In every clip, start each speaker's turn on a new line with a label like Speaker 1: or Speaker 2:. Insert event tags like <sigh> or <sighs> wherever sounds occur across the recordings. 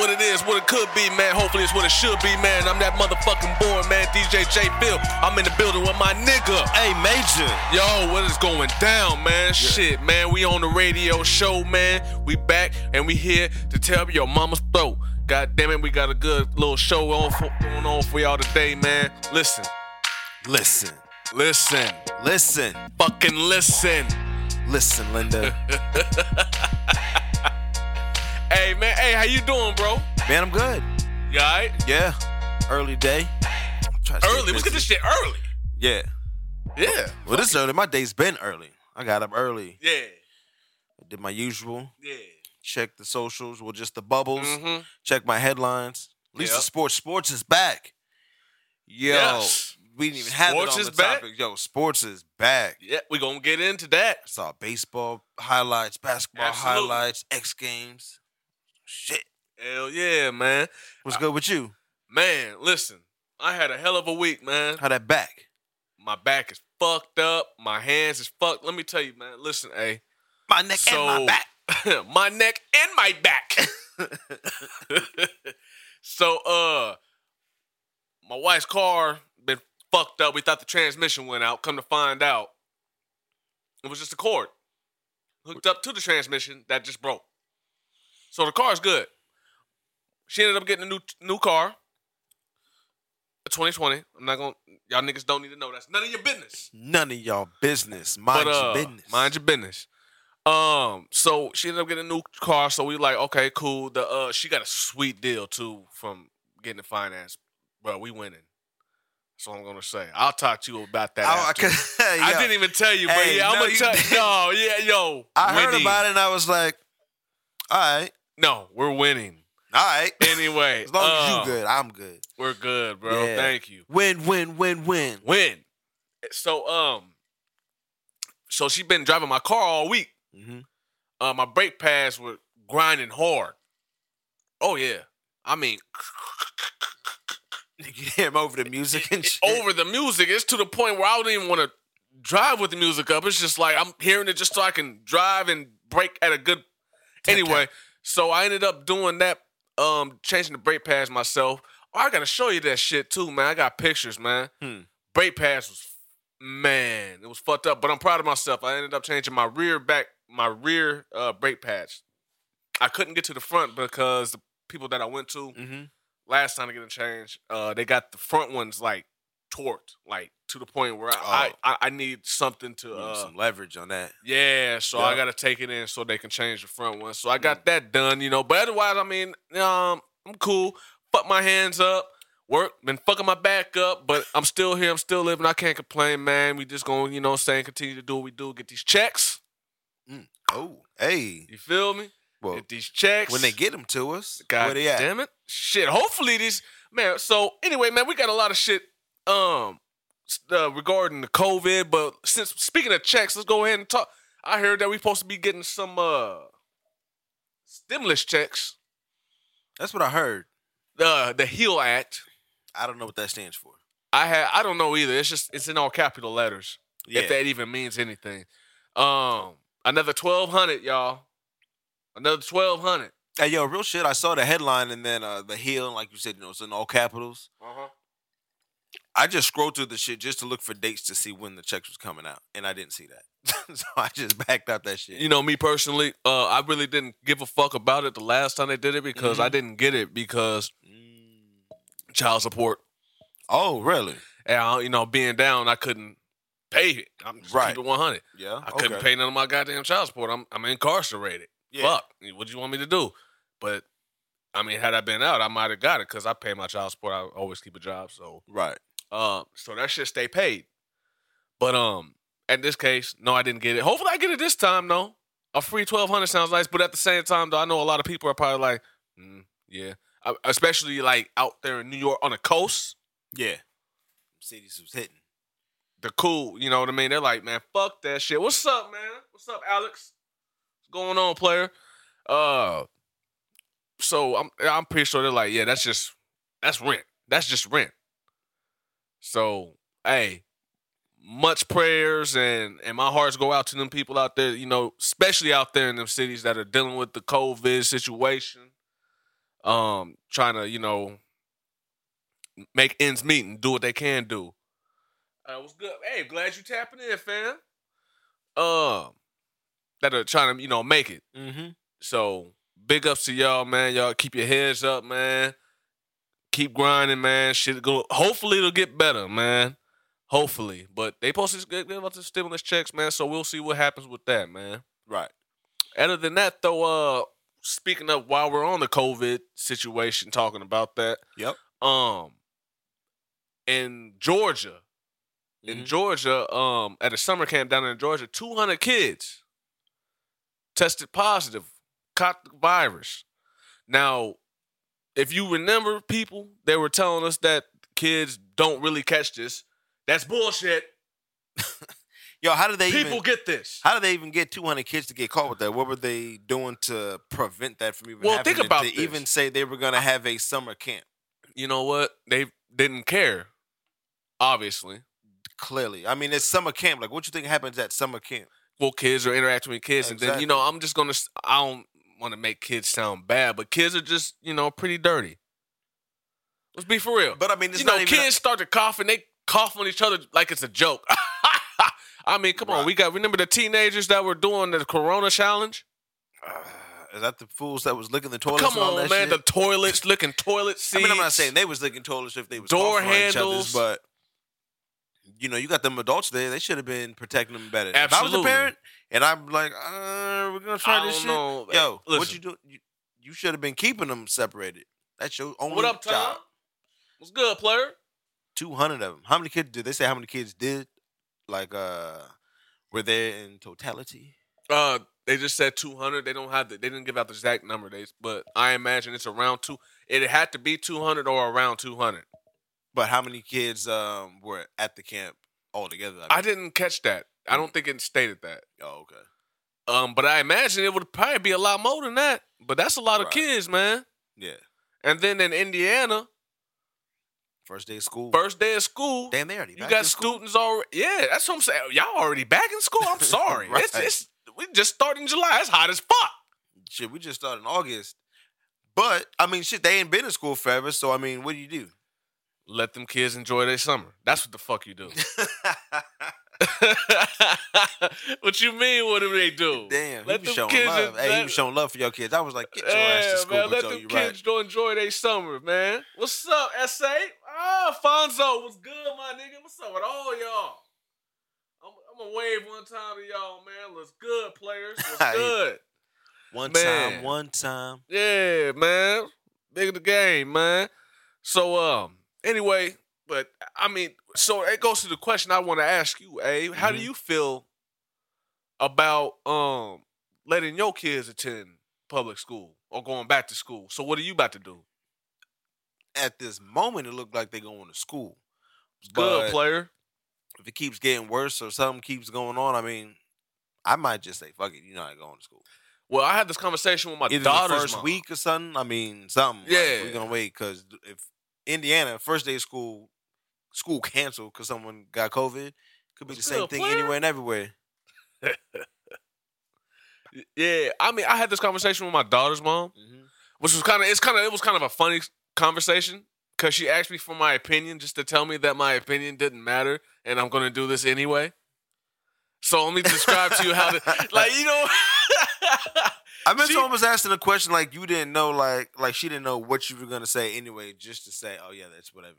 Speaker 1: it could be, man. Hopefully it's what it should be, man. I'm that motherfucking boy, man. DJ J Bill. I'm in the building with my nigga.
Speaker 2: Hey, Major.
Speaker 1: Yo, what is going down, man? Shit, man. We on the radio show, man. We back and we here to tell your mama's throat. God damn it, we got a good little show on for, going on for y'all today, man. Listen,
Speaker 2: Listen,
Speaker 1: listen,
Speaker 2: listen,
Speaker 1: fucking listen. <laughs>
Speaker 2: listen, Linda.
Speaker 1: Hey, man. Hey, how you doing, bro?
Speaker 2: Man, I'm good.
Speaker 1: You all right?
Speaker 2: Yeah. Early day. I'm trying to stay
Speaker 1: Early. Let's get
Speaker 2: busy.
Speaker 1: this shit early.
Speaker 2: Yeah.
Speaker 1: Yeah.
Speaker 2: Well, this early. My day's been early. I got up early.
Speaker 1: Yeah.
Speaker 2: Did my usual.
Speaker 1: Yeah.
Speaker 2: Check the socials. Well, just the bubbles.
Speaker 1: Mm-hmm.
Speaker 2: Check my headlines. At least
Speaker 1: Yep.
Speaker 2: the sports. Sports is back. Yo.
Speaker 1: Yes.
Speaker 2: We didn't even have
Speaker 1: Sports
Speaker 2: it on
Speaker 1: is
Speaker 2: the
Speaker 1: back?
Speaker 2: topic. Yo, sports is back.
Speaker 1: Yeah, we gonna get into that.
Speaker 2: I saw baseball highlights, basketball
Speaker 1: Absolutely.
Speaker 2: highlights, X Games. Shit.
Speaker 1: Hell yeah, man.
Speaker 2: What's good with you?
Speaker 1: Man, listen, I had a hell of a week, man.
Speaker 2: How that back?
Speaker 1: My back is fucked up. My hands is fucked. Let me tell you, man. Listen, hey.
Speaker 2: My neck and my
Speaker 1: So-
Speaker 2: back.
Speaker 1: <laughs> my neck and my back. <laughs> so uh my wife's car been fucked up. We thought the transmission went out. Come to find out, it was just a cord hooked up to the transmission that just broke. So the car's good. She ended up getting a new new car. A 2020. I'm not gonna y'all niggas don't need to know. That's none of your business
Speaker 2: None of y'all business. Mind
Speaker 1: but, uh,
Speaker 2: your business.
Speaker 1: Mind your business. Um, so she ended up getting a new car. So we like, okay, cool. The uh, she got a sweet deal too from getting it financed. Bro, we winning. That's all I'm gonna say. I'll talk to you about that.
Speaker 2: Oh, I, I,
Speaker 1: after.
Speaker 2: <laughs> could-
Speaker 1: I
Speaker 2: yo,
Speaker 1: didn't even tell you, but
Speaker 2: Hey,
Speaker 1: yeah, I'm
Speaker 2: no,
Speaker 1: gonna
Speaker 2: you
Speaker 1: tell.
Speaker 2: didn't.
Speaker 1: No, yeah, yo.
Speaker 2: <laughs> I heard
Speaker 1: winning.
Speaker 2: about it and I was like, all right,
Speaker 1: No, we're winning.
Speaker 2: all right.
Speaker 1: Anyway,
Speaker 2: As long
Speaker 1: uh,
Speaker 2: as you good, I'm good.
Speaker 1: we're good, bro.
Speaker 2: Yeah.
Speaker 1: Thank you.
Speaker 2: Win, win, win, win.
Speaker 1: Win. So um, so she been driving my car all week.
Speaker 2: Mm-hmm. <laughs>
Speaker 1: uh, my brake pads were grinding hard. Oh yeah, I mean
Speaker 2: You can hear him over the music
Speaker 1: <laughs>
Speaker 2: and shit.
Speaker 1: over the music. It's to the point where I don't even want to drive with the music up. It's just like I'm hearing it just so I can drive and brake at a good. Anyway, so I ended up doing that, um, changing the brake pads myself. Oh, I gotta show you that shit too, man. I got pictures, man.
Speaker 2: Hmm.
Speaker 1: Brake pads was man, it was fucked up, but I'm proud of myself. I ended up changing my rear back, my rear uh, brake pads. I couldn't get to the front because the people that I went to
Speaker 2: Mm-hmm.
Speaker 1: last time to get a change, uh, they got the front ones like torqued, like to the point where I
Speaker 2: Oh.
Speaker 1: I, I, I need something to uh,
Speaker 2: some leverage on that.
Speaker 1: yeah, so I
Speaker 2: Yeah.
Speaker 1: gotta take it in so they can change the front one.
Speaker 2: Mm.
Speaker 1: So I got that done, you know. But otherwise, I mean, um, I'm cool. Fuck my hands up. Work been fucking my back up, but I'm still here. I'm still living. I can't complain, man. We just gonna, you know, what I'm saying continue to do what we do. Get these checks.
Speaker 2: Oh, hey.
Speaker 1: You feel me?
Speaker 2: Well,
Speaker 1: Get these checks
Speaker 2: when they get them to us,
Speaker 1: God
Speaker 2: where they at?
Speaker 1: damn it. Shit. Hopefully these man. So anyway, man, we got a lot of shit um s- uh, regarding the COVID. But since speaking of checks, let's go ahead and talk. I heard that we supposed to be getting some uh stimulus checks. uh,
Speaker 2: That's what I heard.
Speaker 1: The the HEAL Act.
Speaker 2: I don't know what that stands for.
Speaker 1: I had I don't know either. It's just it's in all capital letters. If that even means anything. Um another twelve hundred, y'all. Another twelve hundred.
Speaker 2: Hey, yo, real shit. I saw the headline and then uh, the heel, like you said, you know, it's in all capitals.
Speaker 1: Uh-huh.
Speaker 2: I just scrolled through the shit just to look for dates to see when the checks was coming out, and I didn't see that. <laughs> so I just backed out that shit.
Speaker 1: you know me personally uh i really didn't give a fuck about it the last time they did it because
Speaker 2: Mm-hmm.
Speaker 1: i didn't get it because child support
Speaker 2: Mm. Oh, really?
Speaker 1: and I, you know being down i couldn't pay it i'm just
Speaker 2: Right.
Speaker 1: keep it 100
Speaker 2: Yeah.
Speaker 1: i couldn't pay none of my goddamn child support i'm, I'm incarcerated
Speaker 2: Yeah.
Speaker 1: fuck what do you want me to do but i mean had i been out i might have got it because i pay my child support i always keep a job so
Speaker 2: Right.
Speaker 1: um, so that should stay paid. But um, at this case, no, I didn't get it. Hopefully, I get it this time. though. a free twelve hundred sounds nice, but at the same time, though, I know a lot of people are probably like, mm, yeah, Uh, especially like out there in New York on the coast.
Speaker 2: Yeah. Cities was hitting.
Speaker 1: The cool, you know what I mean? They're like, man, fuck that shit. What's up, man? What's up, Alex? What's going on, player? Uh, so I'm I'm pretty sure they're like, yeah, that's just that's rent. That's just rent. So, hey, much prayers and and my hearts go out to them people out there, you know, especially out there in them cities that are dealing with the COVID situation. um, trying to you know make ends meet and do what they can do. Uh, what's good? Hey, glad you tapping in, fam. Um, that are trying to you know make it.
Speaker 2: Mm-hmm.
Speaker 1: So big ups to y'all, man. Y'all keep your heads up, man. Keep grinding, man. Shit go. Hopefully it'll get better, man. Hopefully, but they posted they about the stimulus checks, man. So we'll see what happens with that, man.
Speaker 2: Right.
Speaker 1: Other than that, though, uh, speaking of while we're on the COVID situation, talking about that,
Speaker 2: Yep.
Speaker 1: um, in Georgia, in
Speaker 2: Mhm.
Speaker 1: Georgia, um, at a summer camp down in Georgia, 200 kids tested positive, caught the virus. Now, if you remember, people they were telling us that kids don't really catch this. That's bullshit.
Speaker 2: Yo, how did they
Speaker 1: People
Speaker 2: even,
Speaker 1: get this.
Speaker 2: how did they even get 200 kids to get caught with that? What were they doing to prevent that from even
Speaker 1: Well,
Speaker 2: happening?
Speaker 1: think about
Speaker 2: to
Speaker 1: this.
Speaker 2: even say they were going to have a summer camp.
Speaker 1: You know what? They didn't care. Obviously.
Speaker 2: Clearly, I mean, it's summer camp. Like, what you think happens at summer camp?
Speaker 1: well, kids are interacting with kids, and then you know,
Speaker 2: Exactly.
Speaker 1: I'm just gonna. s- I don't want to make kids sound bad, but kids are just you know pretty dirty. Let's be for real.
Speaker 2: But I mean, it's
Speaker 1: you
Speaker 2: not
Speaker 1: know,
Speaker 2: even.
Speaker 1: kids start to cough and they cough on each other like it's a joke. <laughs> I mean, come on,
Speaker 2: Right.
Speaker 1: we got remember the teenagers that were doing the Corona challenge.
Speaker 2: Ah, is that the fools that was licking the toilets?
Speaker 1: Come
Speaker 2: and all
Speaker 1: on,
Speaker 2: that
Speaker 1: man,
Speaker 2: shit?
Speaker 1: the toilets, licking toilet
Speaker 2: I
Speaker 1: seats.
Speaker 2: mean, I'm not saying they was licking toilets if they was
Speaker 1: Door
Speaker 2: door
Speaker 1: handles.
Speaker 2: handles, but you know, you got them adults there. They should have been protecting them better. If I
Speaker 1: Absolutely.
Speaker 2: was a parent and I'm like, uh, we're gonna try
Speaker 1: I
Speaker 2: this
Speaker 1: don't
Speaker 2: shit.
Speaker 1: know.
Speaker 2: Yo,
Speaker 1: Hey,
Speaker 2: what
Speaker 1: listen.
Speaker 2: you do? You, you should have been keeping them separated. That's your only
Speaker 1: What up, Tom?
Speaker 2: job.
Speaker 1: What's good, player?
Speaker 2: Two hundred of them. How many kids did they say? How many kids did like uh were there in totality?
Speaker 1: Uh, they just said 200. They don't have the, they didn't give out the exact number. They but I imagine it's around two. It had to be 200 or around 200.
Speaker 2: But how many kids um were at the camp altogether?
Speaker 1: I
Speaker 2: mean?
Speaker 1: didn't catch that. I don't think it stated that.
Speaker 2: Oh, okay.
Speaker 1: Um, but I imagine it would probably be a lot more than that. But that's a lot of
Speaker 2: Right.
Speaker 1: kids, man.
Speaker 2: Yeah.
Speaker 1: And then in Indiana,
Speaker 2: First day of school.
Speaker 1: first day of school,
Speaker 2: Damn, they already.
Speaker 1: you
Speaker 2: back
Speaker 1: got
Speaker 2: to school?
Speaker 1: students already. Yeah, that's what I'm saying. Y'all already back in school. <laughs> I'm sorry.
Speaker 2: Right.
Speaker 1: It's it's we just started in July. It's hot as fuck.
Speaker 2: shit, we just started in August. But I mean, shit, they ain't been in school forever. So I mean, what do you
Speaker 1: <laughs>
Speaker 2: do?
Speaker 1: Let them kids enjoy their summer. That's what the fuck you do. <laughs> what you mean? What do they do?
Speaker 2: Damn,
Speaker 1: Let
Speaker 2: he
Speaker 1: them
Speaker 2: was showing
Speaker 1: kids
Speaker 2: love.
Speaker 1: en-
Speaker 2: hey, he
Speaker 1: let-
Speaker 2: was showing love for your kids. I was like, get your ass to
Speaker 1: Yeah,
Speaker 2: school,
Speaker 1: man. Let
Speaker 2: but yo,
Speaker 1: them
Speaker 2: you
Speaker 1: kids
Speaker 2: right.
Speaker 1: go enjoy their summer, man. What's up, SA? Ah, Fonzo, what's good, my nigga? What's up with all y'all? I'm, I'm gonna wave one time to y'all, man. What's good, players?
Speaker 2: <laughs> Yeah.
Speaker 1: What's good?
Speaker 2: One
Speaker 1: Man.
Speaker 2: time, one time.
Speaker 1: Yeah, man. Big of the game, man. So, um, anyway, but I mean, so it goes to the question I want to ask you, Abe. How
Speaker 2: Mhm.
Speaker 1: do you feel about um letting your kids attend public school or going back to school? So, what are you about to do?
Speaker 2: At this moment, it looked like they going to school.
Speaker 1: Good
Speaker 2: But
Speaker 1: player.
Speaker 2: if it keeps getting worse or something keeps going on, I mean, I might just say, fuck it, you're not going to school.
Speaker 1: Well, I had this conversation with my
Speaker 2: Either the
Speaker 1: daughter's
Speaker 2: first
Speaker 1: mom.
Speaker 2: week or something. I mean, something. like,
Speaker 1: Yeah.
Speaker 2: we're gonna wait because if Indiana first day of school, school canceled because someone got COVID, could be
Speaker 1: What's
Speaker 2: the same
Speaker 1: good,
Speaker 2: thing
Speaker 1: player?
Speaker 2: anywhere and everywhere.
Speaker 1: Yeah, I mean, I had this conversation with my daughter's mom, which was kind of it's kind of it was kind of a funny conversation because she asked me for my opinion just to tell me that my opinion didn't matter and I'm gonna do this anyway. So let me describe to you how
Speaker 2: <laughs>
Speaker 1: to like you know. <laughs>
Speaker 2: I meant
Speaker 1: She-
Speaker 2: someone was asking a question like you didn't know, like like she didn't know what you were gonna say anyway, just to say, oh yeah, that's whatever.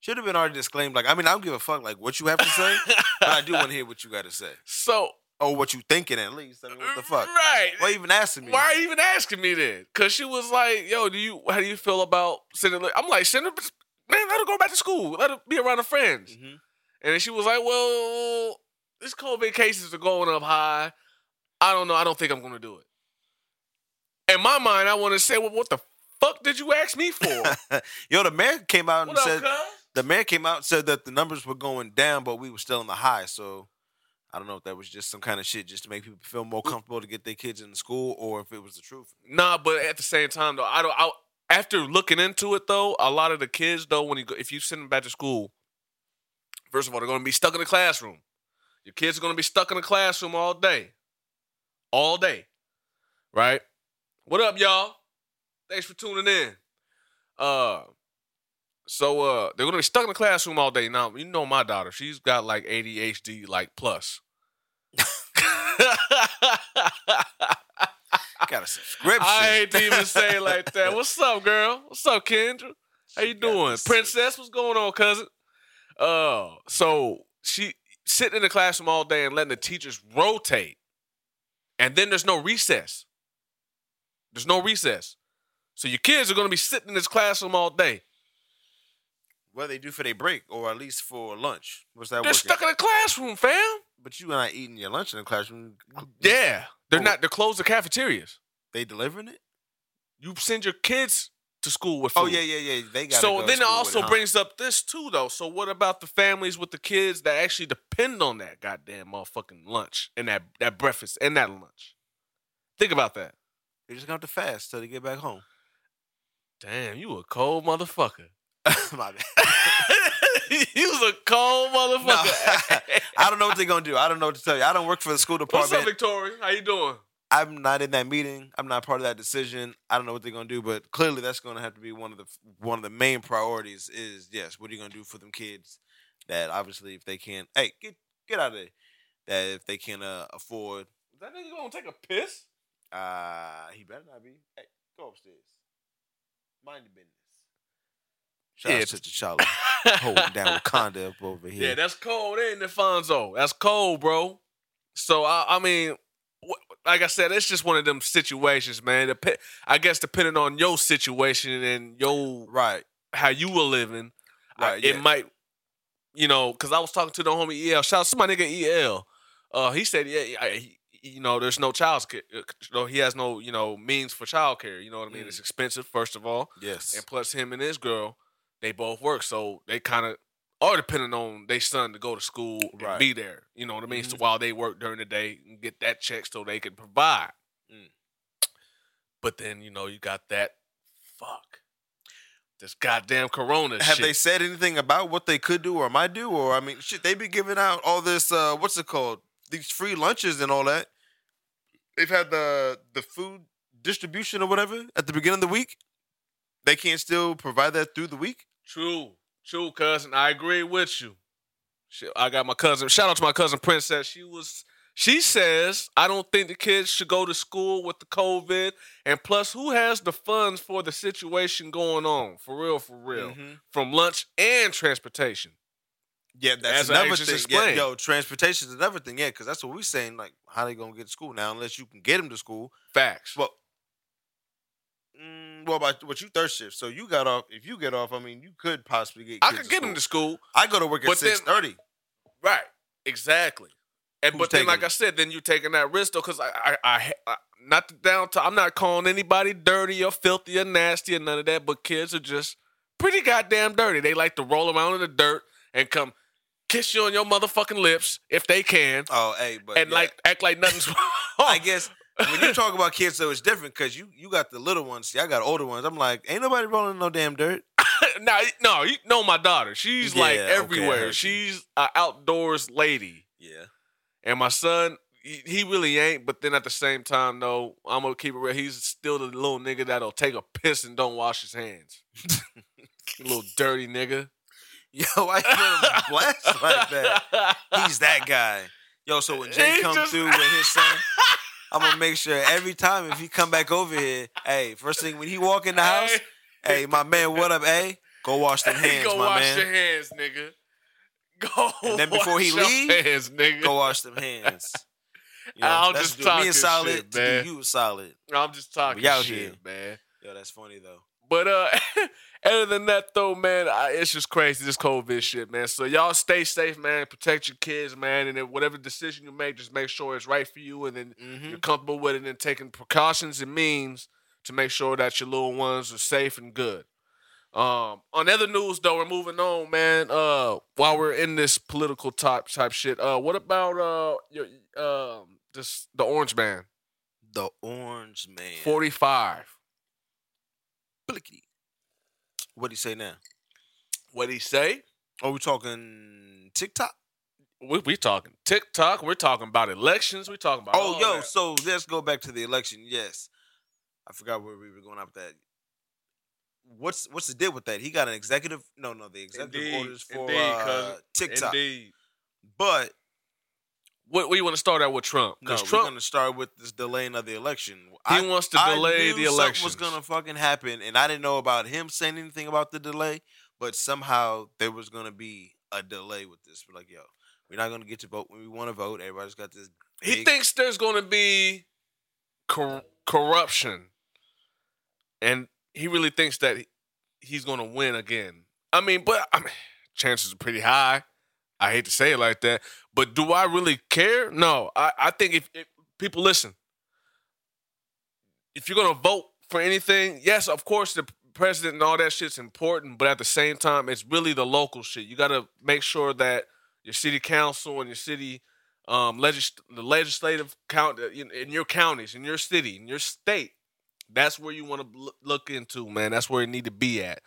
Speaker 2: Should have been already disclaimed. Like, I mean, I don't give a fuck like what you have to say, but I do want to hear what you got to say
Speaker 1: so
Speaker 2: or what you thinking at least. I mean, what the
Speaker 1: <laughs>
Speaker 2: fuck?
Speaker 1: Right.
Speaker 2: Why you even asking me?
Speaker 1: Why are you even asking me then? Cause she was like, "Yo, do you how do you feel about sending?" her-" I'm like, "Send her, man. Let her go back to school. Let her be around her friends."
Speaker 2: Mhm.
Speaker 1: And then she was like, "Well, this COVID cases are going up high. I don't know. I don't think I'm gonna do it." In my mind, I want to say, "Well, what the fuck did you ask me for?"
Speaker 2: Yo, the mayor came out and
Speaker 1: what up,
Speaker 2: said,
Speaker 1: cuz?
Speaker 2: the mayor came out and said that the numbers were going down, but we were still in the high. So I don't know if that was just some kind of shit just to make people feel more comfortable to get their kids in school, or if it was the truth.
Speaker 1: Nah, but at the same time though, I don't. I, after looking into it though, a lot of the kids though, when you go, if you send them back to school, first of all, they're going to be stuck in the classroom. Your kids are going to be stuck in the classroom all day, all day, right? What up, y'all? Thanks for tuning in. Uh, so uh, they're gonna be stuck in the classroom all day. Now you know my daughter; she's got like ADHD, like plus. <laughs>
Speaker 2: Got a
Speaker 1: <laughs>
Speaker 2: subscription.
Speaker 1: I ain't even say it like
Speaker 2: <laughs>
Speaker 1: that. What's up, girl? What's up, Kendra? How you
Speaker 2: She got a
Speaker 1: doing,
Speaker 2: sub-
Speaker 1: princess? What's going on, cousin? Uh, so she sitting in the classroom all day and letting the teachers rotate, and then there's no recess. There's no recess, so your kids are gonna be sitting in this classroom all day.
Speaker 2: What they do for their break, or at least for lunch. What's that?
Speaker 1: They're
Speaker 2: working?
Speaker 1: stuck in the classroom, fam.
Speaker 2: But you not eating your lunch in the classroom.
Speaker 1: Yeah, they're
Speaker 2: Oh.
Speaker 1: not. They closed the cafeterias.
Speaker 2: They delivering it?
Speaker 1: You send your kids to school with food.
Speaker 2: Oh yeah, yeah, yeah. They got.
Speaker 1: So then
Speaker 2: go to
Speaker 1: it
Speaker 2: school with
Speaker 1: also
Speaker 2: huh?
Speaker 1: brings up this too, though. So what about the families with the kids that actually depend on that goddamn motherfucking lunch and that that breakfast and that lunch? Think about that.
Speaker 2: They just gonna have to fast till they get
Speaker 1: <laughs>
Speaker 2: back home. <laughs>
Speaker 1: Damn, you a cold motherfucker. <laughs>
Speaker 2: My bad.
Speaker 1: you was a cold <laughs> motherfucker.
Speaker 2: I don't know what they're gonna do. I don't know what to tell you. I don't work for the school
Speaker 1: What's up,
Speaker 2: department.
Speaker 1: Victoria? How you doing?
Speaker 2: I'm not in that meeting. I'm not part of that decision. I don't know what they're gonna do, but clearly that's gonna have to be one of the one of the main priorities. Is yes, what are you gonna do for them kids that obviously if they can't, hey, get get out of there. That if they can uh, afford,
Speaker 1: That nigga gonna take a piss?
Speaker 2: uh he better not be. Hey, go upstairs. Mind your business. Shout
Speaker 1: Yeah.
Speaker 2: out to T'Challa holding
Speaker 1: <laughs>
Speaker 2: down Wakanda up over here.
Speaker 1: Yeah, that's cold, ain't it, Fonzo? That's cold, bro. So I, I mean, wh- like I said, it's just one of them situations, man. Dep- I guess depending on your situation and your
Speaker 2: right,
Speaker 1: how you were living, I-
Speaker 2: right. yeah.
Speaker 1: it might, you know, because I was talking to the homie El. Shout out to my nigga El. Uh, he said, yeah, I, he- you know, there's no child, uh, no, he has no, you know, means for childcare. You know what I mean?
Speaker 2: Mm.
Speaker 1: It's expensive, first of all.
Speaker 2: yes.
Speaker 1: And plus, him and his girl, they both work, so they kind of are dependent on their son to go to school and
Speaker 2: Right.
Speaker 1: be there. You know what I mean? So
Speaker 2: Mhm.
Speaker 1: while they work during the day and get that check, so they can provide.
Speaker 2: Mm.
Speaker 1: But then you know you got that fuck this goddamn corona
Speaker 2: Have
Speaker 1: shit.
Speaker 2: they said anything about what they could do or might do? Or I mean, shit, they be giving out all this uh, what's it called? These free lunches and all that. They've had the the food distribution or whatever at the beginning of the week. They can't still provide that through the week.
Speaker 1: True, true, cousin. I agree with you. Shit, I got my cousin. Shout out to my cousin Princess. She was. She says I don't think the kids should go to school with the COVID, and plus, who has the funds for the situation going on? For real, for real.
Speaker 2: Mm-hmm.
Speaker 1: From lunch and transportation.
Speaker 2: Yeah, that's
Speaker 1: As I
Speaker 2: another
Speaker 1: just
Speaker 2: thing. Yeah,
Speaker 1: explained.
Speaker 2: yo, transportation is another thing. Yeah, because that's what we're saying. Like, how they gonna get to school now unless you can get them to school?
Speaker 1: Facts.
Speaker 2: Well, mm, well, about what you third shift. So you got off. If you get off, I mean, you could possibly get.
Speaker 1: I
Speaker 2: kids
Speaker 1: could get them to
Speaker 2: school.
Speaker 1: school.
Speaker 2: I go to work at
Speaker 1: But then-
Speaker 2: six thirty.
Speaker 1: Right. Exactly. And
Speaker 2: Who's
Speaker 1: but then,
Speaker 2: taking
Speaker 1: like
Speaker 2: it?
Speaker 1: I said, then you're taking that risk though, because I, I, I, I, not the down to, I'm not calling anybody dirty or filthy or nasty or none of that. But kids are just pretty goddamn dirty. They like to roll around in the dirt and come kiss you on your motherfucking lips if they can,
Speaker 2: Oh, hey, but
Speaker 1: and
Speaker 2: yeah.
Speaker 1: like act like
Speaker 2: <laughs>
Speaker 1: nothing's wrong.
Speaker 2: I guess when you talk about kids, though, it's different because you you got the little ones, see, I got older ones. I'm like, ain't nobody rolling no damn dirt.
Speaker 1: <laughs> now, no, you know my daughter. She's like
Speaker 2: Yeah, okay, I heard
Speaker 1: everywhere.
Speaker 2: you.
Speaker 1: She's an outdoors lady.
Speaker 2: Yeah,
Speaker 1: And my son, he, he really ain't. But then at the same time, though, I'm gonna keep it real. He's still the little nigga that'll take a piss and don't wash his
Speaker 2: <laughs>
Speaker 1: hands. You little dirty nigga.
Speaker 2: <laughs> yo, I
Speaker 1: <laughs>
Speaker 2: feel blessed like that. He's that guy. Yo, so when Jay
Speaker 1: He
Speaker 2: comes
Speaker 1: just-
Speaker 2: through with
Speaker 1: <laughs>
Speaker 2: his son. I'm gonna make sure every time if he come back over here, hey, first thing when he walk in the house,
Speaker 1: Hey,
Speaker 2: hey, my man, what up, hey? Go
Speaker 1: <laughs>
Speaker 2: wash them hands,
Speaker 1: go
Speaker 2: my
Speaker 1: wash
Speaker 2: man.
Speaker 1: your hands, nigga. Go. <laughs>
Speaker 2: And then before
Speaker 1: wash
Speaker 2: he
Speaker 1: your
Speaker 2: leave,
Speaker 1: hands, nigga.
Speaker 2: Go wash them
Speaker 1: <laughs>
Speaker 2: hands. You
Speaker 1: I'll
Speaker 2: that's
Speaker 1: just
Speaker 2: what-
Speaker 1: talk
Speaker 2: me and
Speaker 1: this
Speaker 2: solid,
Speaker 1: shit,
Speaker 2: to
Speaker 1: man.
Speaker 2: Do you was solid.
Speaker 1: I'm just talking
Speaker 2: We out
Speaker 1: shit,
Speaker 2: here.
Speaker 1: man.
Speaker 2: Yo, that's funny though.
Speaker 1: But uh, <laughs> other than that, though, man, I, it's just crazy this COVID shit, man. So y'all stay safe, man. Protect your kids, man, and then whatever decision you make, just make sure it's right for you, and then
Speaker 2: Mm-hmm.
Speaker 1: you're comfortable with it, and taking precautions and means to make sure that your little ones are safe and good. Um, on other news, though, we're moving on, man. Uh, while we're in this political type type shit, uh, what about uh, your um, this the orange man,
Speaker 2: The orange man.
Speaker 1: forty five.
Speaker 2: What do you say now?
Speaker 1: What he say?
Speaker 2: Are we talking TikTok?
Speaker 1: we we talking TikTok. We're talking about elections. We're talking about
Speaker 2: Oh,
Speaker 1: all
Speaker 2: yo,
Speaker 1: that.
Speaker 2: so let's go back to the election. Yes. I forgot where we were going up that. what's what's the deal with that? He got an executive. No, no, the executive
Speaker 3: Indeed,
Speaker 2: orders for
Speaker 3: indeed,
Speaker 2: uh,
Speaker 3: cousin.
Speaker 2: TikTok.
Speaker 3: Indeed.
Speaker 2: But
Speaker 1: What, what you want to start out with Trump?
Speaker 2: no,
Speaker 1: Because
Speaker 2: we're
Speaker 1: Trump
Speaker 2: gonna start with this delaying of the election.
Speaker 1: he wants to delay the election.
Speaker 2: was gonna fucking happen, and I didn't know about him saying anything about the delay. But somehow there was gonna be a delay with this. We're like, yo, we're not gonna get to vote when we want to vote. Everybody's
Speaker 1: <laughs>
Speaker 2: got this.
Speaker 1: He
Speaker 2: big-
Speaker 1: thinks there's gonna be cor- corruption, and he really thinks that he- he's gonna win again. I mean, but I mean, chances are pretty high. I hate to say it like that, but do I really care? No, I, I think if, if people listen, if you're gonna vote for anything, yes, of course the president and all that shit's important, but at the same time, it's really the local shit. You gotta make sure that your city council and your city um, legis- the legislative count uh, in, in your counties, in your city, in your state. That's where you want to look into, man. That's where it need to be at.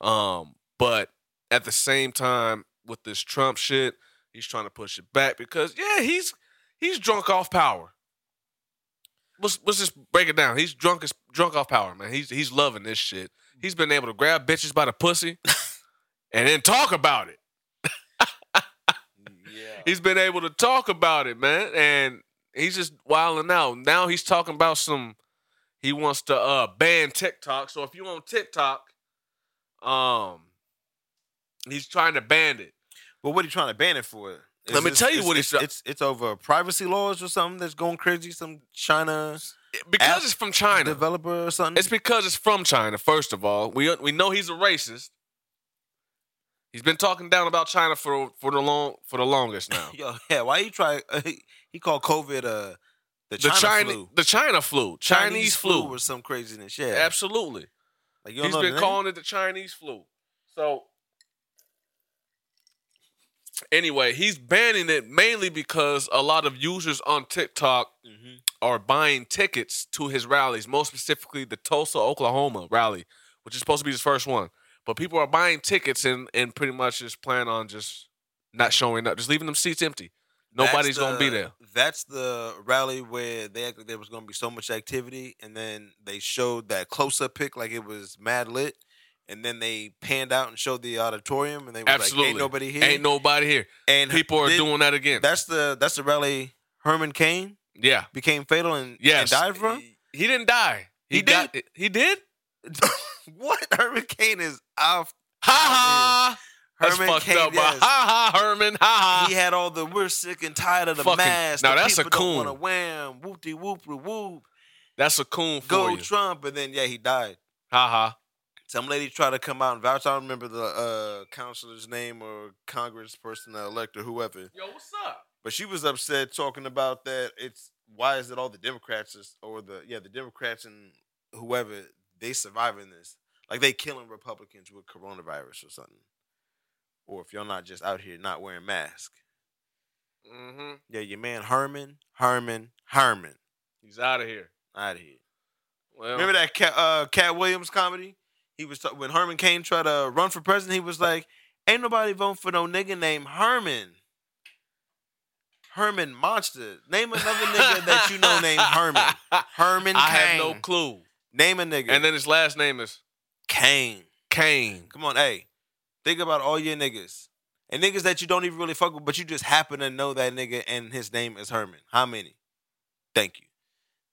Speaker 1: Um, but at the same time, with this Trump shit, he's trying to push it back because yeah, he's he's drunk off power. Let's let's just break it down. He's drunk as drunk off power, man. He's he's loving this shit. He's been able to grab bitches by the pussy and then talk about it.
Speaker 2: <laughs>
Speaker 3: Yeah.
Speaker 1: he's been able to talk about it, man, and he's just wilding out. Now he's talking about some. He wants to uh ban TikTok. So if you on TikTok, um, he's trying to ban it.
Speaker 2: Well, what are you trying to ban it for?
Speaker 1: Let me tell you
Speaker 2: it's,
Speaker 1: what
Speaker 2: it's,
Speaker 1: he's try-
Speaker 2: it's it's over privacy laws or something that's going crazy. Some China
Speaker 1: because
Speaker 2: App
Speaker 1: it's from China.
Speaker 2: developer or something.
Speaker 1: It's because it's from China. First of all, we we know he's a racist. He's been talking down about China for for the long for the longest now.
Speaker 2: <laughs> Yo, <laughs> yeah. Why you try? <laughs> Uh, he, he called COVID uh,
Speaker 1: the
Speaker 2: the China,
Speaker 1: China
Speaker 2: flu.
Speaker 1: the China flu, Chinese, flu,
Speaker 2: or some craziness. Yeah,
Speaker 1: absolutely.
Speaker 2: Like, you don't
Speaker 1: He's
Speaker 2: know the
Speaker 1: been
Speaker 2: name?
Speaker 1: calling it the Chinese flu. So anyway, he's banning it mainly because a lot of users on TikTok
Speaker 2: Mm-hmm.
Speaker 1: are buying tickets to his rallies, most specifically the Tulsa, Oklahoma rally, which is supposed to be his first one. But people are buying tickets and and pretty much just plan on just not showing up, just leaving them seats empty.
Speaker 2: That's
Speaker 1: Nobody's gonna be
Speaker 2: the-
Speaker 1: there.
Speaker 2: That's the rally where they acted there was gonna be so much activity, and then they showed that close up pic like it was mad lit, and then they panned out and showed the auditorium, and they was like,
Speaker 1: Absolutely.
Speaker 2: "Ain't nobody here."
Speaker 1: Ain't nobody here.
Speaker 2: and
Speaker 1: People are
Speaker 2: then-
Speaker 1: doing that again.
Speaker 2: That's the that's the rally Herman Cain
Speaker 1: yeah.
Speaker 2: became fatal and,
Speaker 1: Yes.
Speaker 2: and died from.
Speaker 1: He didn't die.
Speaker 2: He
Speaker 1: got- he did?
Speaker 2: <laughs> what Herman Cain is off?
Speaker 1: Ha ha! That's
Speaker 2: Herman
Speaker 1: fucked
Speaker 2: Cain,
Speaker 1: up.
Speaker 2: yes.
Speaker 1: Ha <laughs> ha, Herman. Ha
Speaker 2: He
Speaker 1: ha.
Speaker 2: had all the we're sick and tired of the
Speaker 1: Fucking-
Speaker 2: mask.
Speaker 1: now
Speaker 2: the
Speaker 1: that's a
Speaker 2: people don't
Speaker 1: coon.
Speaker 2: wanna Wham, whoop de whoop de whoop.
Speaker 1: That's a coon for
Speaker 2: Go
Speaker 1: you.
Speaker 2: Trump, and then yeah, he died.
Speaker 1: ha ha.
Speaker 2: Some lady tried to come out and vouch. I don't remember the uh, counselor's name or congressperson uh, elect or whoever,
Speaker 1: Yo, what's up?
Speaker 2: but she was upset talking about that. It's why is it all the Democrats is- or the yeah the Democrats and whoever they surviving this like they killing Republicans with coronavirus or something, or if y'all not just out here not wearing masks.
Speaker 1: Mm-hmm.
Speaker 2: Yeah, your man Herman, Herman, Herman,
Speaker 1: He's out of here.
Speaker 2: out here.
Speaker 1: Well,
Speaker 2: Remember that Cat, uh, Cat Williams comedy? He was when Herman Cain tried to run for president. He was like, "Ain't nobody voting for no nigga named Herman." Herman Monster. Name another nigga that you know
Speaker 1: <laughs>
Speaker 2: named Herman. Herman
Speaker 1: I
Speaker 2: Cain.
Speaker 1: have no clue.
Speaker 2: Name a nigga.
Speaker 1: And then his last name is
Speaker 2: Kane.
Speaker 1: Kane.
Speaker 2: Come on, hey. Think about all your niggas and niggas that you don't even really fuck with, but you just happen to know that nigga and his name is Herman. How many? Thank you.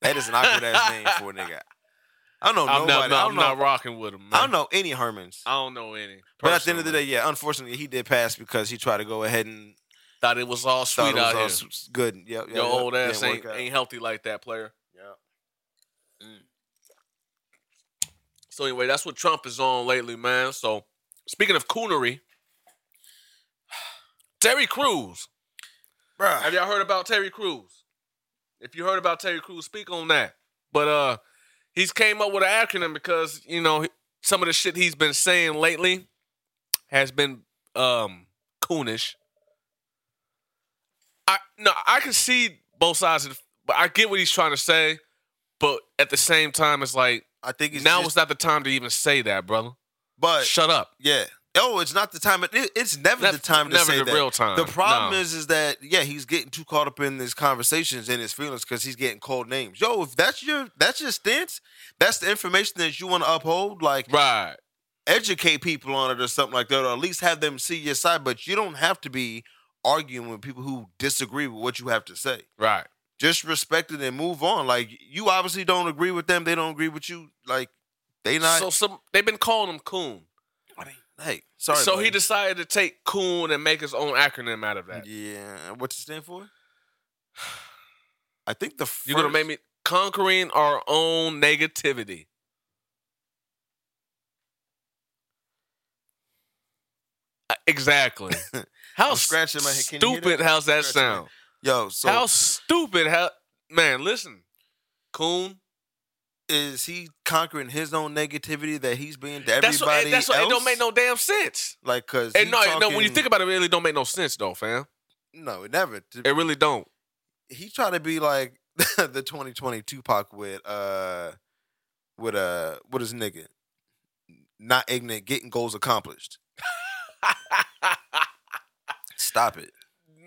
Speaker 2: That is an awkward ass name for a nigga. I don't know
Speaker 1: I'm
Speaker 2: nobody.
Speaker 1: not,
Speaker 2: I
Speaker 1: I'm
Speaker 2: don't know
Speaker 1: not rocking with him. Man.
Speaker 2: I don't know any Hermans.
Speaker 1: I don't know any.
Speaker 2: But at the end of the day,
Speaker 1: personally.
Speaker 2: yeah, unfortunately, he did pass because he tried to go ahead and
Speaker 1: thought it was all sweet
Speaker 2: thought it was
Speaker 1: out
Speaker 2: all
Speaker 1: here.
Speaker 2: s- s- good. Yep, yep,
Speaker 1: Your
Speaker 2: yep.
Speaker 1: old ass
Speaker 2: Didn't
Speaker 1: ain't,
Speaker 2: work out.
Speaker 1: ain't healthy like that, player.
Speaker 2: Mm.
Speaker 1: Mm. So anyway, that's what Trump is on lately, man. So speaking of coonery, <sighs> Terry Crews.
Speaker 2: Bruh.
Speaker 1: Have y'all heard about Terry Crews? If you heard about Terry Crews, speak on that. But uh he's came up with an acronym because, you know, some of the shit he's been saying lately has been um coonish. I no, I can see both sides of the, but I get what he's trying to say, but at the same time it's like
Speaker 2: I think it's
Speaker 1: now
Speaker 2: just-
Speaker 1: it's not the time to even say that, brother.
Speaker 2: but
Speaker 1: Shut up.
Speaker 2: yeah. Oh, it's not the time. It, it's never
Speaker 1: That's
Speaker 2: the time to
Speaker 1: never
Speaker 2: say
Speaker 1: the
Speaker 2: that.
Speaker 1: real time.
Speaker 2: The problem
Speaker 1: No.
Speaker 2: is, is that yeah, he's getting too caught up in these conversations and his feelings because he's getting called names. Yo, if that's your that's your stance, that's the information that you want to uphold. Like
Speaker 1: Right.
Speaker 2: educate people on it or something like that, or at least have them see your side. But you don't have to be arguing with people who disagree with what you have to say.
Speaker 1: Right.
Speaker 2: Just respect it and move on. Like you obviously don't agree with them, they don't agree with you. Like they not.
Speaker 1: so some they've been calling him Coon.
Speaker 2: hey, sorry.
Speaker 1: so he
Speaker 2: buddy.
Speaker 1: decided to take Coon and make his own acronym out of that.
Speaker 2: Yeah, what's it stand for? I think the first,
Speaker 1: You're gonna make me conquering our own negativity. Uh, Exactly. How
Speaker 2: <laughs> I'm scratching my head. Can you hear
Speaker 1: stupid?
Speaker 2: that?
Speaker 1: How's that
Speaker 2: Scratching my head.
Speaker 1: sound?
Speaker 2: Yo, so
Speaker 1: how stupid? How man? Listen, Coon.
Speaker 2: is he conquering his own negativity that he's being to everybody
Speaker 1: That's what. eh, That's what.
Speaker 2: else?
Speaker 1: It don't make no damn sense.
Speaker 2: like because
Speaker 1: And no, eh, no. When you think about it, it really don't make no sense though, fam.
Speaker 2: no, it never.
Speaker 1: It really
Speaker 2: <laughs>
Speaker 1: don't. <laughs>
Speaker 2: he tried to be like <laughs> the 2020 Tupac with uh with uh what is nigga not ignorant getting goals accomplished. Stop it.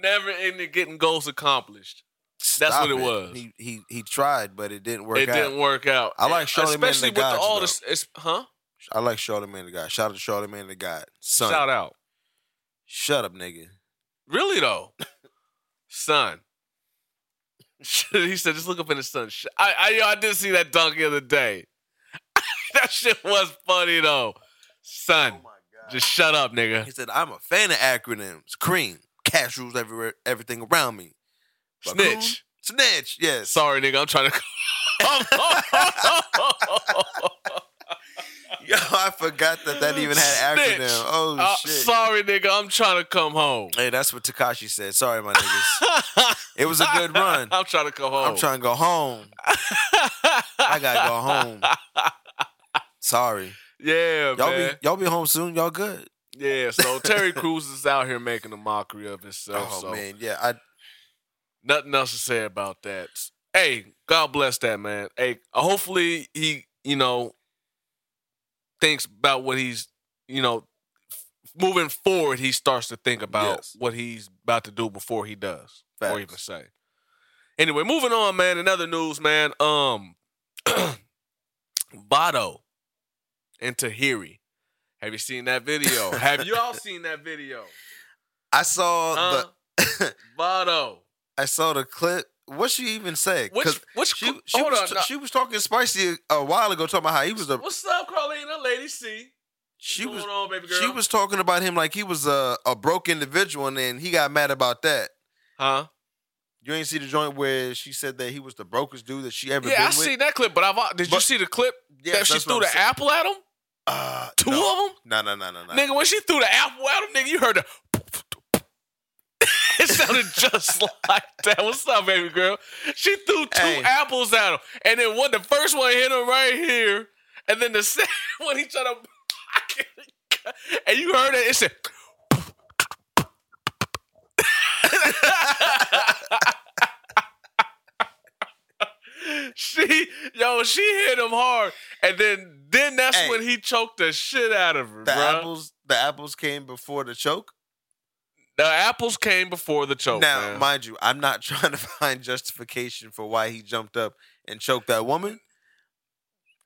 Speaker 1: Never ending getting goals accomplished.
Speaker 2: Stop
Speaker 1: what it was.
Speaker 2: He he he tried, but it didn't work
Speaker 1: it
Speaker 2: out.
Speaker 1: didn't work out.
Speaker 2: I like Charlamagne and the
Speaker 1: especially with
Speaker 2: Gods,
Speaker 1: all
Speaker 2: though.
Speaker 1: this. It's, huh?
Speaker 2: I like Charlemagne the God. Shout out to Charlemagne the God. Son,
Speaker 1: Shout out.
Speaker 2: shut up, nigga.
Speaker 1: Really
Speaker 2: <laughs>
Speaker 1: though, son. <laughs> he said, "Just look up in the sun." Sh- I, I, yo, I did see that dunk the other day. <laughs> that shit was funny though,
Speaker 2: Oh,
Speaker 1: son. Just shut up, nigga.
Speaker 2: He said, "I'm a fan of acronyms. Cream, cash rules everywhere, everything around me. But
Speaker 1: Snitch.
Speaker 2: coon, snitch.
Speaker 1: <laughs>
Speaker 2: Yes.
Speaker 1: Sorry, nigga. I'm trying to.
Speaker 2: <laughs> Yo, I forgot that that even had
Speaker 1: Snitch.
Speaker 2: acronym. Oh
Speaker 1: <laughs> Uh,
Speaker 2: shit.
Speaker 1: sorry, nigga. I'm trying to come home.
Speaker 2: <laughs>
Speaker 1: <laughs>
Speaker 2: hey, that's what Takashi said. Sorry, my niggas. It was a good run.
Speaker 1: I'm trying to come home. <laughs>
Speaker 2: I'm trying to go home. I gotta go home.
Speaker 1: <laughs>
Speaker 2: Sorry.
Speaker 1: Yeah,
Speaker 2: Y'all
Speaker 1: man.
Speaker 2: be y'all be home soon. Y'all good.
Speaker 1: Yeah, so Terry Crews is out here making a mockery of himself.
Speaker 2: Oh
Speaker 1: so
Speaker 2: man, yeah. I
Speaker 1: nothing else to say about that. Hey, God bless that man. Hey, hopefully he, you know, thinks about what he's, you know, f- moving forward. He starts to think about
Speaker 2: Yes.
Speaker 1: what he's about to do before he does, or
Speaker 2: Facts.
Speaker 1: even say. Anyway, moving on, man. Another news, man. Um, <clears throat> Votto and Tahiri. Have you seen that video? Have y'all seen that
Speaker 2: <laughs>
Speaker 1: video?
Speaker 2: I saw
Speaker 1: Huh?
Speaker 2: <laughs> the
Speaker 1: Votto.
Speaker 2: I saw the clip. What she even say? 'Cause
Speaker 1: Which which
Speaker 2: she
Speaker 1: cl-
Speaker 2: she
Speaker 1: hold
Speaker 2: was,
Speaker 1: on,
Speaker 2: t-
Speaker 1: no.
Speaker 2: she was talking spicy a while ago, talking about how he was a
Speaker 1: What's up, Carlina? Lady C.
Speaker 2: she
Speaker 1: What's
Speaker 2: was
Speaker 1: going on, baby girl?
Speaker 2: she was talking about him like he was a, a broke individual, and then he got mad about that.
Speaker 1: huh?
Speaker 2: You ain't see the joint where she said that he was the brokest dude that she ever
Speaker 1: Yeah,
Speaker 2: been
Speaker 1: I
Speaker 2: with.
Speaker 1: seen that clip, but I've did you
Speaker 2: But-
Speaker 1: see the clip
Speaker 2: Yeah,
Speaker 1: that she
Speaker 2: that's what
Speaker 1: threw
Speaker 2: I'm
Speaker 1: the
Speaker 2: saying.
Speaker 1: apple at him?
Speaker 2: Uh,
Speaker 1: Two
Speaker 2: no.
Speaker 1: of them,
Speaker 2: No, no, no, no, no.
Speaker 1: nigga. When she threw the apple at him, nigga, you heard the. <laughs> it sounded just like that. What's up, baby girl? She threw two
Speaker 2: Hey.
Speaker 1: apples at him, and then one. The first one hit him right here, and then the <laughs> second one he tried to. and you heard it. It said. <laughs> She yo, she hit him hard, and then then that's
Speaker 2: Hey.
Speaker 1: when he choked the shit out of her.
Speaker 2: The
Speaker 1: bruh.
Speaker 2: apples, the apples came before the choke.
Speaker 1: the apples came before the choke.
Speaker 2: now,
Speaker 1: man.
Speaker 2: mind you, I'm not <laughs> trying to find justification for why he jumped up and choked that woman.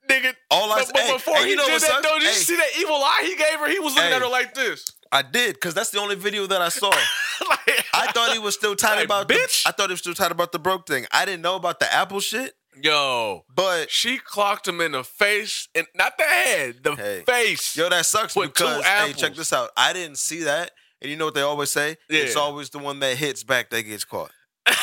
Speaker 1: nigga.
Speaker 2: All I
Speaker 1: But, but
Speaker 2: hey,
Speaker 1: before
Speaker 2: and
Speaker 1: he
Speaker 2: you know
Speaker 1: did
Speaker 2: what
Speaker 1: that,
Speaker 2: sucks?
Speaker 1: though, did you
Speaker 2: Hey,
Speaker 1: see that evil eye he gave her? He was looking
Speaker 2: Hey.
Speaker 1: at her like this. <laughs>
Speaker 2: I did because that's the only video that I saw.
Speaker 1: like,
Speaker 2: I thought he was still tight
Speaker 1: Like,
Speaker 2: about the-
Speaker 1: bitch.
Speaker 2: I thought he was still tight about the broke thing. I didn't know about the apple shit,
Speaker 1: <laughs> yo,
Speaker 2: but
Speaker 1: she clocked him in the face, and not the head, the
Speaker 2: Hey.
Speaker 1: face. <laughs>
Speaker 2: yo, that sucks
Speaker 1: With two
Speaker 2: because hey, check
Speaker 1: apples.
Speaker 2: this out. I didn't see that, and you know what they always say? It's
Speaker 1: Yeah.
Speaker 2: always the one that hits back that gets caught. And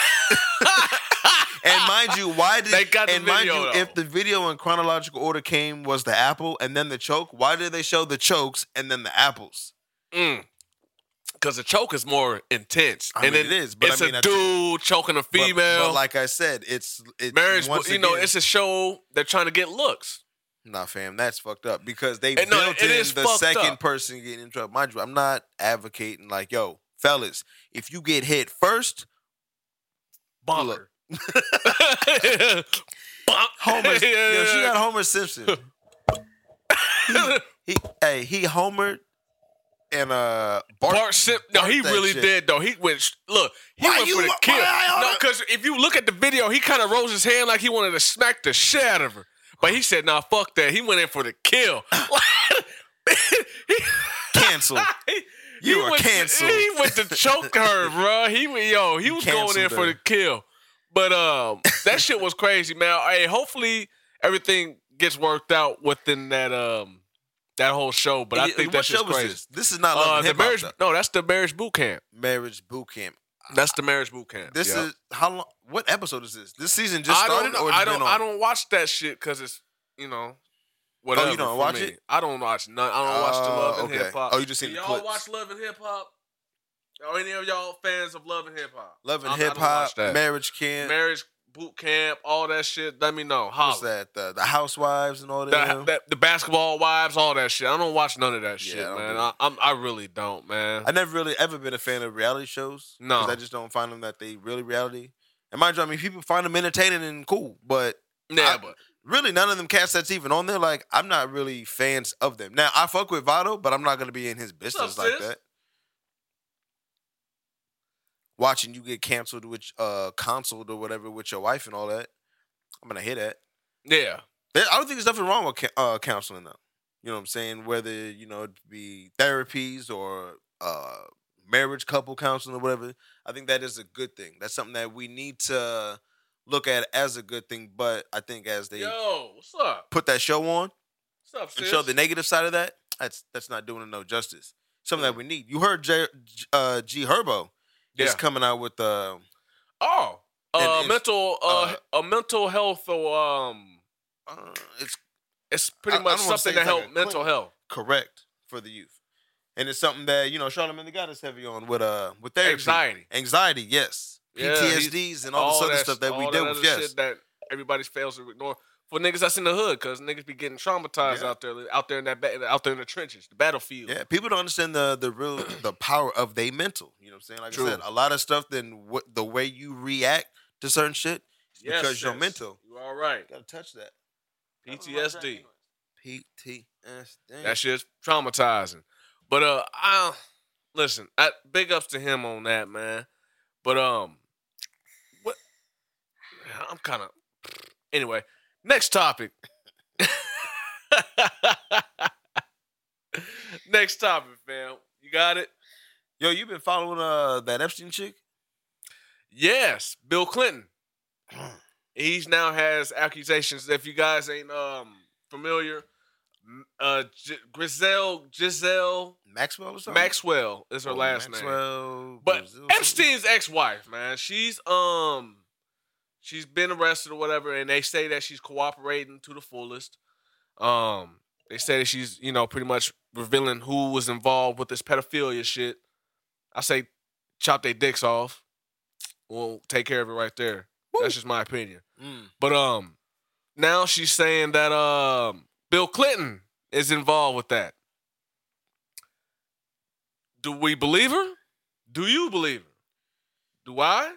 Speaker 2: mind you, why
Speaker 1: <laughs>
Speaker 2: did
Speaker 1: They got the
Speaker 2: and mind
Speaker 1: video,
Speaker 2: you,
Speaker 1: though.
Speaker 2: if the video in chronological order came was the apple and then the choke, why did they show the chokes and then the apples?
Speaker 1: Because Mm. the choke is more intense,
Speaker 2: I
Speaker 1: and
Speaker 2: mean,
Speaker 1: then
Speaker 2: it is, but I
Speaker 1: it's
Speaker 2: mean,
Speaker 1: a
Speaker 2: I think-
Speaker 1: dude choking a
Speaker 2: But-
Speaker 1: female.
Speaker 2: but, like I said, it's it's
Speaker 1: marriage,
Speaker 2: Once
Speaker 1: you know,
Speaker 2: again-
Speaker 1: it's a show they're trying to get looks.
Speaker 2: Nah, fam, that's fucked up because they
Speaker 1: And no,
Speaker 2: built
Speaker 1: it
Speaker 2: in
Speaker 1: is
Speaker 2: the
Speaker 1: fucked
Speaker 2: second
Speaker 1: up.
Speaker 2: person getting in trouble. Mind you, I'm not advocating like, yo, fellas, if you get hit first,
Speaker 1: Bonker. <laughs>
Speaker 2: Bonker.
Speaker 1: Bonk. <laughs>
Speaker 2: Homer, yo, she got Homer Simpson.
Speaker 1: <laughs>
Speaker 2: he, he- hey, he Homer and uh Bart.
Speaker 1: Bart Sim- No,
Speaker 2: Bart
Speaker 1: he
Speaker 2: that
Speaker 1: really
Speaker 2: shit.
Speaker 1: did though. He went. sh- Look, he
Speaker 2: Why
Speaker 1: went
Speaker 2: you-
Speaker 1: for the
Speaker 2: why-
Speaker 1: kill.
Speaker 2: why-
Speaker 1: No, because if you look at the video, he kind of rose his hand like he wanted to <laughs>
Speaker 2: <laughs>
Speaker 1: smack the shit out of her. But he said, "Nah, fuck that." He went in for the kill. <laughs>
Speaker 2: Cancel. You are
Speaker 1: went to-
Speaker 2: canceled.
Speaker 1: he went to choke
Speaker 2: <laughs>
Speaker 1: her, bro. He wa- yo, he
Speaker 2: You
Speaker 1: was going in
Speaker 2: canceled
Speaker 1: for
Speaker 2: her.
Speaker 1: the kill. But um, that shit was crazy, man. Hey, hopefully everything gets worked out within that um that whole show. But I think
Speaker 2: what
Speaker 1: that shit's
Speaker 2: show was
Speaker 1: crazy.
Speaker 2: this? This is not
Speaker 1: Uh,
Speaker 2: Love and
Speaker 1: the
Speaker 2: Hip Hop,
Speaker 1: marriage,
Speaker 2: though.
Speaker 1: no, that's the marriage boot camp.
Speaker 2: marriage boot camp.
Speaker 1: That's the marriage boot camp.
Speaker 2: This
Speaker 1: Yeah.
Speaker 2: is how long? What episode is this? This season just
Speaker 1: I
Speaker 2: started,
Speaker 1: don't, know.
Speaker 2: or it's
Speaker 1: I don't,
Speaker 2: been on? Oh,
Speaker 1: I don't watch that shit because it's you know. Whatever
Speaker 2: don't
Speaker 1: for
Speaker 2: watch
Speaker 1: me.
Speaker 2: it?
Speaker 1: I don't watch none. I don't watch the
Speaker 2: Oh,
Speaker 1: Love and
Speaker 2: okay.
Speaker 1: Hip Hop.
Speaker 2: Oh, you just seen
Speaker 1: Do
Speaker 2: the
Speaker 1: y'all
Speaker 2: clips.
Speaker 1: watch Love and Hip Hop? Are any of y'all fans of Love and Hip Hop?
Speaker 2: Love
Speaker 1: I-
Speaker 2: and
Speaker 1: I don't
Speaker 2: hip hop,
Speaker 1: watch that.
Speaker 2: marriage camp.
Speaker 1: Marriage boot camp, all that shit. Let me know.
Speaker 2: What's
Speaker 1: Holla.
Speaker 2: that? The, the housewives and all that.
Speaker 1: The, that, the basketball wives, all that shit. I don't watch none of that
Speaker 2: Yeah,
Speaker 1: shit,
Speaker 2: I don't
Speaker 1: man.
Speaker 2: do
Speaker 1: I, I'm, I really don't, man.
Speaker 2: I never really ever been a fan of reality shows. 'cause
Speaker 1: No.
Speaker 2: I just don't find them that they really reality. And mind you, I mean, people find them entertaining and cool, but
Speaker 1: yeah,
Speaker 2: I-
Speaker 1: but
Speaker 2: really none of them cats that's even on there. Like, I'm not really fans of them. Now, I fuck with Vado, but I'm not gonna be in his business
Speaker 1: up,
Speaker 2: like
Speaker 1: sis?
Speaker 2: that. Watching you get canceled with uh consoled or whatever with your wife and all that. I'm gonna hear that.
Speaker 1: yeah.
Speaker 2: There- I don't think there's nothing wrong with ca- uh, counseling though. You know what I'm saying? Whether you know it be therapies or uh, marriage couple counseling or whatever, I think that is a good thing. That's something that we need to look at as a good thing. But I think as they
Speaker 1: Yo, what's up?
Speaker 2: put that show on
Speaker 1: What's up,
Speaker 2: and
Speaker 1: sis?
Speaker 2: show the negative side of that, that's that's not doing it no justice. Something that we need. You heard J, J- uh, G Herbo
Speaker 1: yeah.
Speaker 2: is coming out with uh,
Speaker 1: Oh,
Speaker 2: And
Speaker 1: uh,
Speaker 2: it's,
Speaker 1: mental, uh,
Speaker 2: uh,
Speaker 1: a mental health or um,
Speaker 2: uh, it's
Speaker 1: it's pretty
Speaker 2: I- I
Speaker 1: much
Speaker 2: don't wanna say
Speaker 1: something to
Speaker 2: it's like
Speaker 1: help
Speaker 2: a
Speaker 1: mental
Speaker 2: clinic.
Speaker 1: health.
Speaker 2: correct for the youth, and it's something that you know Charlamagne the God is heavy on with uh with therapy.
Speaker 1: Anxiety,
Speaker 2: anxiety, yes,
Speaker 1: Yeah,
Speaker 2: PTSDs, and all, this other
Speaker 1: that-
Speaker 2: stuff that we
Speaker 1: all
Speaker 2: deal
Speaker 1: other
Speaker 2: with. Yes,
Speaker 1: shit that everybody fails to ignore. For niggas that's in the hood, cause niggas be getting traumatized
Speaker 2: Yeah.
Speaker 1: out there, out there in that, ba- out there in the trenches, the battlefield.
Speaker 2: yeah. People don't understand the
Speaker 1: <clears throat>
Speaker 2: the real the power of they mental. You know what I'm saying? Like
Speaker 1: True.
Speaker 2: I said, a lot of stuff. Then what the way you react to certain shit is
Speaker 1: Yes,
Speaker 2: because you're
Speaker 1: sis.
Speaker 2: mental.
Speaker 1: You all right?
Speaker 2: Gotta touch that
Speaker 1: PTSD.
Speaker 2: PTSD.
Speaker 1: That shit's traumatizing. But uh, I listen. I, big ups to him on that, man. But um, what? I'm kind of anyway. Next topic. <laughs> next topic, fam. You got it.
Speaker 2: Yo, you been following uh that Epstein chick?
Speaker 1: Yes, Bill Clinton. He's now has accusations. If you guys ain't um familiar, m- uh, G- Griselle Giselle
Speaker 2: Maxwell or something?
Speaker 1: Maxwell is her
Speaker 2: Oh,
Speaker 1: last name.
Speaker 2: Maxwell,
Speaker 1: But
Speaker 2: Brazil,
Speaker 1: Epstein's ex-wife, man. She's um she's been arrested or whatever, and they say that she's cooperating to the fullest. Um they say that she's, you know, pretty much revealing who was involved with this pedophilia shit. I say chop their dicks off. We'll take care of it right there.
Speaker 2: Woo.
Speaker 1: That's just my opinion.
Speaker 2: something. Mm.
Speaker 1: But um now she's saying that um Bill Clinton is involved with that. Do we believe her? Do you believe her? Do I?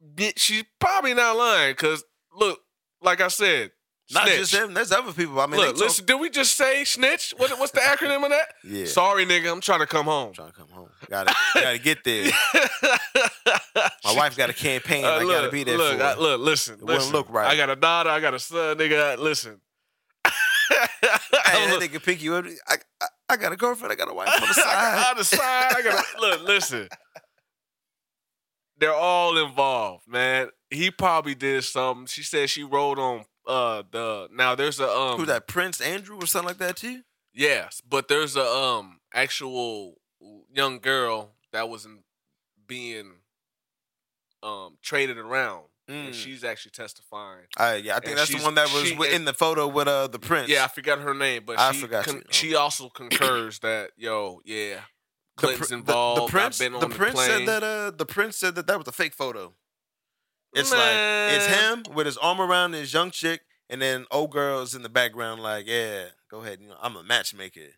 Speaker 1: Bi- She's probably not lying cuz look, like I said,
Speaker 2: Not
Speaker 1: snitch.
Speaker 2: just him. There's other people. I mean, they
Speaker 1: look,
Speaker 2: talk-
Speaker 1: listen, did we just say snitch? What,
Speaker 2: <laughs>
Speaker 1: what's the acronym of that?
Speaker 2: Yeah,
Speaker 1: Sorry nigga, I'm trying to come home.
Speaker 2: trying to come home. Got
Speaker 1: <laughs>
Speaker 2: to Got to get there. My wife got a campaign.
Speaker 1: Uh,
Speaker 2: I gotta be there
Speaker 1: look,
Speaker 2: for.
Speaker 1: I-
Speaker 2: her.
Speaker 1: look, listen,
Speaker 2: wouldn't
Speaker 1: listen.
Speaker 2: look right.
Speaker 1: I got a daughter. I got a son. Nigga, listen.
Speaker 2: <laughs> Hey,
Speaker 1: Look,
Speaker 2: that nigga pick you up. I, I, I got a girlfriend. I got a wife on the
Speaker 1: <laughs> I
Speaker 2: side.
Speaker 1: got on the side. I got
Speaker 2: <laughs>
Speaker 1: a- look. Listen, they're all involved, man. He probably did something. She said she rode on uh the now there's a um
Speaker 2: Who that? Prince Andrew or something like that too?
Speaker 1: yes, but there's a um actual young girl that was in, being um traded around,
Speaker 2: Hmm.
Speaker 1: and she's actually testifying.
Speaker 2: Uh, Mm. yeah, I think
Speaker 1: And
Speaker 2: that's the
Speaker 1: she's-
Speaker 2: one that was
Speaker 1: she-
Speaker 2: wi- in the photo with uh the prince.
Speaker 1: Yeah, I forgot her name, but
Speaker 2: I
Speaker 1: she
Speaker 2: forgot
Speaker 1: con-
Speaker 2: you. Oh.
Speaker 1: she also concurs that yo, yeah,
Speaker 2: The pr-
Speaker 1: Clinton's
Speaker 2: the-
Speaker 1: involved.
Speaker 2: The, prince,
Speaker 1: I've been on
Speaker 2: the
Speaker 1: the,
Speaker 2: prince
Speaker 1: plane.
Speaker 2: said that. Uh, the prince said that that was a fake photo. It's like it's
Speaker 1: Man.
Speaker 2: him with his arm around his young chick, and then old girls in the background like, yeah, go ahead, you know, I'm a matchmaker.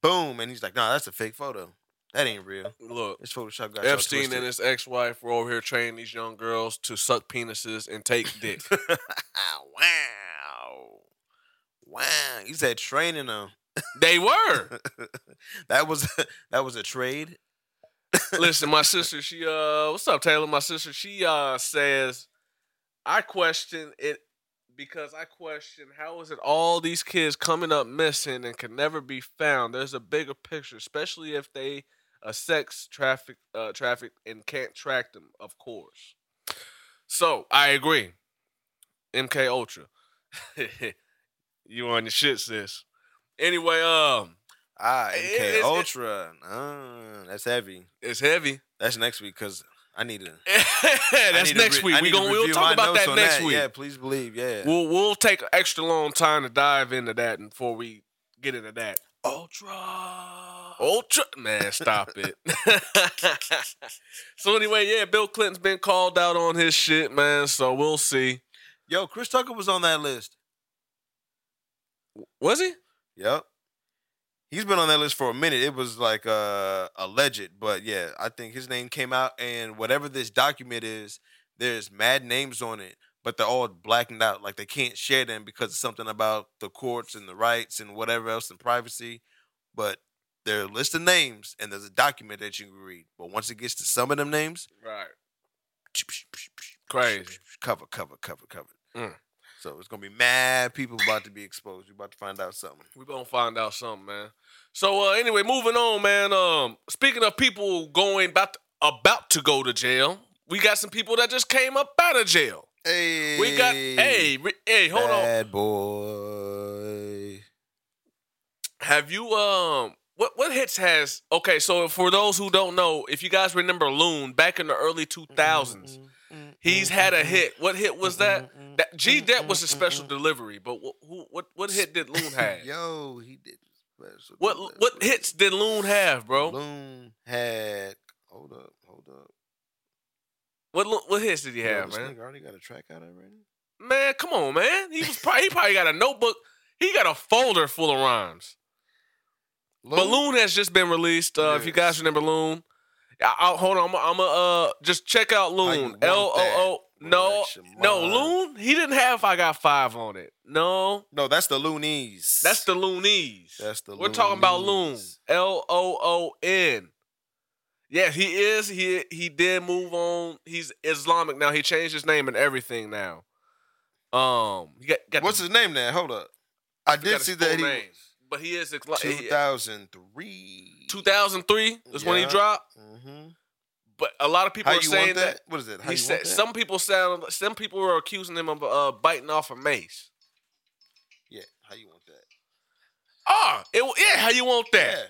Speaker 2: Boom, and he's like, nah, that's a fake photo. That ain't real.
Speaker 1: Look,
Speaker 2: It's Photoshop. Got y'all
Speaker 1: Epstein
Speaker 2: twisted."
Speaker 1: and his ex-wife were over here training these young girls to suck penises and take dick.
Speaker 2: <laughs> wow. Wow. You said training them.
Speaker 1: they were.
Speaker 2: <laughs> That was <laughs> that was a trade.
Speaker 1: Listen, my sister, she uh, what's up, Taylor? My sister, she uh says, I question it because I question how is it all these kids coming up missing and can never be found? There's a bigger picture, especially if they a sex traffic uh, traffic and can't track them, of course. So I agree. MK Ultra, <laughs> you on your shit, sis. Anyway, um,
Speaker 2: Ah,
Speaker 1: It-
Speaker 2: MK
Speaker 1: it's-
Speaker 2: Ultra. Ah, that's heavy.
Speaker 1: it's heavy.
Speaker 2: That's next week because I need to. I
Speaker 1: <laughs> That's
Speaker 2: need to
Speaker 1: next
Speaker 2: re-
Speaker 1: week. We
Speaker 2: I need to
Speaker 1: gonna we'll
Speaker 2: review
Speaker 1: talk
Speaker 2: my
Speaker 1: about
Speaker 2: notes
Speaker 1: that
Speaker 2: on
Speaker 1: next week.
Speaker 2: Yeah, please believe. Yeah.
Speaker 1: We'll we'll take an extra long time to dive into that before we get into that.
Speaker 2: Ultra.
Speaker 1: Ultra man, stop it. <laughs> so anyway, yeah, Bill Clinton's been called out on his shit, man. So we'll see.
Speaker 2: Yo, Chris Tucker was on that list.
Speaker 1: Was he?
Speaker 2: Yep. He's been on that list for a minute. It was like uh alleged, but yeah, I think his name came out and whatever this document is, there's mad names on it, but they're all blackened out. Like they can't share them because of something about the courts and the rights and whatever else and privacy. But there are a list of names and there's a document that you can read. But once it gets to some of them names,
Speaker 1: Right. Crazy.
Speaker 2: cover, cover, cover, cover.
Speaker 1: Mm.
Speaker 2: So it's gonna be mad people about to be exposed. You're about to find out something.
Speaker 1: We gonna find out something, man. So uh, anyway, moving on, man. Um, speaking of people going about about to go to jail, we got some people that just came up out of jail.
Speaker 2: Hey,
Speaker 1: We got hey re- hey hold on. Mm,
Speaker 2: bad boy.
Speaker 1: Have you um what what hits has okay? So for those who don't know, if you guys remember Loon back in the early two
Speaker 2: Mm-hmm.
Speaker 1: thousands, mm, he's had a hit. What hit was
Speaker 2: Mm-hmm.
Speaker 1: that? That G Dep was a special delivery, but wh- who what what hit did
Speaker 2: <laughs>
Speaker 1: Loon have?
Speaker 2: Yo, he did special.
Speaker 1: What what hits did Loon have, bro?
Speaker 2: Loon had. Hold up, hold up.
Speaker 1: What Loon- what hits did he
Speaker 2: Yo,
Speaker 1: have,
Speaker 2: this
Speaker 1: man?
Speaker 2: nigga already got a track out already.
Speaker 1: Man, come on, man. He was probably, he probably got a notebook. He got a folder full of rhymes. But Loon has just been released. Uh, If you guys
Speaker 2: Yes.
Speaker 1: remember Loon, I, I, hold on, I'm gonna uh, just check out
Speaker 2: you
Speaker 1: Loon.
Speaker 2: want that,
Speaker 1: L O O. No,
Speaker 2: Relax your
Speaker 1: no,
Speaker 2: mind.
Speaker 1: Loon. He didn't have. I got five on it. No,
Speaker 2: No, that's the Loonies.
Speaker 1: that's the Loonies.
Speaker 2: That's the
Speaker 1: We're talking about Loon.
Speaker 2: Loonies.
Speaker 1: L O O N. Yes, he is. He he did move on. He's Islamic now. He changed his name and everything now. Um, he got, got
Speaker 2: What's
Speaker 1: the-
Speaker 2: his name now? Hold up. I
Speaker 1: got
Speaker 2: did
Speaker 1: his
Speaker 2: see
Speaker 1: full
Speaker 2: that he.
Speaker 1: name. but uh, he is Islamic.
Speaker 2: 2003.
Speaker 1: 2003 is when he
Speaker 2: Yeah.
Speaker 1: dropped.
Speaker 2: Mm-hmm.
Speaker 1: But a lot of people
Speaker 2: How
Speaker 1: are
Speaker 2: you
Speaker 1: saying
Speaker 2: want that? What is it? How
Speaker 1: he
Speaker 2: you
Speaker 1: said
Speaker 2: want that?
Speaker 1: some people sound some people are accusing him of uh, biting off a mace.
Speaker 2: Yeah. How you want that?
Speaker 1: Ah, it, yeah, how you want that?
Speaker 2: Yeah.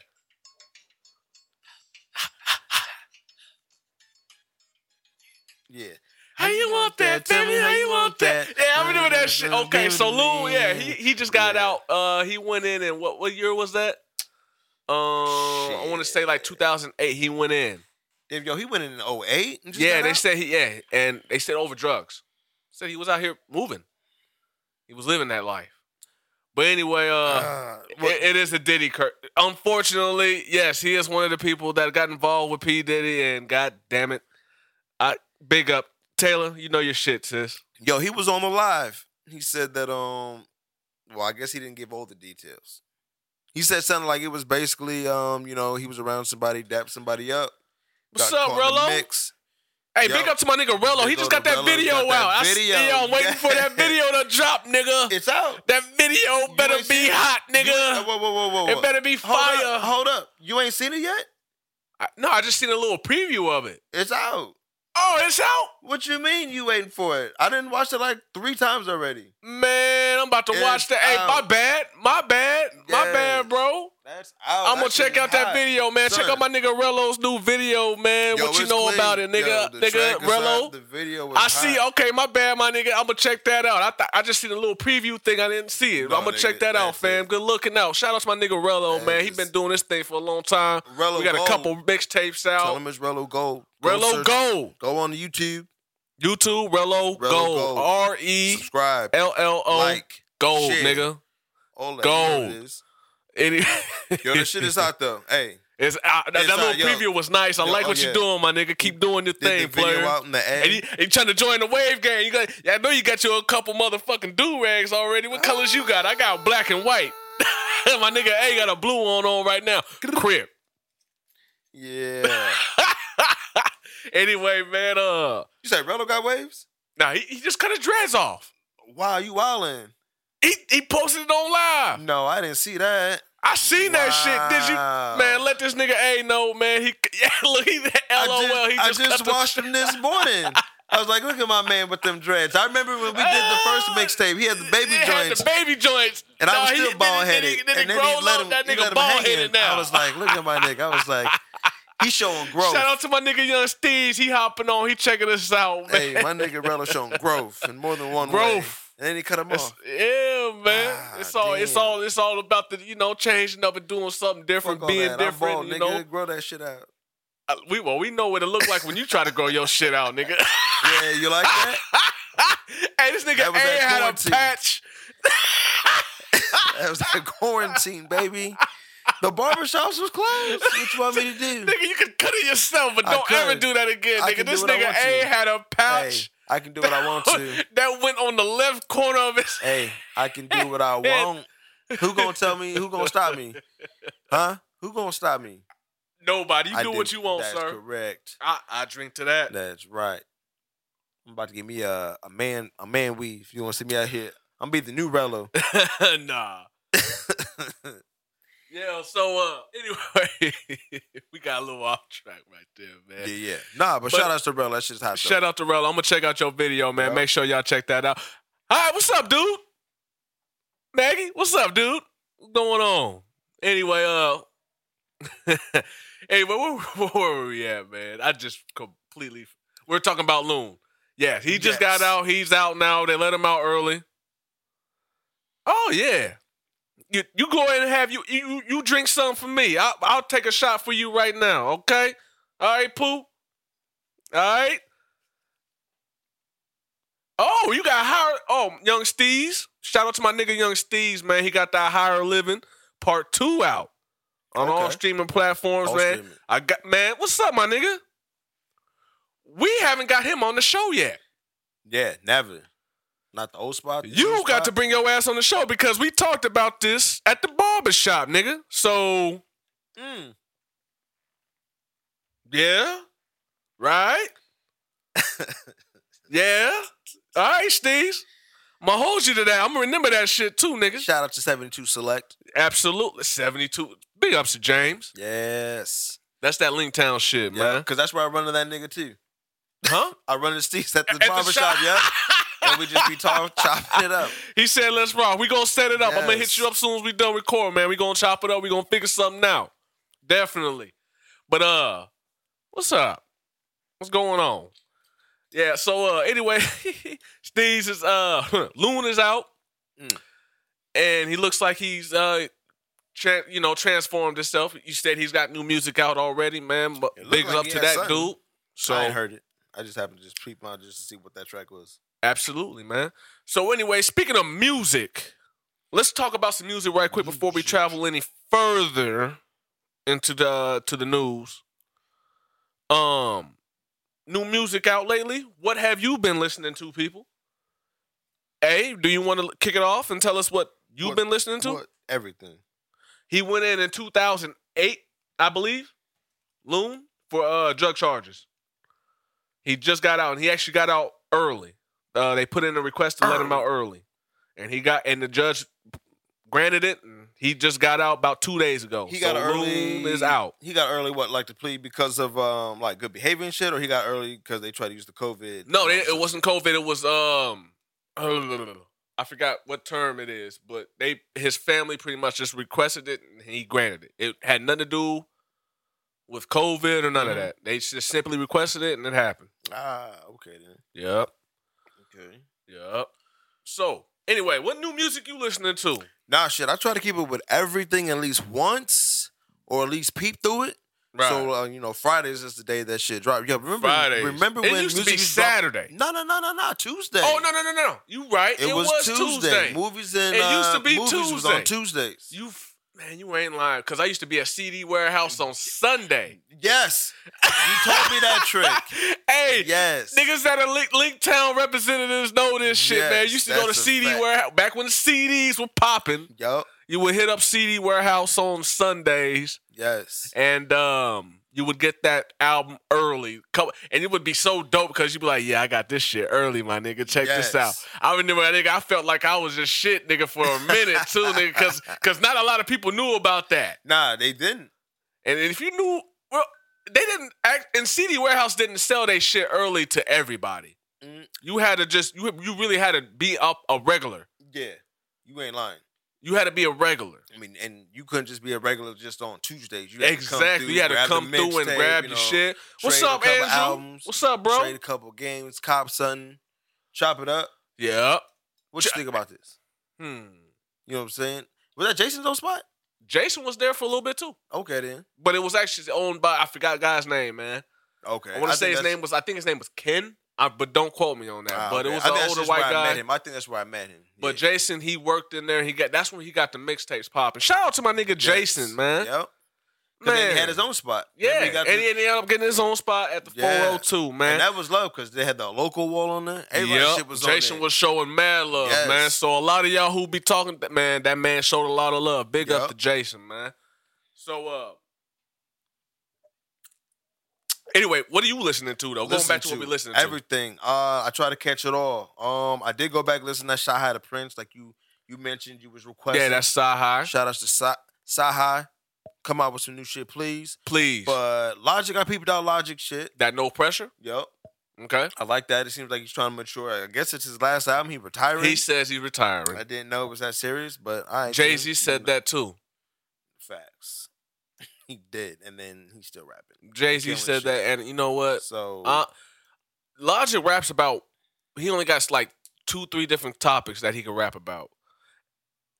Speaker 2: Yeah.
Speaker 1: How, you want, that,
Speaker 2: Tell
Speaker 1: baby? How you want that? Yeah, I remember that shit. Okay, so Lou, yeah, he he just got
Speaker 2: Yeah.
Speaker 1: out. Uh, he went in and what what year was that? Um, I want to say like
Speaker 2: Shit.
Speaker 1: 2008. He went in.
Speaker 2: Damn, yo, he went in 08? and just
Speaker 1: yeah,
Speaker 2: got
Speaker 1: they
Speaker 2: out?
Speaker 1: said he yeah, and they said over drugs. Said he was out here moving. He was living that life. But anyway, uh,
Speaker 2: Ah, well,
Speaker 1: it- it is a Diddy curse. Unfortunately, yes, he is one of the people that got involved with P Diddy, and God damn it, I big up Taylor. You know your shit, sis.
Speaker 2: yo, he was on the live. He said that, um, well, I guess he didn't give all the details. He said something like it was basically, um, you know, he was around somebody, dapped somebody up.
Speaker 1: What's
Speaker 2: got
Speaker 1: up,
Speaker 2: caught in the
Speaker 1: Rello?
Speaker 2: Mix.
Speaker 1: Hey,
Speaker 2: Yo.
Speaker 1: big up to my nigga Rello. He
Speaker 2: Big
Speaker 1: just
Speaker 2: up
Speaker 1: got
Speaker 2: to
Speaker 1: that
Speaker 2: Rello.
Speaker 1: video
Speaker 2: Got that
Speaker 1: out. I see
Speaker 2: video.
Speaker 1: y'all waiting for
Speaker 2: <laughs>
Speaker 1: that
Speaker 2: Yeah.
Speaker 1: video to drop, nigga.
Speaker 2: It's out.
Speaker 1: That video
Speaker 2: You
Speaker 1: better
Speaker 2: ain't
Speaker 1: be
Speaker 2: seen it?
Speaker 1: hot,
Speaker 2: You ain't-
Speaker 1: nigga.
Speaker 2: whoa, whoa, whoa, whoa, whoa.
Speaker 1: It better be
Speaker 2: Hold
Speaker 1: fire.
Speaker 2: Up, hold up. You ain't seen it yet?
Speaker 1: I- no, I just seen a little preview of it.
Speaker 2: It's out.
Speaker 1: Oh, it's out,
Speaker 2: What you mean you waiting for it? I didn't watch it like three times already.
Speaker 1: man. I'm about to
Speaker 2: It's
Speaker 1: watch that. Hey, my
Speaker 2: out.
Speaker 1: bad, my bad, my
Speaker 2: Yes.
Speaker 1: bad, bro.
Speaker 2: That's out.
Speaker 1: I'm gonna check out that video, man. Check
Speaker 2: Son.
Speaker 1: out my nigga Rello's new video, man. what you know about it, nigga? nigga Rello.
Speaker 2: The video was
Speaker 1: I see. oh, Okay, my bad, my nigga. I'm gonna check that out. I th- I just seen a little preview thing. I didn't see it.
Speaker 2: No,
Speaker 1: I'm gonna check
Speaker 2: nigga,
Speaker 1: that out,
Speaker 2: that's
Speaker 1: fam.
Speaker 2: it.
Speaker 1: Good looking out. Shout out to my nigga Rello,
Speaker 2: That
Speaker 1: man. He
Speaker 2: is-
Speaker 1: been doing this thing for a long time.
Speaker 2: Rello
Speaker 1: we got a
Speaker 2: Gold.
Speaker 1: couple mixtapes
Speaker 2: Tell
Speaker 1: out.
Speaker 2: him it's Rello Gold. Go
Speaker 1: Rello
Speaker 2: search-
Speaker 1: Gold,
Speaker 2: Go on the YouTube.
Speaker 1: YouTube Rello, Gold,
Speaker 2: Gold.
Speaker 1: R E
Speaker 2: Subscribe.
Speaker 1: L L O
Speaker 2: like.
Speaker 1: Gold,
Speaker 2: share.
Speaker 1: nigga. <laughs>
Speaker 2: All that.
Speaker 1: Gold.
Speaker 2: You know what it is.
Speaker 1: Any-
Speaker 2: Yo, this shit is hot though. Hey,
Speaker 1: It's out. That,
Speaker 2: It's
Speaker 1: that
Speaker 2: out,
Speaker 1: little
Speaker 2: yo.
Speaker 1: preview was nice. I
Speaker 2: Yo,
Speaker 1: like
Speaker 2: oh,
Speaker 1: what you're
Speaker 2: yeah.
Speaker 1: doing, my nigga. Keep doing your
Speaker 2: did
Speaker 1: thing,
Speaker 2: the video
Speaker 1: player.
Speaker 2: out in the ad.
Speaker 1: And you, and you trying to join the wave gang? You got, yeah, I know you got you a couple motherfucking do rags already. What colors you got? I got black and white. <laughs> my nigga A got a blue one on right now. Crip.
Speaker 2: yeah.
Speaker 1: anyway, man. Uh,
Speaker 2: you said Rello got waves?
Speaker 1: now he, he just cut his dreads off.
Speaker 2: Wow, you wildin'.
Speaker 1: He he posted it on live.
Speaker 2: No, I didn't see that.
Speaker 1: I seen that shit. Did you?
Speaker 2: Wow.
Speaker 1: Man, let this nigga A know, man. He <laughs> yeah, look, he LOL.
Speaker 2: I
Speaker 1: he just
Speaker 2: just, I
Speaker 1: cut
Speaker 2: just
Speaker 1: the- <laughs>
Speaker 2: watched him this morning. I was like, look at my man with them dreads. I remember when we did the
Speaker 1: <laughs>
Speaker 2: first mixtape, he had the baby
Speaker 1: He had
Speaker 2: joints.
Speaker 1: the baby joints.
Speaker 2: And I
Speaker 1: Nah,
Speaker 2: was
Speaker 1: he-
Speaker 2: still
Speaker 1: then he-
Speaker 2: bald
Speaker 1: Then
Speaker 2: headed.
Speaker 1: he, then he
Speaker 2: and then
Speaker 1: grown
Speaker 2: he let him,
Speaker 1: up. That
Speaker 2: he let
Speaker 1: nigga
Speaker 2: him
Speaker 1: bald
Speaker 2: hang in.
Speaker 1: headed now. <laughs>
Speaker 2: I was like, look at my nigga. I was like, he's showing growth.
Speaker 1: Shout out to my nigga Young Steez. He hopping on. He checking us out, man.
Speaker 2: hey, my nigga Rello showing growth in more than one way.
Speaker 1: Growth.
Speaker 2: And then he cut him
Speaker 1: It's-
Speaker 2: off.
Speaker 1: yeah, man.
Speaker 2: Ah,
Speaker 1: it's all. It's
Speaker 2: damn.
Speaker 1: all. It's all about the you know changing up and doing something different,
Speaker 2: Fuck all
Speaker 1: being
Speaker 2: that. I'm
Speaker 1: different.
Speaker 2: bald,
Speaker 1: you
Speaker 2: nigga.
Speaker 1: know,
Speaker 2: Grow that shit out.
Speaker 1: Uh, we well we know what it look like when you try to grow your shit out, nigga. <laughs>
Speaker 2: Yeah, you like that?
Speaker 1: hey, this nigga
Speaker 2: That
Speaker 1: A
Speaker 2: was that
Speaker 1: had a
Speaker 2: quarantine.
Speaker 1: patch.
Speaker 2: That
Speaker 1: <laughs>
Speaker 2: was that quarantine, baby. The barbershops was closed. What you want me to
Speaker 1: <laughs>
Speaker 2: do?
Speaker 1: Nigga, you can cut it yourself, but
Speaker 2: I
Speaker 1: don't ever
Speaker 2: could.
Speaker 1: do that again,
Speaker 2: I
Speaker 1: nigga.
Speaker 2: can do
Speaker 1: This
Speaker 2: what I
Speaker 1: nigga
Speaker 2: want
Speaker 1: A
Speaker 2: to.
Speaker 1: had a
Speaker 2: Hey,
Speaker 1: pouch
Speaker 2: I can do what I want
Speaker 1: <laughs>
Speaker 2: to.
Speaker 1: that went on the left corner of his.
Speaker 2: Hey, I can do
Speaker 1: <laughs>
Speaker 2: what I want. Who gonna tell me? Who gonna stop me? Huh? Who gonna stop me?
Speaker 1: Nobody, you
Speaker 2: I
Speaker 1: do what you want,
Speaker 2: That's
Speaker 1: sir.
Speaker 2: correct.
Speaker 1: I, I drink to
Speaker 2: <laughs>
Speaker 1: that.
Speaker 2: That's right. I'm about to give me a a man a man weave. You want to see me out here? I'm be the new
Speaker 1: <laughs>
Speaker 2: Rello.
Speaker 1: nah. <laughs> Yeah. So uh, anyway, <laughs> we got a little off track right there, man.
Speaker 2: yeah, yeah. Nah, but,
Speaker 1: But-
Speaker 2: shout out to Rello. That shit's hot. though.
Speaker 1: Shout out to Rel. I'm gonna check out your video, man.
Speaker 2: Yeah.
Speaker 1: Make sure y'all check that out. All right, what's up, dude? Maggie, what's up, dude? What's going on? Anyway, uh, <laughs> anyway, where, <laughs> where were we at, man? I just completely. We're talking about Loon. Yes, he just
Speaker 2: Yes.
Speaker 1: got out. He's out now. They let him out early. Oh yeah. You, you go ahead and have you you you drink some for me. I, I'll take a shot for you right now. Okay. All right, Pooh. All right. Oh, you got higher. Oh, Young Steez. Shout out to my nigga Young Steez, man. He got that higher living part two out on all
Speaker 2: Okay.
Speaker 1: streaming platforms,
Speaker 2: All
Speaker 1: man.
Speaker 2: streaming.
Speaker 1: I got man. What's up, my nigga? We haven't got him on the show yet.
Speaker 2: Yeah, never. Not the old spot. the new
Speaker 1: You got
Speaker 2: spot.
Speaker 1: to bring your ass on the show because we talked about this at the barber shop, nigga. So
Speaker 2: Mm.
Speaker 1: yeah,
Speaker 2: <laughs>
Speaker 1: right? yeah. All right, Steez. I'ma hold you to that. I'ma remember that shit too, nigga.
Speaker 2: Shout out to 72 Select.
Speaker 1: Absolutely. 72. Big ups to James.
Speaker 2: Yes.
Speaker 1: That's that Linktown shit,
Speaker 2: Yeah,
Speaker 1: man.
Speaker 2: because that's where I run to that nigga too.
Speaker 1: Huh?
Speaker 2: I run to Steve's at the
Speaker 1: the
Speaker 2: barbershop,
Speaker 1: shop.
Speaker 2: yeah.
Speaker 1: <laughs>
Speaker 2: And we just be talk, chopping it up.
Speaker 1: He said, let's rock. We gonna set it up. I'm gonna hit
Speaker 2: Yes.
Speaker 1: you up soon as we done recording, man. We gonna chop it up. We gonna figure something out. Definitely. But uh, what's up? What's going on? Yeah, so uh anyway, <laughs> Steve's is uh <laughs> Loon is out.
Speaker 2: Mm.
Speaker 1: And he looks like he's uh tran you know, transformed himself. You said he's got new music out already, man. But
Speaker 2: It look
Speaker 1: big
Speaker 2: like
Speaker 1: up
Speaker 2: he
Speaker 1: to
Speaker 2: had
Speaker 1: that
Speaker 2: something.
Speaker 1: dude. So
Speaker 2: I ain't heard it. I just happened to just peep out just to see what that track was.
Speaker 1: Absolutely, man. So anyway, speaking of music, let's talk about some music right quick before we
Speaker 2: Music.
Speaker 1: travel any further into the to the news. Um new music out lately? What have you been listening to, people? A, do you want to kick it off and tell us what you've
Speaker 2: What-
Speaker 1: been listening to?
Speaker 2: What? Everything.
Speaker 1: He went in in 2008, I believe, Loon, for uh, drug charges. He just got out, and he actually got out early. Uh, they put in a request to let him out early, and he got, and the judge granted it. And he just got out about two days ago.
Speaker 2: He got
Speaker 1: Oh, so
Speaker 2: early.
Speaker 1: Loon is out.
Speaker 2: He got early. What like the plea because of um like good behavior and shit, or he got early because they tried to use the COVID.
Speaker 1: No, they, it wasn't COVID. It was um, <sighs> I forgot what term it is, but they his family pretty much just requested it and he granted it. It had nothing to do with COVID or none of
Speaker 2: Mhm.
Speaker 1: that. They just simply requested it and it happened.
Speaker 2: Ah, okay then.
Speaker 1: Yep.
Speaker 2: Okay.
Speaker 1: Yep. So anyway, what new music you listening to?
Speaker 2: Nah, shit. I try to keep it with everything at least once, or at least peep through it. So uh, you know, Fridays is the day that shit dropped. Yeah, remember?
Speaker 1: Friday.
Speaker 2: Remember
Speaker 1: it
Speaker 2: when
Speaker 1: used to
Speaker 2: music
Speaker 1: be Saturday.
Speaker 2: No, no, no, no, no. Tuesday.
Speaker 1: Oh no no no no no! You right?
Speaker 2: It, was, Tuesday. Movies and
Speaker 1: It used
Speaker 2: uh,
Speaker 1: to be
Speaker 2: movies was on
Speaker 1: Tuesday.
Speaker 2: Tuesdays.
Speaker 1: You f- man, you ain't lying because I used to be a CD warehouse on Sunday.
Speaker 2: Yes, you told me
Speaker 1: <laughs>
Speaker 2: that trick.
Speaker 1: hey,
Speaker 2: Yes,
Speaker 1: niggas that are Link, Link Town representatives know this shit, man.
Speaker 2: Yes,
Speaker 1: Used to go to
Speaker 2: that's a
Speaker 1: CD
Speaker 2: fact.
Speaker 1: warehouse back when the CDs were popping.
Speaker 2: Yup.
Speaker 1: You would hit up CD warehouse on Sundays,
Speaker 2: Yes.
Speaker 1: and um, you would get that album early, Couple- and it would be so dope because you'd be like, "Yeah, I got this shit early, my nigga. Check this out."
Speaker 2: Yes.
Speaker 1: I remember, nigga, I felt like I was just shit, nigga, for a minute
Speaker 2: <laughs>
Speaker 1: too, nigga, because because not a lot of people knew about that.
Speaker 2: Nah, they didn't.
Speaker 1: And if you knew, well, they didn't act, and CD Warehouse didn't sell their shit early to everybody.
Speaker 2: Mm.
Speaker 1: You had to just, you, you really had to be up a regular.
Speaker 2: Yeah, you ain't lying.
Speaker 1: You had to be a regular.
Speaker 2: I mean, and you couldn't just be a regular just on Tuesdays. You had to come
Speaker 1: Exactly.
Speaker 2: through,
Speaker 1: You had to
Speaker 2: grab the
Speaker 1: come through and
Speaker 2: mixtape,
Speaker 1: grab
Speaker 2: you
Speaker 1: your
Speaker 2: know,
Speaker 1: shit. What's
Speaker 2: trade a
Speaker 1: up,
Speaker 2: couple
Speaker 1: Andrew?
Speaker 2: albums,
Speaker 1: What's up, bro?
Speaker 2: Trade a couple games, cop something, chop it up.
Speaker 1: yeah.
Speaker 2: What you
Speaker 1: Ch-
Speaker 2: think about this?
Speaker 1: Hmm.
Speaker 2: You know what I'm saying? Was that Jason's old spot?
Speaker 1: Jason was there for a little bit too,
Speaker 2: Okay then.
Speaker 1: but it was actually owned by I forgot guy's name, man.
Speaker 2: Okay.
Speaker 1: I want to
Speaker 2: think
Speaker 1: say his
Speaker 2: that's-
Speaker 1: name was I think his name was Ken, I, but don't quote me on that.
Speaker 2: Ah,
Speaker 1: but
Speaker 2: okay.
Speaker 1: it was
Speaker 2: I
Speaker 1: an
Speaker 2: think that's
Speaker 1: older
Speaker 2: just
Speaker 1: white
Speaker 2: where I met
Speaker 1: guy.
Speaker 2: him. I think that's where I met him.
Speaker 1: But
Speaker 2: Yeah.
Speaker 1: Jason, he worked in there. He got that's when he got the mixtapes popping. Shout out to my nigga Jason,
Speaker 2: Yes.
Speaker 1: man.
Speaker 2: Yep. 'Cause
Speaker 1: man.
Speaker 2: Then he had his own spot. Then
Speaker 1: yeah,
Speaker 2: we got
Speaker 1: and
Speaker 2: the-
Speaker 1: he ended up getting his own spot at the
Speaker 2: Yeah.
Speaker 1: 402, man.
Speaker 2: and that was love because they had the local wall on there. Everybody's
Speaker 1: Yep,
Speaker 2: shit was on
Speaker 1: Jason
Speaker 2: there.
Speaker 1: was showing mad love,
Speaker 2: Yes.
Speaker 1: man. So a lot of y'all who be talking, man, that man showed a lot of love. Big up
Speaker 2: Yep.
Speaker 1: to Jason, man. So, uh, anyway, what are you listening to though? Going
Speaker 2: Listen
Speaker 1: back to, what we listening to.
Speaker 2: Everything. Uh, I try to catch it all. Um, I did go back and listen to that Shy High to Prince, like you you mentioned. You was requesting.
Speaker 1: yeah, that's side high.
Speaker 2: shout outs to Sci High. Come out with some new shit, please.
Speaker 1: Please,
Speaker 2: But Logic, I peeped out Logic shit.
Speaker 1: that no pressure.
Speaker 2: Yep,
Speaker 1: Okay,
Speaker 2: I like that. It seems like he's trying to mature. I guess it's his last album. He retiring.
Speaker 1: he says he's
Speaker 2: I
Speaker 1: retiring.
Speaker 2: didn't know it was that serious, but I
Speaker 1: Jay Z said that too.
Speaker 2: facts. <laughs> He did, and then he's still rapping.
Speaker 1: Jay Z
Speaker 2: Killing
Speaker 1: said
Speaker 2: shit.
Speaker 1: that, and you know what?
Speaker 2: So
Speaker 1: Uh, Logic raps about. He only got like two, three different topics that he can rap about.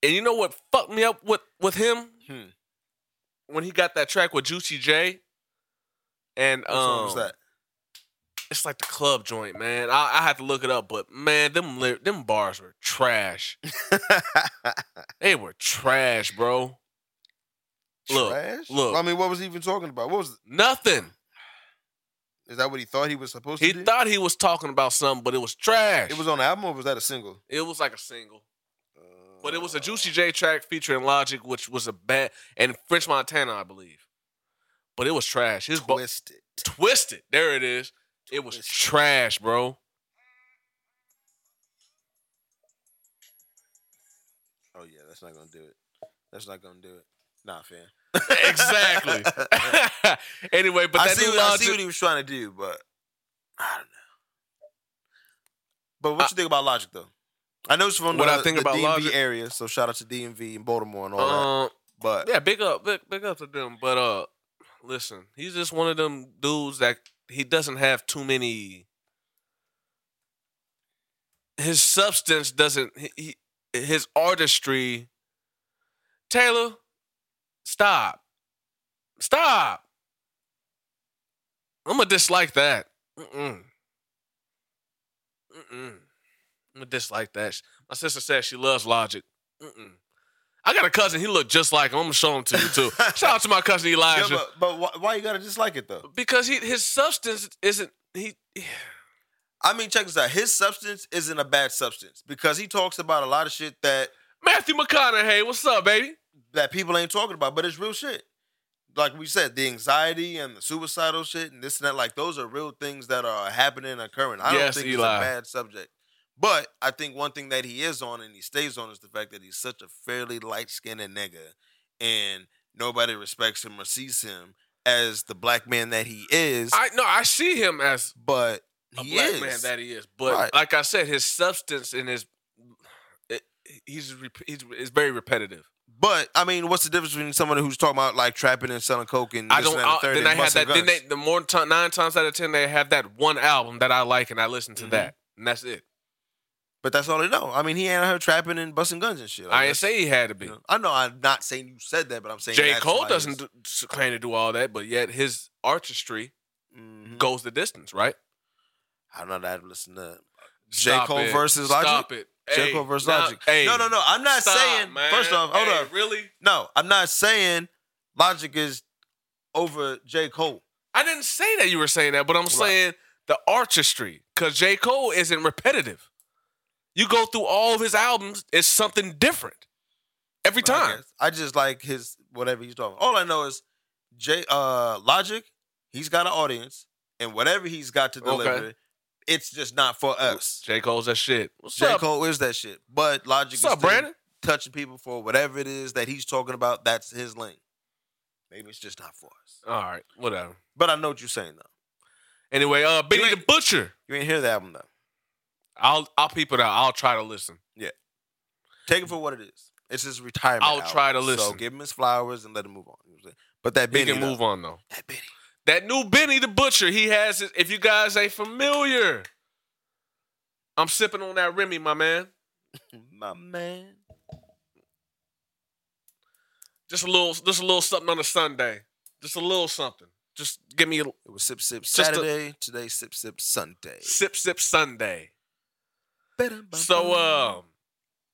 Speaker 1: And you know what fucked me up with with him
Speaker 2: Hmm.
Speaker 1: when he got that track with Juicy J. And
Speaker 2: what song
Speaker 1: um,
Speaker 2: was that?
Speaker 1: it's like the club joint, man. I, I had to look it up, but man, them ly- them bars were
Speaker 2: <laughs>
Speaker 1: trash. They were trash, bro. look,
Speaker 2: Trash?
Speaker 1: look.
Speaker 2: I mean, what was he even talking about? What was
Speaker 1: Nothing.
Speaker 2: Is that what he thought he was supposed
Speaker 1: He
Speaker 2: to do?
Speaker 1: thought he was talking about something, but it was trash.
Speaker 2: it was on the album or was that a single? Uh,
Speaker 1: it was like a single. But it was a Juicy J track featuring Logic, which was a bad and French Montana, I believe. But it was trash. His bo-
Speaker 2: twisted.
Speaker 1: twisted. There it is. It was
Speaker 2: Twisted.
Speaker 1: trash, bro. <laughs>
Speaker 2: Oh yeah, that's not gonna do it. That's not gonna do it. Nah, fam. <laughs>
Speaker 1: exactly. <laughs> anyway, but
Speaker 2: I
Speaker 1: that
Speaker 2: see,
Speaker 1: new
Speaker 2: what, I see
Speaker 1: Logic,
Speaker 2: what he was trying to do, but I don't know. But what
Speaker 1: I-
Speaker 2: you think about Logic though? I know it's from
Speaker 1: Uh, What
Speaker 2: the,
Speaker 1: I think
Speaker 2: the
Speaker 1: about
Speaker 2: DMV
Speaker 1: Logic-
Speaker 2: area, so shout out to DMV and Baltimore and all that.
Speaker 1: um,
Speaker 2: But
Speaker 1: yeah, big up, big, big up to them. But uh, listen, he's just one of them dudes that he doesn't have too many. His substance doesn't. He, he, his artistry. Taylor, stop, stop. I'm gonna dislike that. Mm-mm. Mm-mm. I'm gonna dislike that. My sister said she loves Logic. Mm-mm. I got a cousin. He looked just like him. I'm gonna show him to you
Speaker 2: <laughs>
Speaker 1: too. Shout out to my cousin
Speaker 2: Yeah,
Speaker 1: Elijah
Speaker 2: but, but why, why you gotta dislike it though?
Speaker 1: because he his substance isn't he.
Speaker 2: I mean, check this out. His substance isn't a bad substance because he talks about a lot of shit that
Speaker 1: Matthew McConaughey, what's up, baby?
Speaker 2: that people ain't talking about, but it's real shit. Like we said, the anxiety and the suicidal shit and this and that, like those are real things that are happening and occurring. I
Speaker 1: Yes,
Speaker 2: don't think
Speaker 1: Eli.
Speaker 2: it's a bad subject. But I think one thing that he is on and he stays on is the fact that he's such a fairly light skinned nigga and nobody respects him or sees him as the black man that he is.
Speaker 1: I no, I see him as
Speaker 2: but
Speaker 1: a
Speaker 2: he
Speaker 1: black
Speaker 2: is.
Speaker 1: man that he is, but
Speaker 2: Right.
Speaker 1: like I said, his substance and his it, he's rep- he's it's very repetitive.
Speaker 2: but I mean, what's the difference between someone who's talking about like trapping and selling coke and
Speaker 1: I
Speaker 2: this
Speaker 1: don't.
Speaker 2: and that and
Speaker 1: I,
Speaker 2: the third
Speaker 1: then
Speaker 2: and
Speaker 1: I had
Speaker 2: busting
Speaker 1: that. Then
Speaker 2: guns?
Speaker 1: they, the more ti- nine times out of ten they have that one album that I like and I listen to
Speaker 2: Mhm.
Speaker 1: that and that's it.
Speaker 2: But that's all they know. I mean, he ain't out here trapping and busting guns and shit. Like,
Speaker 1: I didn't
Speaker 2: that's-
Speaker 1: say he had to be.
Speaker 2: you know, I know I'm not saying you said that, but I'm saying
Speaker 1: J
Speaker 2: that's
Speaker 1: Cole
Speaker 2: why
Speaker 1: doesn't do, claim to do all that, but yet his artistry
Speaker 2: it's- Mhm.
Speaker 1: goes the distance, right?
Speaker 2: I don't know that. Listen to J
Speaker 1: Stop
Speaker 2: Cole
Speaker 1: it.
Speaker 2: versus
Speaker 1: Stop
Speaker 2: Logic.
Speaker 1: it.
Speaker 2: J
Speaker 1: Hey,
Speaker 2: Cole versus
Speaker 1: now-
Speaker 2: Logic.
Speaker 1: hey,
Speaker 2: no, no, no. I'm not
Speaker 1: stop,
Speaker 2: saying.
Speaker 1: man.
Speaker 2: First off, hold
Speaker 1: Hey,
Speaker 2: up.
Speaker 1: Really?
Speaker 2: No, I'm not saying Logic is over J Cole.
Speaker 1: I didn't say that you were saying that, but I'm saying the artistry because J Cole isn't repetitive. You go through all of his albums; it's something different every
Speaker 2: I
Speaker 1: time.
Speaker 2: guess. I just like his whatever he's talking. All I know is J uh Logic He's got an audience, and whatever he's got to
Speaker 1: Okay.
Speaker 2: deliver, it's just not for us.
Speaker 1: J. Cole's that shit. What's
Speaker 2: J.
Speaker 1: up?
Speaker 2: Cole is that shit. But Logic
Speaker 1: What's
Speaker 2: is
Speaker 1: up,
Speaker 2: still
Speaker 1: Brandon?
Speaker 2: touching people for whatever it is that he's talking about. That's his lane. Maybe it's just not for us.
Speaker 1: All right, whatever.
Speaker 2: But I know what you're saying though.
Speaker 1: Anyway, uh, Benny
Speaker 2: ain't-
Speaker 1: the Butcher.
Speaker 2: You ain't hear the album though.
Speaker 1: I'll I'll peep it out. I'll try to listen.
Speaker 2: Take it for what it is. It's his retirement.
Speaker 1: I'll
Speaker 2: album.
Speaker 1: try to
Speaker 2: So
Speaker 1: listen.
Speaker 2: give him his flowers and let him move on. You know what I'm saying? But that
Speaker 1: He
Speaker 2: Benny,
Speaker 1: can
Speaker 2: though.
Speaker 1: move on though.
Speaker 2: that Benny.
Speaker 1: That new Benny the Butcher, he has it. If you guys ain't familiar, I'm sipping on that Remy, my man.
Speaker 2: My man.
Speaker 1: Just a little, just a little something on a Sunday. Just a little something. Just give me a
Speaker 2: It was Sip Sip
Speaker 1: Just a-
Speaker 2: Saturday. Today, Sip Sip Sunday.
Speaker 1: sip, sip Sunday. So, um,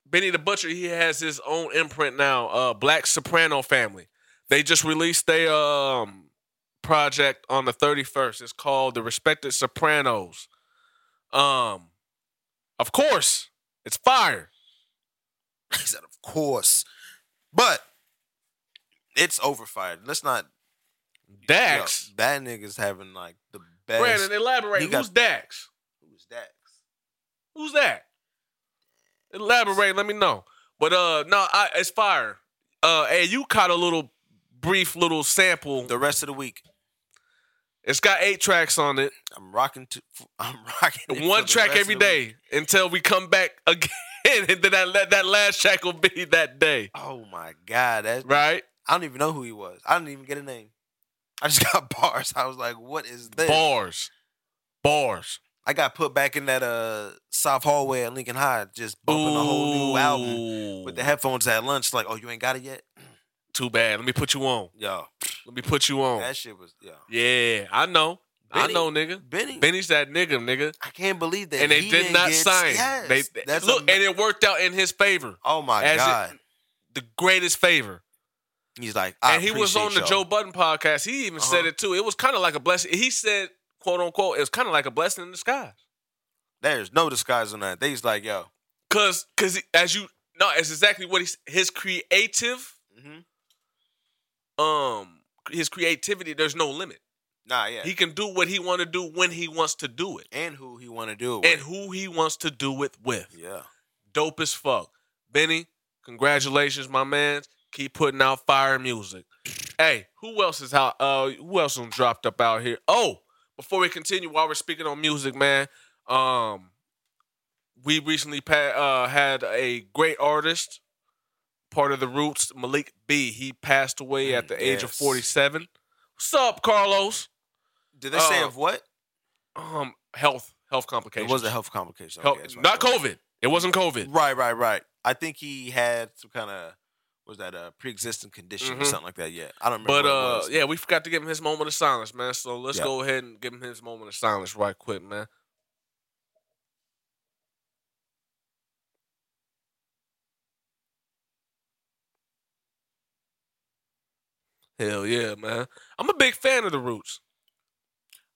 Speaker 1: Benny the Butcher, he has his own imprint now. Uh, Black Soprano Family. They just released their um project on the 31st. It's called The Respected Sopranos. Um, of course, it's fire.
Speaker 2: <laughs> He said, of course. But it's overfired. Let's not. yo,
Speaker 1: Dax.
Speaker 2: that nigga's having like the best.
Speaker 1: Brandon, elaborate.
Speaker 2: He
Speaker 1: Who's
Speaker 2: got-
Speaker 1: Dax?
Speaker 2: Who's Dax?
Speaker 1: Who's that? Elaborate. Let me know. But uh, no, I, it's fire. Uh, hey, you caught a little brief little sample.
Speaker 2: The rest of the week,
Speaker 1: It's got eight tracks on it.
Speaker 2: I'm rocking. To, <laughs> I'm rocking. it for
Speaker 1: One
Speaker 2: the
Speaker 1: track
Speaker 2: rest of
Speaker 1: every
Speaker 2: the week.
Speaker 1: day until we come back <laughs> again, and then that la- that last track will be that day,
Speaker 2: Oh my god! That
Speaker 1: right?
Speaker 2: I don't even know who he was. I didn't even get a name. I just <laughs> got bars. I was like, what is this?
Speaker 1: Bars, bars.
Speaker 2: I got put back in that uh South Hallway at Lincoln High, just bumping a whole new album with the
Speaker 1: Ooh.
Speaker 2: headphones at lunch. Like, oh, you ain't got it yet?
Speaker 1: Too bad. Let me put you on.
Speaker 2: Yo,
Speaker 1: Let me put you on.
Speaker 2: that shit was yo.
Speaker 1: yeah, I know. I
Speaker 2: Benny-
Speaker 1: know, nigga.
Speaker 2: Benny,
Speaker 1: Benny's that nigga, nigga.
Speaker 2: I can't believe that.
Speaker 1: and they
Speaker 2: he
Speaker 1: did
Speaker 2: didn't
Speaker 1: not
Speaker 2: get-
Speaker 1: sign.
Speaker 2: Yes,
Speaker 1: They
Speaker 2: that's
Speaker 1: look,
Speaker 2: ama-
Speaker 1: and it worked out in his favor,
Speaker 2: oh my
Speaker 1: as it-
Speaker 2: god,
Speaker 1: the greatest favor.
Speaker 2: he's like, I
Speaker 1: and he was on the
Speaker 2: appreciate
Speaker 1: Joe
Speaker 2: y'all.
Speaker 1: Budden podcast. He even said
Speaker 2: Uh-huh.
Speaker 1: it too. It was kind of like a blessing. He said, "quote unquote," it was kind of like a blessing in disguise.
Speaker 2: There's no disguise on that. They's like, yo,
Speaker 1: Cause, cause as you no, it's exactly what he's his creative, um, his creativity. There's no limit.
Speaker 2: nah, yeah,
Speaker 1: He can do what he want to do when he wants to do it,
Speaker 2: and who he want to do it
Speaker 1: and
Speaker 2: with?
Speaker 1: who he wants to do it with.
Speaker 2: yeah,
Speaker 1: Dope as fuck, Benny. Congratulations, my man. Keep putting out fire music. <sniffs> Hey, who else is how? Uh, who else done dropped up out here? Oh, before we continue, while we're speaking on music, man, um, we recently pa- uh, had a great artist, part of the Roots, Malik B. He passed away at the age of
Speaker 2: Yes.
Speaker 1: forty-seven. What's up, Carlos?
Speaker 2: did they say
Speaker 1: Uh,
Speaker 2: of what?
Speaker 1: Um, health health complications.
Speaker 2: It was a health complication.
Speaker 1: Hel-
Speaker 2: Okay, that's what I
Speaker 1: not
Speaker 2: thought.
Speaker 1: COVID. It wasn't COVID.
Speaker 2: Right, right, right. I think he had some kind of was that a pre-existing condition or
Speaker 1: Mhm.
Speaker 2: something like that. Yeah, I don't remember.
Speaker 1: But
Speaker 2: what it
Speaker 1: uh,
Speaker 2: was.
Speaker 1: yeah, we forgot to give him his moment of silence, man. So let's
Speaker 2: Yeah.
Speaker 1: go ahead and give him his moment of silence right quick, man. Hell yeah, man! I'm a big fan of the Roots.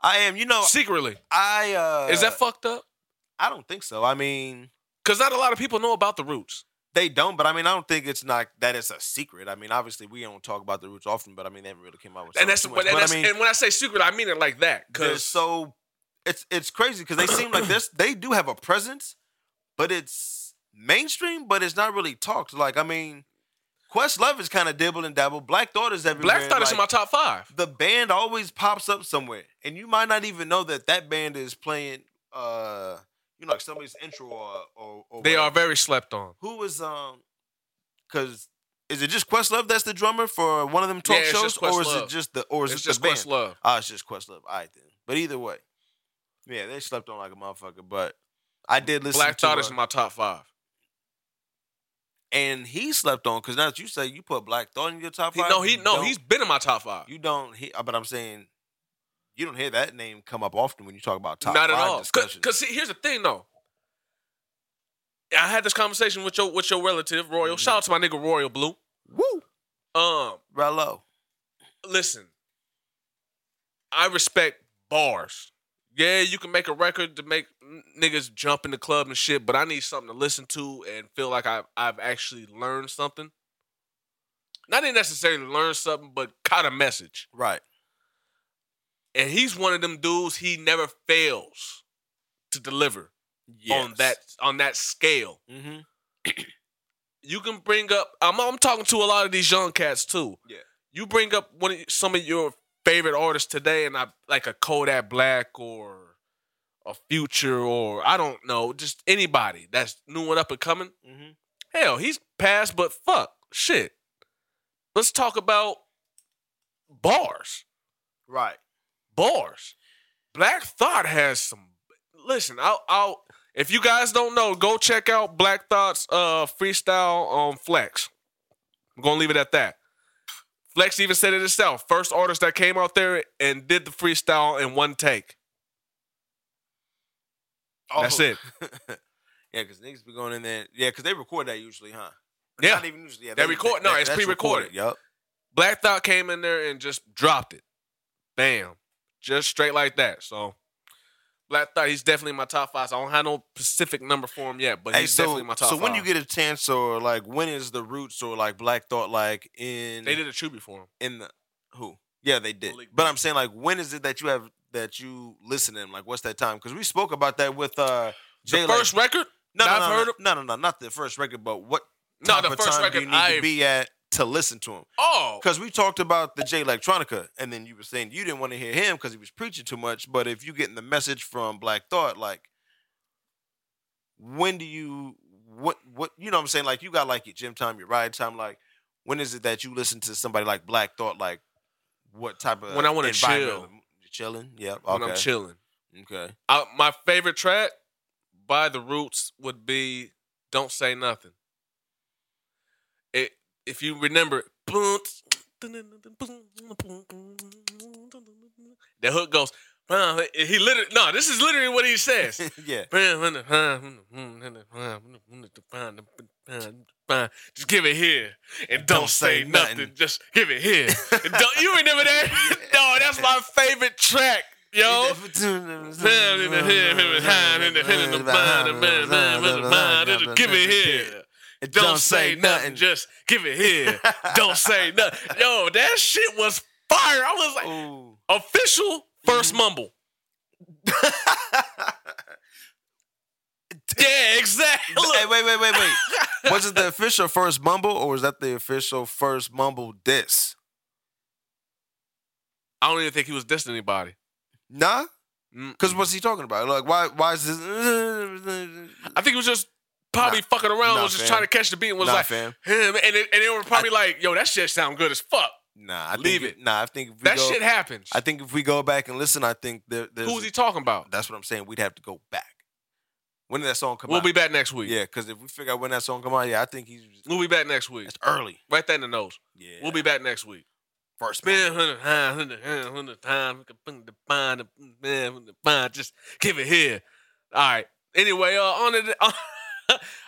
Speaker 2: I am. You know,
Speaker 1: Secretly,
Speaker 2: I Oh, uh,
Speaker 1: is that fucked up?
Speaker 2: I don't think so. I mean,
Speaker 1: Because not a lot of people know about the Roots.
Speaker 2: They don't, but I mean, I don't think it's not that it's a secret. I mean, obviously, we don't talk about the roots often, but I mean, they haven't really came out with.
Speaker 1: and that's
Speaker 2: something
Speaker 1: what.
Speaker 2: too
Speaker 1: And,
Speaker 2: much.
Speaker 1: that's,
Speaker 2: But, I mean,
Speaker 1: and when I say secret, I mean it like that.
Speaker 2: they're
Speaker 1: Because
Speaker 2: so it's it's crazy because they seem like this. They do have a presence, but it's mainstream, but it's not really talked. Like, I mean, Questlove is kind of dibble and dabble. Black Thought is everywhere.
Speaker 1: Black Thought is in my
Speaker 2: like,
Speaker 1: top five.
Speaker 2: The band always pops up somewhere, and you might not even know that that band is playing. uh You know, like somebody's intro or or, or
Speaker 1: They
Speaker 2: whatever.
Speaker 1: are very slept on.
Speaker 2: Who was um? Because is it just Questlove that's the drummer for one of them talk
Speaker 1: Yeah, it's
Speaker 2: shows,
Speaker 1: just
Speaker 2: or is
Speaker 1: Questlove.
Speaker 2: it just the or is
Speaker 1: It's
Speaker 2: it
Speaker 1: just
Speaker 2: the band?
Speaker 1: Questlove.
Speaker 2: Ah, it's just Questlove. All right then. But either way, yeah, they slept on like a motherfucker. But I did listen.
Speaker 1: Black
Speaker 2: to,
Speaker 1: Thought
Speaker 2: uh,
Speaker 1: is in my top five.
Speaker 2: and he slept on because now that you say you put Black Thought in your top
Speaker 1: He,
Speaker 2: five.
Speaker 1: no, he
Speaker 2: you
Speaker 1: no,
Speaker 2: don't-
Speaker 1: he's been in my top five.
Speaker 2: you don't. He, uh, but I'm saying you don't hear that name come up often when you talk about top
Speaker 1: Not
Speaker 2: five
Speaker 1: at all.
Speaker 2: discussions.
Speaker 1: Because here's the thing, though. I had this conversation with your with your relative, Royal.
Speaker 2: Mhm.
Speaker 1: Shout out to my nigga Royal Blue.
Speaker 2: Woo,
Speaker 1: Um,
Speaker 2: Rello.
Speaker 1: listen, I respect bars. Yeah, you can make a record to make n- niggas jump in the club and shit, but I need something to listen to and feel like I've I've actually learned something. Not even necessarily learned something, but caught a message.
Speaker 2: Right.
Speaker 1: And he's one of them dudes. He never fails to deliver on that on that scale.
Speaker 3: Mm-hmm.
Speaker 1: you can bring up. I'm, I'm talking to a lot of these young cats too.
Speaker 3: Yeah.
Speaker 1: You bring up one of, some of your favorite artists today, and I like a Kodak Black or a Future or I don't know, just anybody that's new and up and coming.
Speaker 3: Mm-hmm.
Speaker 1: Hell, he's past, but fuck, shit. Let's talk about bars,
Speaker 3: Right.
Speaker 1: bars. Black Thought has some. Listen, I'll. I'll if you guys don't know, go check out Black Thought's uh, freestyle on Flex. I'm gonna leave it at that. Flex even said it himself. First artist that came out there and did the freestyle in one take. That's
Speaker 2: Oh. <laughs>
Speaker 1: it.
Speaker 3: yeah, because niggas be going in there. Yeah, because they record that usually, huh?
Speaker 1: Yeah.
Speaker 3: Not even usually. Yeah,
Speaker 1: They record- no, it's
Speaker 3: that's
Speaker 1: pre-recorded.
Speaker 3: Yup.
Speaker 1: Black Thought came in there and just dropped it. Bam. Just straight like that. So Black Thought, he's definitely my top five. So I don't have no specific number for him yet, but
Speaker 2: Hey,
Speaker 1: he's
Speaker 2: so,
Speaker 1: definitely my top
Speaker 2: so
Speaker 1: five.
Speaker 2: when you get a chance, or like when is the roots, or like Black Thought, like in
Speaker 1: they did a tribute for him.
Speaker 2: in the who? Yeah, they did.
Speaker 1: Malik
Speaker 2: But I'm saying like when is it that you have that you listen to them? Like what's that time? Because we spoke about that with uh Jay.
Speaker 1: the
Speaker 2: like,
Speaker 1: first record?
Speaker 2: no,
Speaker 1: that
Speaker 2: no,
Speaker 1: I've
Speaker 2: no, no,
Speaker 1: heard of-
Speaker 2: no, no, no, not the first record, but what
Speaker 1: No,
Speaker 2: type
Speaker 1: the
Speaker 2: of
Speaker 1: first
Speaker 2: time do
Speaker 1: record
Speaker 2: you need
Speaker 1: I
Speaker 2: to be at to listen to him?
Speaker 1: Oh.
Speaker 2: Because we talked about the Jay Electronica, and then you were saying you didn't want to hear him because he was preaching too much. But if you're getting the message from Black Thought, like, when do you, what, what, you know what I'm saying? Like, you got like your gym time, your ride time. Like, when is it that you listen to somebody like Black Thought? Like, what type of
Speaker 1: When I wanna
Speaker 2: environment?
Speaker 1: chill.
Speaker 2: You're chilling? Yeah.
Speaker 1: When
Speaker 2: Okay.
Speaker 1: I'm chilling.
Speaker 2: okay.
Speaker 1: I, my favorite track by the Roots would be "Don't Say Nothing." It, if you remember, the hook goes. <laughs> He literally no. This is literally what he says.
Speaker 2: yeah.
Speaker 1: Just give it here and don't,
Speaker 2: Don't
Speaker 1: say,
Speaker 2: say
Speaker 1: nothing.
Speaker 2: nothing.
Speaker 1: Just give it here. And don't, you remember
Speaker 2: <laughs>
Speaker 1: that? no, that's my favorite track, yo. Give it here. Don't say nothing. Just give it here. Don't
Speaker 2: <laughs>
Speaker 1: say nothing. Yo, that shit was fire. I was like,
Speaker 2: <laughs> Ooh.
Speaker 1: official first
Speaker 2: Mm-hmm.
Speaker 1: mumble. Yeah, exactly.
Speaker 2: Hey,
Speaker 1: Look,
Speaker 2: wait, wait, wait,
Speaker 1: <laughs>
Speaker 2: wait. was it the official first mumble or was that the official first mumble diss?
Speaker 1: I don't even think he was dissing anybody.
Speaker 2: Nah,
Speaker 1: Mm.
Speaker 2: because what's he talking about? Like, why? Why is this?
Speaker 1: I think he was just probably
Speaker 2: Nah.
Speaker 1: fucking around.
Speaker 2: Nah,
Speaker 1: was just
Speaker 2: fam.
Speaker 1: trying to catch the beat and <laughs> was
Speaker 2: nah,
Speaker 1: like,
Speaker 2: fam.
Speaker 1: him. And, it, and they were probably like, yo, that shit sound good as fuck.
Speaker 2: Nah, I think
Speaker 1: Leave
Speaker 2: if-
Speaker 1: it.
Speaker 2: Nah, I think if we
Speaker 1: That
Speaker 2: go,
Speaker 1: shit happens.
Speaker 2: I think if we go back and listen, I think there, there's.
Speaker 1: Who was he talking about?
Speaker 2: that's what I'm saying. We'd have to go back. When did that song come
Speaker 1: We'll
Speaker 2: out?
Speaker 1: be back next week.
Speaker 2: Yeah, because if we figure out when that song come out, yeah, I think he's.
Speaker 1: We'll be back next week.
Speaker 2: It's early.
Speaker 1: Right there in the nose.
Speaker 2: Yeah.
Speaker 1: We'll be back next week.
Speaker 2: first mumble.
Speaker 1: Spin hundred times, hundred times, hundred times. We can put the bond, man, put the bond. Just give it here. All right. Anyway, uh, on the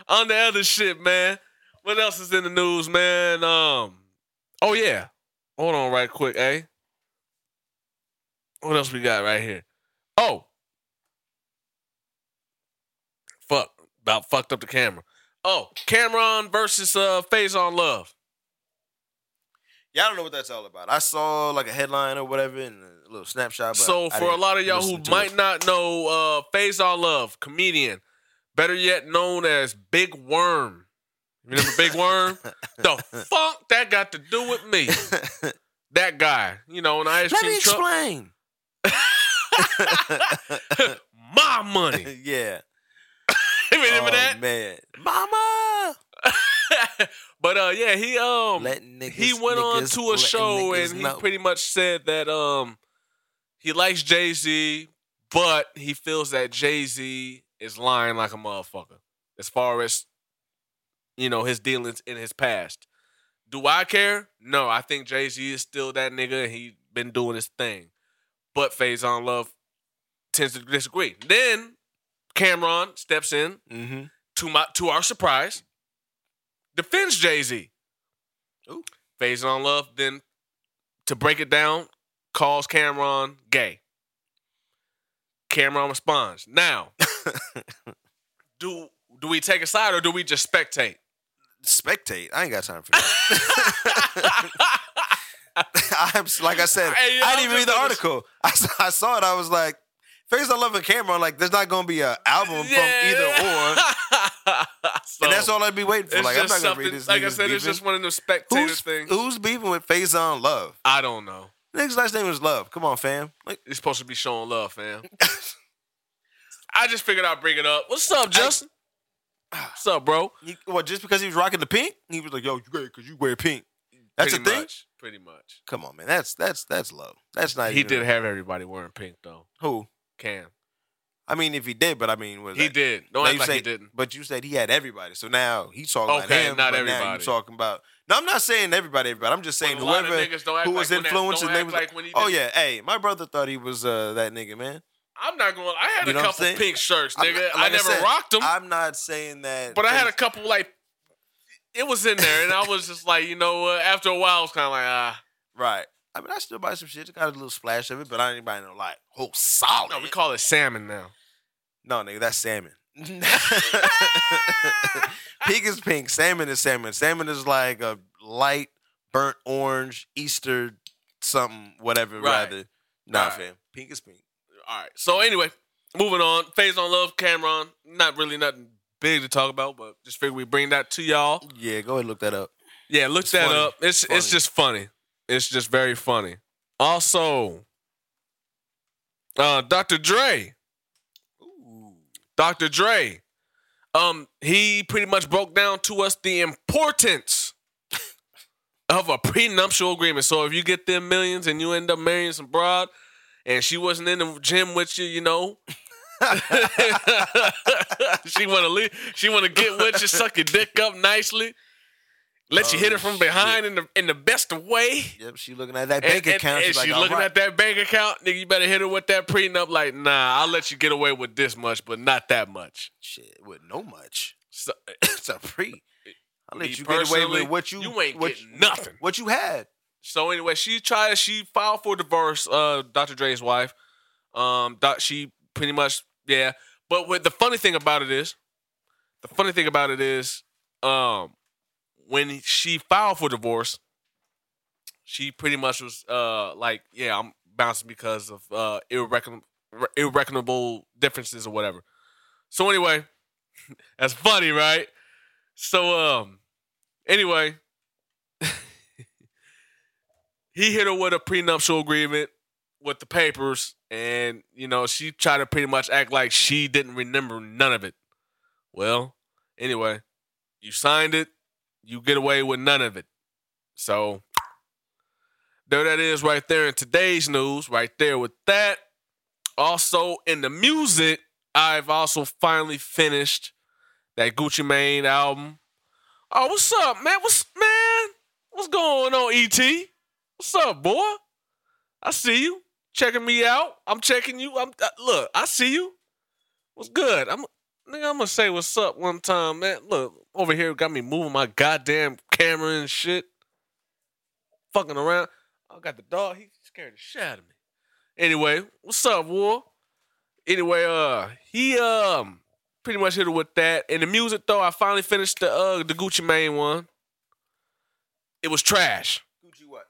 Speaker 1: on, the <laughs> other shit, man. What else is in the news, man? Um. Oh yeah. Hold on, right quick, eh? What else we got right here? Oh. Fuck. About fucked up the camera. Oh, Cameron versus uh Phase on Love.
Speaker 2: Yeah, I don't know what that's all about. I saw like a headline or whatever and a little snapshot. But
Speaker 1: So
Speaker 2: I
Speaker 1: for a
Speaker 2: didn't
Speaker 1: lot of y'all who
Speaker 2: listen to
Speaker 1: might
Speaker 2: it.
Speaker 1: not know, uh Phase All Love, comedian, better yet known as Big Worm. Remember Big
Speaker 2: <laughs>
Speaker 1: Worm? the funk that got to do with me. That guy, you know, an ice
Speaker 2: Let me
Speaker 1: cream truck.
Speaker 2: explain.
Speaker 1: <laughs> My money.
Speaker 2: <laughs>
Speaker 1: <laughs>
Speaker 2: yeah.
Speaker 1: Remember
Speaker 2: oh,
Speaker 1: that?
Speaker 2: man. Mama.
Speaker 1: <laughs> but uh yeah, he um
Speaker 2: Let niggas,
Speaker 1: he went on
Speaker 2: niggas,
Speaker 1: to a
Speaker 2: let
Speaker 1: show
Speaker 2: niggas
Speaker 1: and he
Speaker 2: know.
Speaker 1: pretty much said that um he likes Jay Z, but he feels that Jay Z is lying like a motherfucker as far as you know his dealings in his past. Do I care? No, I think Jay Z is still that nigga and he been doing his thing. But Phase on Love tends to disagree. Then Cameron steps in
Speaker 2: Mhm.
Speaker 1: to my to our surprise, defends Jay Z.
Speaker 2: Ooh.
Speaker 1: Phase on love. Then to break it down, calls Cameron gay. Cameron responds.
Speaker 2: <laughs>
Speaker 1: Now, do do we take a side or do we just spectate? <laughs>
Speaker 2: Spectate. <laughs> I ain't got time for that. I'm s- like I said,
Speaker 1: Hey, yo,
Speaker 2: I
Speaker 1: I'm
Speaker 2: didn't
Speaker 1: just
Speaker 2: even read the
Speaker 1: gonna-
Speaker 2: article. <laughs> I saw, I saw it. I was like, "Face I love a camera." I'm like, there's not gonna be an album <laughs> from
Speaker 1: <laughs>
Speaker 2: either or,
Speaker 1: so,
Speaker 2: and that's all I'd be waiting for.
Speaker 1: It's
Speaker 2: Like, I'm
Speaker 1: just
Speaker 2: not gonna
Speaker 1: something.
Speaker 2: read this.
Speaker 1: like I
Speaker 2: nigga's
Speaker 1: said, it's
Speaker 2: beefing.
Speaker 1: just one of those spectator
Speaker 2: who's,
Speaker 1: things.
Speaker 2: who's beefing with Face on Love?
Speaker 1: I don't know.
Speaker 2: Nigga's last name was Love. Come on, fam. Like,
Speaker 1: You're supposed to be showing love,
Speaker 2: <laughs>
Speaker 1: fam. I just figured I'd bring it up. What's up, Justin? What's up, bro?
Speaker 2: he, well, just because he was rocking the pink, he was like, "Yo, you gay because you wear pink." That's
Speaker 1: Pretty
Speaker 2: a thing.
Speaker 1: Much, pretty much.
Speaker 2: Come on, man. That's that's that's love. That's not.
Speaker 1: He
Speaker 2: even-
Speaker 1: did have everybody wearing pink though.
Speaker 2: Who?
Speaker 1: Cam.
Speaker 2: I mean, if he did, but I mean, was
Speaker 1: He did. Don't act
Speaker 2: you
Speaker 1: like
Speaker 2: say,
Speaker 1: he didn't.
Speaker 2: But you said he had everybody, so now he's talking about
Speaker 1: Okay,
Speaker 2: him.
Speaker 1: not
Speaker 2: but Now you
Speaker 1: everybody.
Speaker 2: talking about? No, I'm not saying everybody. Everybody. I'm just saying
Speaker 1: But a lot of
Speaker 2: whoever
Speaker 1: niggas don't act
Speaker 2: who
Speaker 1: like
Speaker 2: was
Speaker 1: when that-
Speaker 2: influenced.
Speaker 1: don't
Speaker 2: his
Speaker 1: act
Speaker 2: name was.
Speaker 1: like when he
Speaker 2: oh
Speaker 1: did-
Speaker 2: yeah, hey, my brother thought he was uh, that nigga, man.
Speaker 1: I'm not going. I had
Speaker 2: You know
Speaker 1: a
Speaker 2: what I'm
Speaker 1: couple
Speaker 2: saying?
Speaker 1: pink shirts,
Speaker 2: I'm
Speaker 1: nigga.
Speaker 2: not-
Speaker 1: I
Speaker 2: like I
Speaker 1: never
Speaker 2: said,
Speaker 1: rocked them,
Speaker 2: I'm not saying that.
Speaker 1: Um, but I had a
Speaker 2: because-
Speaker 1: couple like. It was in there, and I was just like, you know what? After a while, I was kind of like, ah.
Speaker 2: right. I mean, I still buy some shit. I got a little splash of it, but I ain't buying no like whole solid.
Speaker 1: No, we call it salmon now.
Speaker 2: <laughs>
Speaker 1: <laughs>
Speaker 2: No, nigga, that's salmon. <laughs> pink is pink. Salmon is salmon. Salmon is like a light burnt orange Easter something, whatever.
Speaker 1: Right.
Speaker 2: Rather, nah,
Speaker 1: Right.
Speaker 2: fam. Pink is pink.
Speaker 1: All right. So anyway, moving on. Phase on love, Cameron. Not really nothing big to talk about, but just figure we bring that to y'all.
Speaker 2: Yeah, go ahead and look that up.
Speaker 1: Yeah, look
Speaker 2: It's
Speaker 1: that
Speaker 2: funny.
Speaker 1: up. It's
Speaker 2: Funny.
Speaker 1: it's just funny. It's just very funny. Also, uh, Dr. Dre.
Speaker 2: Ooh.
Speaker 1: Dr. Dre. Um, he pretty much broke down to us the importance <laughs> of a prenuptial agreement. So if you get them millions and you end up marrying some broad and she wasn't in the gym with you, you know. <laughs> she wanna leave she wanna get with you, suck your dick up nicely. Let you
Speaker 2: Oh,
Speaker 1: hit her from
Speaker 2: shit.
Speaker 1: behind in the in the best way.
Speaker 2: Yep, she looking at that
Speaker 1: And-
Speaker 2: bank
Speaker 1: and-
Speaker 2: account.
Speaker 1: and
Speaker 2: she's like,
Speaker 1: she
Speaker 2: "All
Speaker 1: looking
Speaker 2: right."
Speaker 1: at that bank account, nigga. You better hit her with that prenup. Like, nah, I'll let you get away with this much, but not that much.
Speaker 2: shit with no much. <laughs>
Speaker 1: So,
Speaker 2: it's a free. I'll
Speaker 1: me
Speaker 2: let you get away
Speaker 1: personally,
Speaker 2: with what you
Speaker 1: you ain't
Speaker 2: what,
Speaker 1: getting nothing.
Speaker 2: What you had.
Speaker 1: so anyway, she tried. She filed for divorce. Uh, Dr. Dre's wife. Um, doc, she pretty much yeah. But what the funny thing about it is, the funny thing about it is, um, when she filed for divorce, she pretty much was uh like yeah I'm bouncing because of uh irrecon- irreconcilable differences or whatever. So anyway, <laughs> that's funny, right? So um, anyway. he hit her with a prenuptial agreement with the papers, and you know she tried to pretty much act like she didn't remember none of it. Well, anyway, you signed it, you get away with none of it. So there that is right there in today's news, right there with that. Also in the music, I've also finally finished that Gucci Mane album. Oh, what's up, man? What's man? What's going on, E ET? What's up, boy? I see you checking me out. I'm checking you. I'm uh, look. I see you. What's good? I'm nigga. I'm gonna say what's up one time, man. Look over here, got me moving my goddamn camera and shit, fucking around. I got the dog. He scared the shit out of me. Anyway, what's up, war? Anyway, uh, he um pretty much hit it with that. And the music though, I finally finished the uh the Gucci Mane one. It was trash
Speaker 2: Gucci what?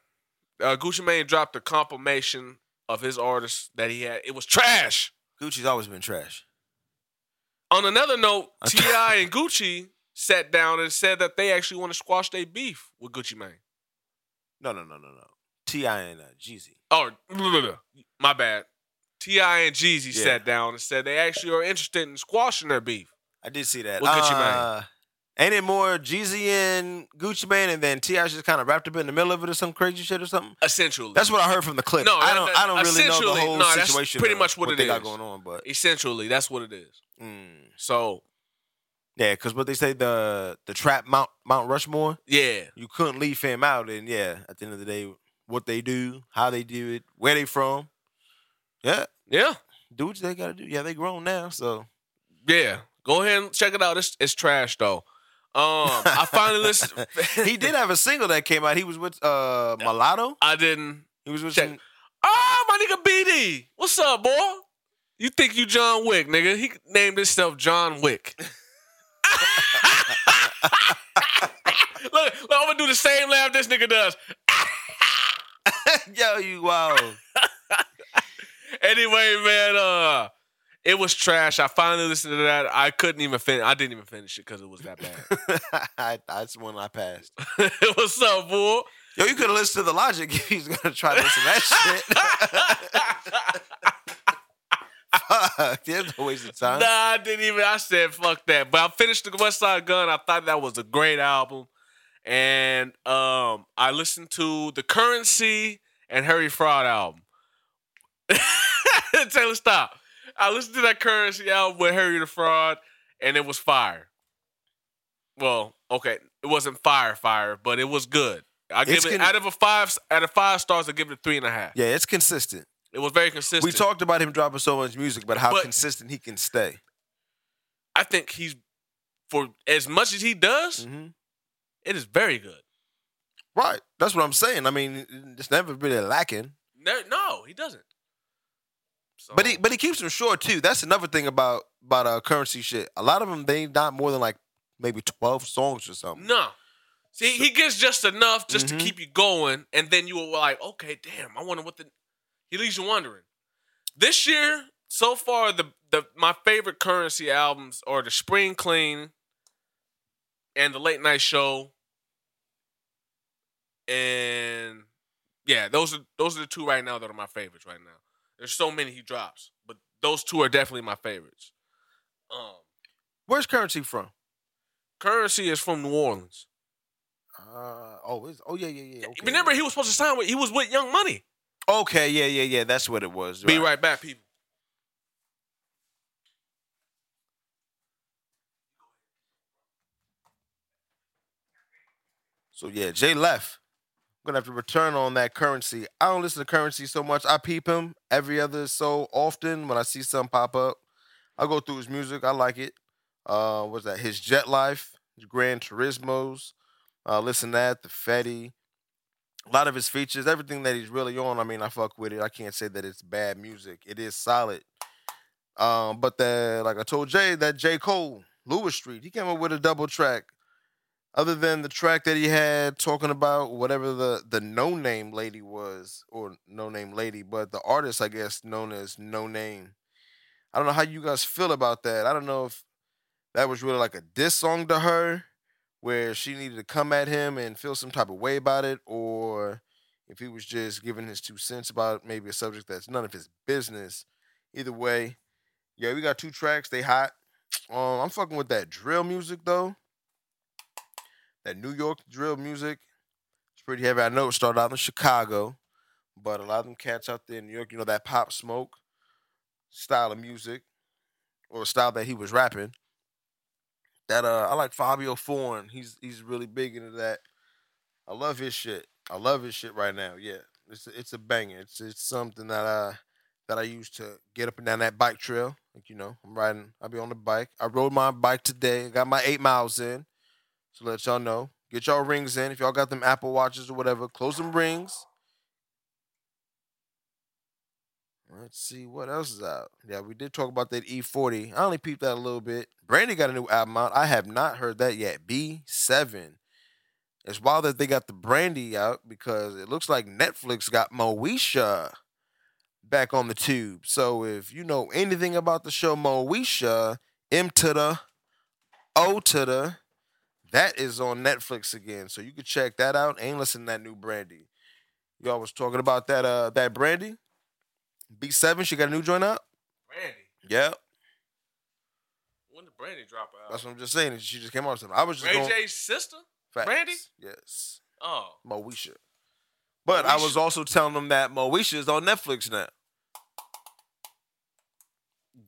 Speaker 1: uh, Gucci Mane dropped a confirmation of his artist that he had. It was trash.
Speaker 2: Gucci's always been trash.
Speaker 1: On another
Speaker 2: <laughs>
Speaker 1: note, T.I. and Gucci sat down and said that they actually want to squash their beef with Gucci Mane.
Speaker 2: No, no, no, no, no. Ti and uh, Jeezy.
Speaker 1: Oh, blah, blah, blah. <laughs> my bad. T.I. and Jeezy
Speaker 2: Yeah.
Speaker 1: sat down and said they actually are interested in squashing their beef.
Speaker 2: I did see that.
Speaker 1: What Gucci Mane?
Speaker 2: Uh, Ain't it more Jeezy and Gucci Mane, and then Ti just kind of wrapped up in the middle of it or some crazy shit or something?
Speaker 1: Essentially.
Speaker 2: That's what I heard from the clip.
Speaker 1: No,
Speaker 2: I don't.
Speaker 1: that-
Speaker 2: I don't really know the
Speaker 1: essentially,
Speaker 2: whole
Speaker 1: no, that's
Speaker 2: situation.
Speaker 1: pretty
Speaker 2: of
Speaker 1: much what it
Speaker 2: they got
Speaker 1: is.
Speaker 2: going on, but
Speaker 1: essentially that's what it is.
Speaker 2: mm,
Speaker 1: So,
Speaker 2: yeah, because what they say the the trap Mount Mount Rushmore,
Speaker 1: yeah.
Speaker 2: you couldn't leave him out, and yeah, at the end of the day, what they do, how they do it, where they from, yeah,
Speaker 1: Yeah.
Speaker 2: do what they gotta do. Yeah, they grown now, so
Speaker 1: Yeah. Go ahead and check it out. It's, it's trash though. Um, I finally
Speaker 2: <laughs>
Speaker 1: listened.
Speaker 2: he did have a single that came out. He was with uh Mulatto.
Speaker 1: I didn't
Speaker 2: He was with
Speaker 1: Check.
Speaker 2: some-
Speaker 1: Oh, my nigga BD. What's up, boy? You think you John Wick, nigga? He named himself John Wick. <laughs> look, look, I'm gonna do the same laugh this nigga does.
Speaker 2: <laughs>
Speaker 3: Yo, you wow.
Speaker 1: Anyway, man, uh, it was trash. I finally listened to that. I couldn't even finish. I didn't even finish it because it was that bad. <laughs>
Speaker 3: I, that's one I passed.
Speaker 1: What's up, fool? <laughs>
Speaker 3: Yo, you could have listened to the logic if he's gonna try to listen to that shit. Fuck, there's no waste of
Speaker 1: Nah,
Speaker 3: time.
Speaker 1: I didn't even. I said fuck that. But I finished the West Side Gun. I thought that was a great album, and um, I listened to the Currency and Harry Fraud album. <laughs> Taylor, stop. I listened to that Currency album with Harry the Fraud, and it was fire. Well, okay, it wasn't fire, fire, but it was good. I give
Speaker 2: It's
Speaker 1: it
Speaker 2: con-
Speaker 1: out of a five out of five stars. I give it a three and a half.
Speaker 2: Yeah, it's consistent.
Speaker 1: It was very consistent.
Speaker 2: We talked about him dropping so much music, but how
Speaker 1: But-
Speaker 2: consistent he can stay.
Speaker 1: I think he's for as much as he does.
Speaker 2: Mm-hmm.
Speaker 1: It is very good.
Speaker 2: Right. That's what I'm saying. I mean, it's never really lacking.
Speaker 1: No, no he doesn't. So,
Speaker 2: But he but he keeps them short too. That's another thing about about uh, currency shit. A lot of them they not more than like maybe twelve songs or something.
Speaker 1: no. See, he gets just enough just
Speaker 2: Mhm.
Speaker 1: to keep you going, and then you were like, okay, damn, I wonder what the. He leaves you wondering. This year, so far, the the my favorite currency albums are the Spring Clean, and the Late Night Show, and yeah, those are those are the two right now that are my favorites right now. There's so many he drops, but those two are definitely my favorites. Um,
Speaker 2: Where's currency from?
Speaker 1: Currency is from New Orleans.
Speaker 2: Uh, oh, it's, oh yeah, yeah, yeah. Okay,
Speaker 1: Remember, he was supposed to sign with he was with Young Money.
Speaker 2: Okay, yeah, yeah, yeah. That's what it was.
Speaker 1: Be right back, people.
Speaker 2: So yeah, Jay left. I'm gonna have to return on that currency. I don't listen to currency so much. I peep him every other so often when I see something pop up. I go through his music. I like it. Uh, what's that? His Jet Life, his Gran Turismo's. Uh, listen to that the Fetty. A lot of his features, everything that he's really on. I mean, I fuck with it. I can't say that it's bad music. It is solid. Um, but that, like I told Jay, that J Cole, Lewis Street, he came up with a double track other than the track that he had talking about whatever the the no name lady was or no name lady but the artist i guess known as no name i don't know how you guys feel about that i don't know if that was really like a diss song to her where she needed to come at him and feel some type of way about it or if he was just giving his two cents about maybe a subject that's none of his business either way yeah we got two tracks they hot um i'm fucking with that drill music though that New York drill music. It's pretty heavy. I know it started out in Chicago, but a lot of them cats out there in New York, you know, that pop smoke style of music or style that he was rapping. That uh I like Fabio Foreign. He's he's really big into that. I love his shit. I love his shit right now. Yeah. It's a, it's a banger. It's it's something that I that I used to get up and down that bike trail. Like you know, I'm riding. I'll be on the bike. I rode my bike today. Got my eight miles in. So let y'all know. Get y'all rings in. If y'all got them Apple Watches or whatever, close them rings. Let's see what else is out. Yeah, we did talk about that E40. I only peeped that a little bit. Brandy got a new album out. I have not heard that yet. B7. It's wild that they got the Brandy out because it looks like Netflix got Moesha back on the tube. So if you know anything about the show Moesha, M to the O to the that is on Netflix again, so you can check that out and listen to that new Brandy. Y'all was talking about that uh that Brandy B7. She got a new joint out.
Speaker 1: Brandy,
Speaker 2: Yep,
Speaker 1: when did Brandy drop out?
Speaker 2: that's what I'm just saying. She just came out. With something. I was just
Speaker 1: Ray
Speaker 2: going
Speaker 1: J's sister.
Speaker 2: facts.
Speaker 1: Brandy?
Speaker 2: Yes,
Speaker 1: Oh,
Speaker 2: Moesha. But I was
Speaker 1: Moesha.
Speaker 2: also telling them that Moesha is on Netflix now.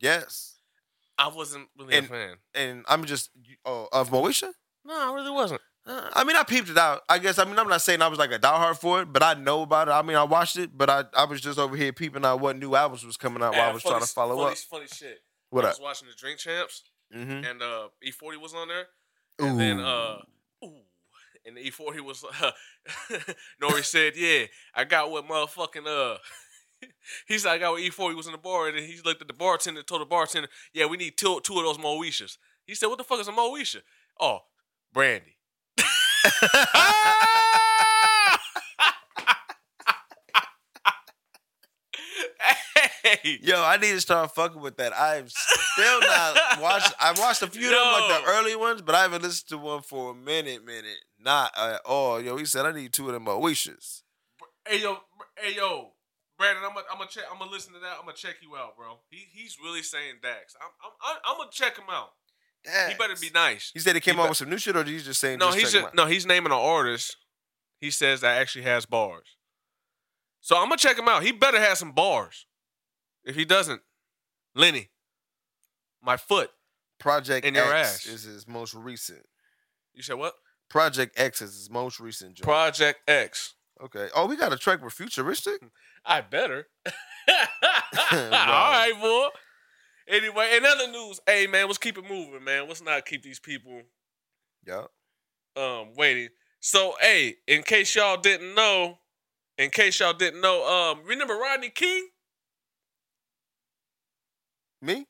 Speaker 2: Yes,
Speaker 1: I wasn't really
Speaker 2: And-
Speaker 1: a fan.
Speaker 2: and I'm just oh, of Moesha.
Speaker 1: No, I really wasn't.
Speaker 2: Uh, I mean, I peeped it out. I guess. I mean, I'm not saying I was like a diehard for it, but I know about it. I mean, I watched it, but I, I was just over here peeping out what new albums was coming out while I was trying to follow
Speaker 1: funny,
Speaker 2: up.
Speaker 1: Funny shit.
Speaker 2: What
Speaker 1: I
Speaker 2: up?
Speaker 1: was watching the Drink Champs,
Speaker 2: Mm-hmm.
Speaker 1: and uh, E40 was on there, and then uh, ooh, and E40 was. Uh, <laughs> Nori said, "Yeah, I got what motherfucking uh." <laughs> He said, I got with E4. He was in the bar, and then he looked at the bartender, told the bartender, Yeah, we need two, two of those Moeshas. He said, What the fuck is a Moesha? Oh, Brandy. <laughs> Hey,
Speaker 2: Yo, I need to start fucking with that. I've still not watched. I've watched a few of them, like the
Speaker 1: Yo.
Speaker 2: early ones, but I haven't listened to one for a minute, minute. Not at all. Yo, he said I need two of them Oishas.
Speaker 1: hey yo, hey yo, Brandon, I'm gonna I'm gonna check, I'm gonna listen to that. I'm gonna check you out, bro. He he's really saying Dax. I'm I'm I'm, I'm gonna check him out. He better be nice.
Speaker 2: He said he came
Speaker 4: He
Speaker 2: out
Speaker 4: bet-
Speaker 2: with some new shit, or he's just saying.
Speaker 1: No,
Speaker 2: just
Speaker 1: he's
Speaker 2: check 'em
Speaker 1: just,
Speaker 2: out?
Speaker 1: no, he's naming an artist. He says that actually has bars. So I'm gonna check him out. He better have some bars. If he doesn't, Lenny, my foot.
Speaker 2: Project
Speaker 1: in
Speaker 2: X
Speaker 1: your ass.
Speaker 2: is his most recent.
Speaker 1: You said what?
Speaker 2: Project X is his most recent. joint.
Speaker 1: Project X.
Speaker 2: okay. Oh, we got a track with Futuristic.
Speaker 1: Hmm. I better. <laughs> All right, boy. Anyway, in other news, hey man, let's keep it moving, man. Let's not keep these people
Speaker 2: Yeah.
Speaker 1: um waiting. So, hey, in case y'all didn't know, in case y'all didn't know, um, remember Rodney King? <laughs>
Speaker 2: Me?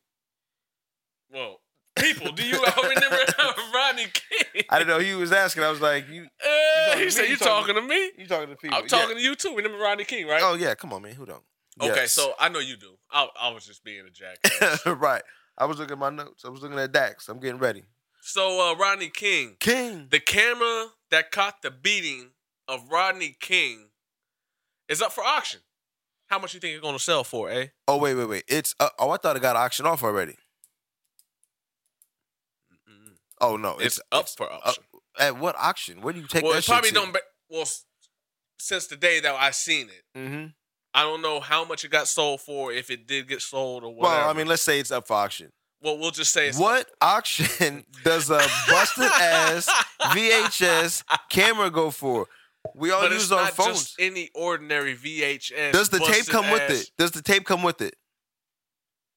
Speaker 1: Well, people, do you all
Speaker 2: <laughs>
Speaker 1: remember <laughs> Rodney King?
Speaker 2: I didn't know he was asking. I was like, you
Speaker 1: Uh,
Speaker 2: talking to
Speaker 1: <laughs> he
Speaker 2: me,
Speaker 1: said,
Speaker 2: you
Speaker 1: "You
Speaker 2: talking
Speaker 1: talking to me?
Speaker 2: you talking to people?
Speaker 1: I'm talking to you too. Remember Rodney King, right?
Speaker 2: Yeah. Oh yeah, come on, man. Who don't?
Speaker 1: okay,
Speaker 2: Yes.
Speaker 1: so I know you do. I, I was just being a jackass.
Speaker 2: <laughs> right. I was looking at my notes. I was looking at Dax. I'm getting ready.
Speaker 1: so uh, Rodney King,
Speaker 2: King.
Speaker 1: the camera that caught the beating of Rodney King, is up for auction. How much you think it's gonna sell for, eh?
Speaker 2: Oh wait, wait, wait. It's uh, oh I thought it got auctioned off already.
Speaker 1: Mm-mm.
Speaker 2: Oh no,
Speaker 1: It's, up for auction.
Speaker 2: at what auction? Where do you take
Speaker 1: well,
Speaker 2: that
Speaker 1: it probably don't. Ba- well, s- since the day that I seen it,
Speaker 2: Mm-hmm.
Speaker 1: I don't know how much it got sold for. If it did get sold or whatever.
Speaker 2: Well, I mean, let's say it's up for auction.
Speaker 1: well, we'll just say it's <laughs>
Speaker 2: What auction <laughs> does a busted ass VHS camera go for? We
Speaker 1: <laughs>
Speaker 2: all
Speaker 1: but
Speaker 2: use
Speaker 1: it's
Speaker 2: our
Speaker 1: not
Speaker 2: phones.
Speaker 1: just any ordinary VHS.
Speaker 2: Does the tape
Speaker 1: busted
Speaker 2: come with
Speaker 1: ass-
Speaker 2: it? Does the tape come with it?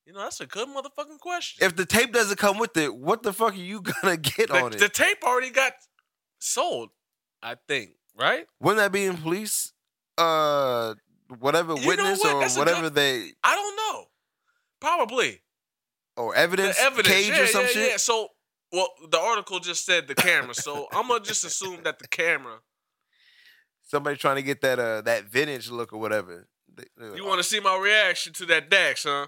Speaker 1: You know, that's a good motherfucking question.
Speaker 2: If the tape doesn't come with it, what the fuck are you <laughs> gonna get
Speaker 1: the,
Speaker 2: on it?
Speaker 1: the tape already got sold, I think, right?
Speaker 2: Wouldn't that be in police? Uh, whatever
Speaker 1: You know
Speaker 2: witness
Speaker 1: what?
Speaker 2: or
Speaker 1: That's a
Speaker 2: whatever
Speaker 1: good-
Speaker 2: they
Speaker 1: I don't know. Probably.
Speaker 2: or
Speaker 1: The
Speaker 2: evidence,
Speaker 1: evidence.
Speaker 2: cage
Speaker 1: yeah,
Speaker 2: or some
Speaker 1: yeah,
Speaker 2: shit.
Speaker 1: yeah. So, well, the article just said the camera.
Speaker 2: <laughs>
Speaker 1: So I'm going to just assume that the camera.
Speaker 2: Somebody trying to get that uh that vintage look or whatever. They- they're like,
Speaker 1: You want to see my reaction to that Dax, huh?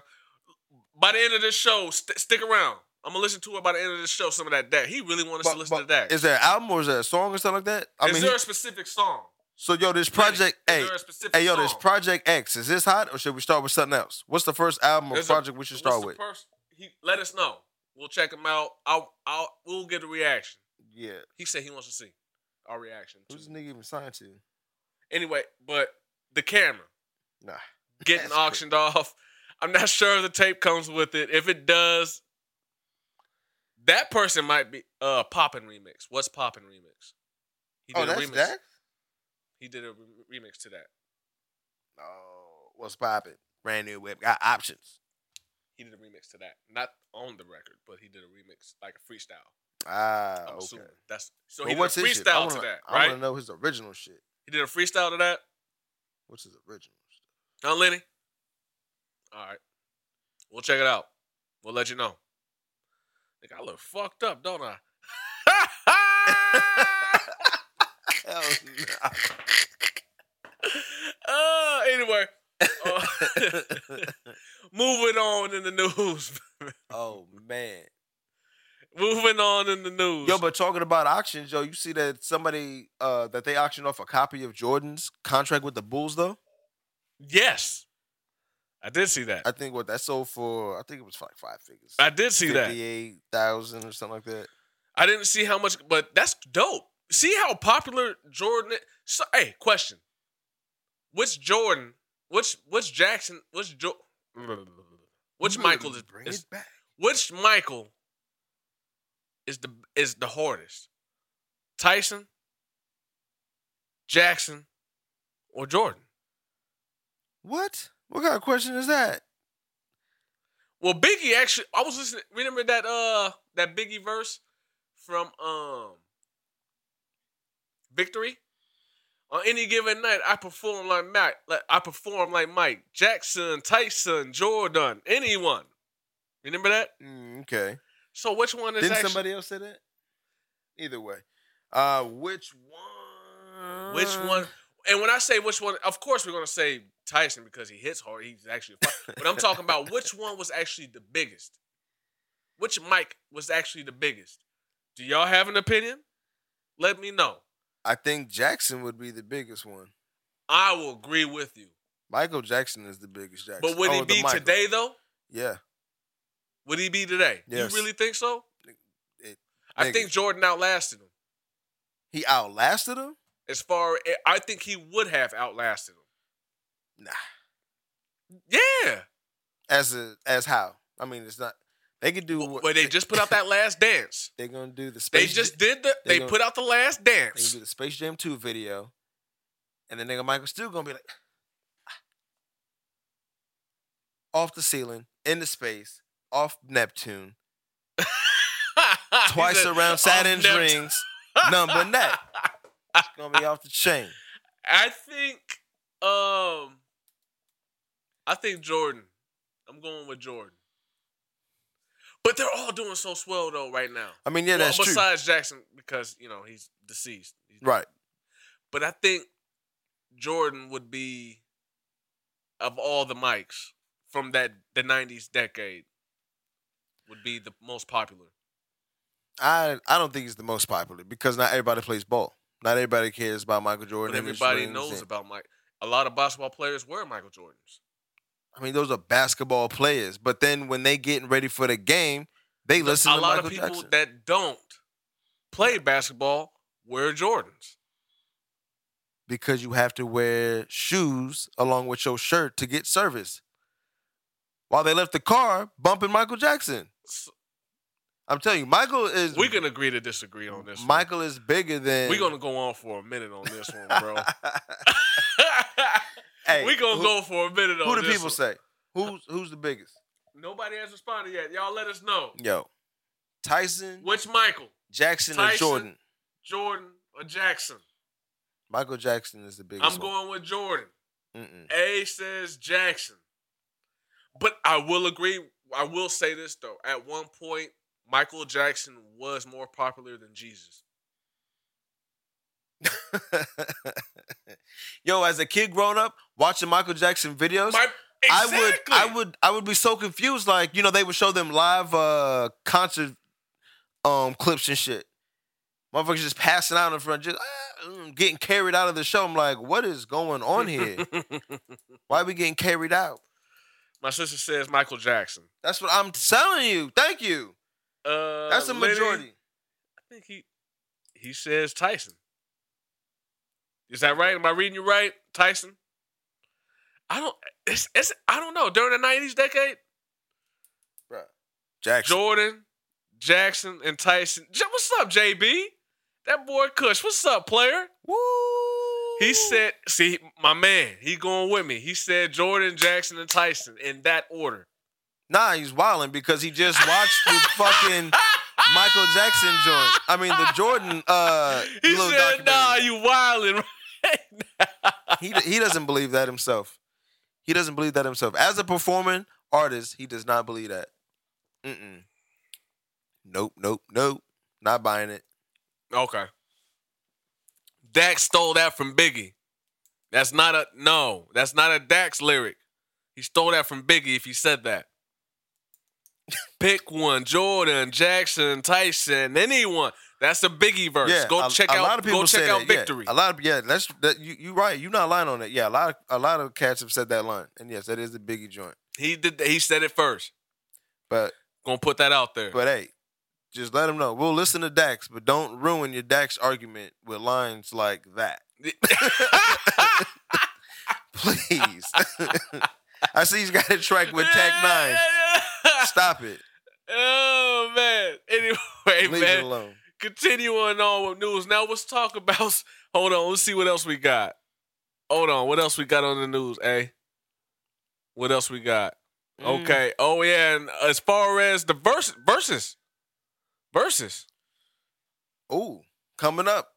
Speaker 1: By the end of this show, st- stick around. I'm going to listen to it by the end of this show, some of that Dax. He really wants us
Speaker 2: but-
Speaker 1: to listen
Speaker 2: but
Speaker 1: to Dax.
Speaker 2: Is there an album or is there a song or something like that? I
Speaker 1: is
Speaker 2: mean,
Speaker 1: there
Speaker 2: he-
Speaker 1: a specific song?
Speaker 2: so yo, this project,
Speaker 1: Is
Speaker 2: hey,
Speaker 1: there a specific
Speaker 2: hey, yo, this
Speaker 1: song?
Speaker 2: project X is this hot or should we start with something else? What's the first album or
Speaker 1: There's a-
Speaker 2: project we should
Speaker 1: What's
Speaker 2: start
Speaker 1: the
Speaker 2: with?
Speaker 1: pers- he, let us know. We'll check him out. I'll, I'll, we'll get a reaction.
Speaker 2: yeah,
Speaker 1: He said he wants to see our reaction. to-
Speaker 2: who's this nigga even signed to?
Speaker 1: Anyway, but the camera
Speaker 2: Nah, <laughs>
Speaker 1: getting
Speaker 2: That's crazy.
Speaker 1: auctioned off. I'm not sure if the tape comes with it. If it does, that person might be uh poppin' remix. What's poppin' remix? He
Speaker 2: oh, that's
Speaker 1: remix.
Speaker 2: Dax.
Speaker 1: He did a re- remix to that.
Speaker 2: Oh, what's poppin'? Brand new whip, got options.
Speaker 1: He did a remix to that. Not on the record, but he did a remix like a freestyle.
Speaker 2: Ah,
Speaker 1: I'm
Speaker 2: okay.
Speaker 1: assuming that's so.
Speaker 2: But
Speaker 1: he did a
Speaker 2: what's his shit? I
Speaker 1: freestyle
Speaker 2: wanna,
Speaker 1: to that,
Speaker 2: I
Speaker 1: right?
Speaker 2: want to know his original shit.
Speaker 1: He did a freestyle to that.
Speaker 2: What's his original? shit? <laughs>
Speaker 1: Huh, Lenny? All right. We'll check it out. We'll let you know. Like, I look fucked up, don't I? <laughs>
Speaker 2: Hell
Speaker 1: uh, anyway, uh, <laughs> moving on in the news. <laughs>
Speaker 2: oh man.
Speaker 1: moving on in the news.
Speaker 2: Yo, but talking about auctions, yo, you see that somebody uh that they auctioned off a copy of Jordan's contract with the Bulls though?
Speaker 1: yes, I did see that.
Speaker 2: I think what that sold for, I think it was for like five figures.
Speaker 1: I did see that.
Speaker 2: Fifty-eight thousand or something like that.
Speaker 1: I didn't see how much, but that's dope. See how popular Jordan. i- So, hey, question: Which Jordan? Which which Jackson? Which jo- Which
Speaker 2: Mm,
Speaker 1: Michael is,
Speaker 2: bring
Speaker 1: is
Speaker 2: it back?
Speaker 1: which Michael is the is the hardest? Tyson, Jackson, or Jordan?
Speaker 2: What? What kind of question is that?
Speaker 1: Well, Biggie actually. I was listening. Remember that uh that Biggie verse from um Victory. On any given night, I perform like Mike. Like I perform like Mike Jackson, Tyson, Jordan, anyone. Remember that?
Speaker 2: Mm, okay.
Speaker 1: So which one is
Speaker 2: Didn't
Speaker 1: actually?
Speaker 2: somebody else say that? Either way. Uh which one
Speaker 1: Which one? And when I say which one, of course we're gonna say Tyson because he hits hard. He's actually, a fight.
Speaker 2: <laughs>
Speaker 1: but I'm talking about which one was actually the biggest. Which mic was actually the biggest? Do y'all have an opinion? Let me know.
Speaker 2: I think Jackson would be the biggest one.
Speaker 1: I will agree with you.
Speaker 2: Michael Jackson is the biggest Jackson.
Speaker 1: But would
Speaker 2: Oh,
Speaker 1: he
Speaker 2: the
Speaker 1: be
Speaker 2: Michael.
Speaker 1: today though?
Speaker 2: Yeah.
Speaker 1: Would he be today?
Speaker 2: Yes.
Speaker 1: You really think so?
Speaker 2: It-
Speaker 1: I think
Speaker 2: nigga.
Speaker 1: Jordan outlasted him.
Speaker 2: He outlasted him?
Speaker 1: As far, I think he would have outlasted him.
Speaker 2: Nah.
Speaker 1: Yeah,
Speaker 2: As a as how? I mean, it's not they could do what
Speaker 1: but they just put
Speaker 2: <laughs>
Speaker 1: out that last dance.
Speaker 2: they're gonna do the space
Speaker 1: They just did the.
Speaker 2: they
Speaker 1: They
Speaker 2: gonna-
Speaker 1: put out the last
Speaker 2: They gonna
Speaker 1: dance.
Speaker 2: do the Space Jam 2 video. And then nigga Michael still gonna be like <sighs> off the ceiling, into space, off Neptune,
Speaker 1: <laughs> <laughs> He
Speaker 2: twice
Speaker 1: said,
Speaker 2: around Saturn's
Speaker 1: "I'm never-
Speaker 2: rings, number net. It's gonna be off the chain.
Speaker 1: <laughs> I think. Um. I think Jordan. I'm going with Jordan. But they're all doing so swell though right now.
Speaker 2: I mean, yeah,
Speaker 1: Well,
Speaker 2: that's true.
Speaker 1: besides Jackson, because you know he's deceased. He's-
Speaker 2: Right.
Speaker 1: But I think Jordan would be of all the mics from that the '90s decade would be the most popular.
Speaker 2: I I don't think he's the most popular because not everybody plays ball. Not everybody cares about Michael
Speaker 1: But
Speaker 2: Jordan. and his
Speaker 1: everybody
Speaker 2: rings
Speaker 1: knows
Speaker 2: and-
Speaker 1: about Mike. A lot of basketball players were Michael Jordans.
Speaker 2: I mean, those are basketball players. But then when they getting ready for the game, they listen
Speaker 1: a
Speaker 2: to
Speaker 1: lot
Speaker 2: Michael
Speaker 1: of people
Speaker 2: Jackson.
Speaker 1: that don't play basketball wear Jordans.
Speaker 2: because you have to wear shoes along with your shirt to get service. While they left the car bumping Michael Jackson.
Speaker 1: So
Speaker 2: I'm telling you, Michael is
Speaker 1: we can agree to disagree on this. one.
Speaker 2: Michael is bigger than
Speaker 1: We're gonna go on for a minute on this one,
Speaker 2: <laughs>
Speaker 1: bro. <laughs>
Speaker 2: hey,
Speaker 1: we gonna
Speaker 2: who,
Speaker 1: go for a minute on
Speaker 2: Who do
Speaker 1: this
Speaker 2: people
Speaker 1: one.
Speaker 2: say? Who's who's the biggest?
Speaker 1: Nobody has responded yet. Y'all let us know.
Speaker 2: Yo. Tyson,
Speaker 1: Which Michael,
Speaker 2: Jackson, or
Speaker 1: Tyson?
Speaker 2: Jordan?
Speaker 1: Jordan, or Jackson?
Speaker 2: Michael Jackson is the biggest.
Speaker 1: I'm going with Jordan.
Speaker 2: One. Mm-mm.
Speaker 1: A says Jackson. But I will agree. I will say this though. At one point, Michael Jackson was more popular than Jesus.
Speaker 2: <laughs> Yo, as a kid growing up, watching Michael Jackson videos,
Speaker 1: My, exactly.
Speaker 2: I would I would I would be so confused. Like, you know, they would show them live uh concert um clips and shit. Motherfuckers just passing out in front, just ah, mm, getting carried out of the show. I'm like, what is going
Speaker 1: <laughs>
Speaker 2: on here? Why we getting carried out?
Speaker 1: My sister says Michael Jackson.
Speaker 2: That's what I'm telling you. Thank you.
Speaker 1: Uh,
Speaker 2: That's a
Speaker 1: Lenny-
Speaker 2: majority.
Speaker 1: I think he he says Tyson. Is that right? Am I reading you right, Tyson? I don't. It's, it's I don't know. During the nineties decade,
Speaker 2: Bruh. Jackson.
Speaker 1: Jordan, Jackson, and Tyson. J- What's up, JB? That boy Cush. What's up, player?
Speaker 2: Woo.
Speaker 1: He said, "See, my man, he going with me." He said Jordan, Jackson, and Tyson in that order.
Speaker 2: Nah, he's wilding because he
Speaker 1: <laughs>
Speaker 2: just watched the fucking <laughs> Michael Jackson joint. I mean the Jordan uh
Speaker 1: <laughs> He
Speaker 2: little
Speaker 1: said, "Nah,
Speaker 2: documentary.
Speaker 1: you wildin'." <laughs> right now."
Speaker 2: He he doesn't believe that himself. He doesn't believe that himself. As a performing artist, he does not believe that. Mm-mm. Nope, nope, nope. Not buying it.
Speaker 1: Okay. Dax stole that from Biggie. That's not a no. That's not a Dax lyric. He stole that from Biggie if he said that. Pick one, Jordan, Jackson, Tyson, anyone. That's a Biggie verse.
Speaker 2: Yeah,
Speaker 1: go
Speaker 2: a,
Speaker 1: check
Speaker 2: a
Speaker 1: out
Speaker 2: lot of people
Speaker 1: go check
Speaker 2: say
Speaker 1: out
Speaker 2: that, yeah.
Speaker 1: Victory.
Speaker 2: A lot of yeah, that's that, you you right. You're not lying on that. Yeah, a lot of, a lot of cats have said that line, and yes, that is the Biggie joint.
Speaker 1: He did that- he said it first.
Speaker 2: But
Speaker 1: Gonna put that out there.
Speaker 2: but <laughs> hey, just let them know. We'll listen to Dax, but don't ruin your Dax argument with lines like that. <laughs> Please. <laughs> I see he's got a track with Tech Nine. Stop it.
Speaker 1: <laughs> Oh man. Anyway,
Speaker 2: Leave
Speaker 1: man.
Speaker 2: it alone.
Speaker 1: continuing on with news. Now let's talk about. <laughs> Hold on, let's see what else we got. Hold on, what else we got on the news? eh? what else we got?
Speaker 2: Mm.
Speaker 1: Okay. Oh yeah, and as far as the verse, verses, verses.
Speaker 2: Ooh, coming up.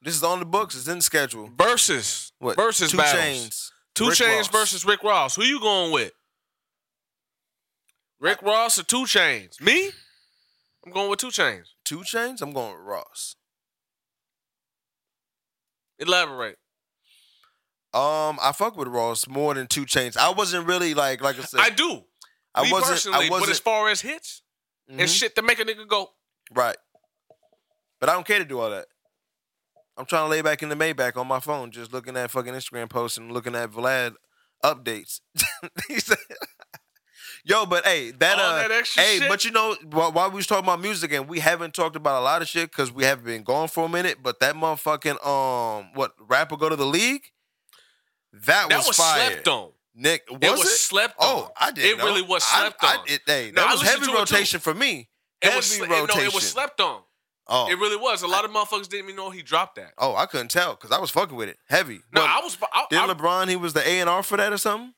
Speaker 2: This is on the books. It's in the schedule.
Speaker 1: Versus.
Speaker 2: What?
Speaker 1: Versus
Speaker 2: Two
Speaker 1: battles.
Speaker 2: chains.
Speaker 1: Two
Speaker 2: Rick
Speaker 1: Chains
Speaker 2: Ross.
Speaker 1: versus Rick Ross. Who you going with? Rick Ross or Two Chains? Me? I'm going with Two Chains.
Speaker 2: Two chains? I'm going with Ross.
Speaker 1: Elaborate.
Speaker 2: Um, I fuck with Ross more than Two Chains. I wasn't really like like I said.
Speaker 1: I do.
Speaker 2: I
Speaker 1: Me personally, but as far as hits and
Speaker 2: Mhm.
Speaker 1: shit to make a nigga go,
Speaker 2: Right. But I don't care to do all that. I'm trying to lay back in the Maybach on my phone, just looking at fucking Instagram posts and looking at Vlad updates. <laughs> He said- Yo, but hey, that
Speaker 1: All
Speaker 2: uh,
Speaker 1: that extra
Speaker 2: hey,
Speaker 1: shit?
Speaker 2: but you know, wh- while we was talking about music and we haven't talked about a lot of shit because we haven't been gone for a minute, but that motherfucking um, what rapper go to the league? That,
Speaker 1: that
Speaker 2: was,
Speaker 1: was,
Speaker 2: fire,
Speaker 1: slept on.
Speaker 2: Nick. Was
Speaker 1: it was slept on.
Speaker 2: Oh, I didn't.
Speaker 1: It
Speaker 2: know.
Speaker 1: really was
Speaker 2: I-
Speaker 1: slept
Speaker 2: I,
Speaker 1: on.
Speaker 2: it, hey,
Speaker 1: No,
Speaker 2: that
Speaker 1: I
Speaker 2: was
Speaker 1: listened to
Speaker 2: heavy
Speaker 1: it too.
Speaker 2: rotation for me.
Speaker 1: It
Speaker 2: heavy
Speaker 1: was sle-
Speaker 2: rotation.
Speaker 1: no, it was slept on.
Speaker 2: oh,
Speaker 1: It really was. A lot of motherfuckers didn't even know he dropped that.
Speaker 2: Oh, I couldn't tell because I was fucking with it heavy.
Speaker 1: No,
Speaker 2: But
Speaker 1: I was. I,
Speaker 2: didn't
Speaker 1: I,
Speaker 2: LeBron he was the A and R for that or something?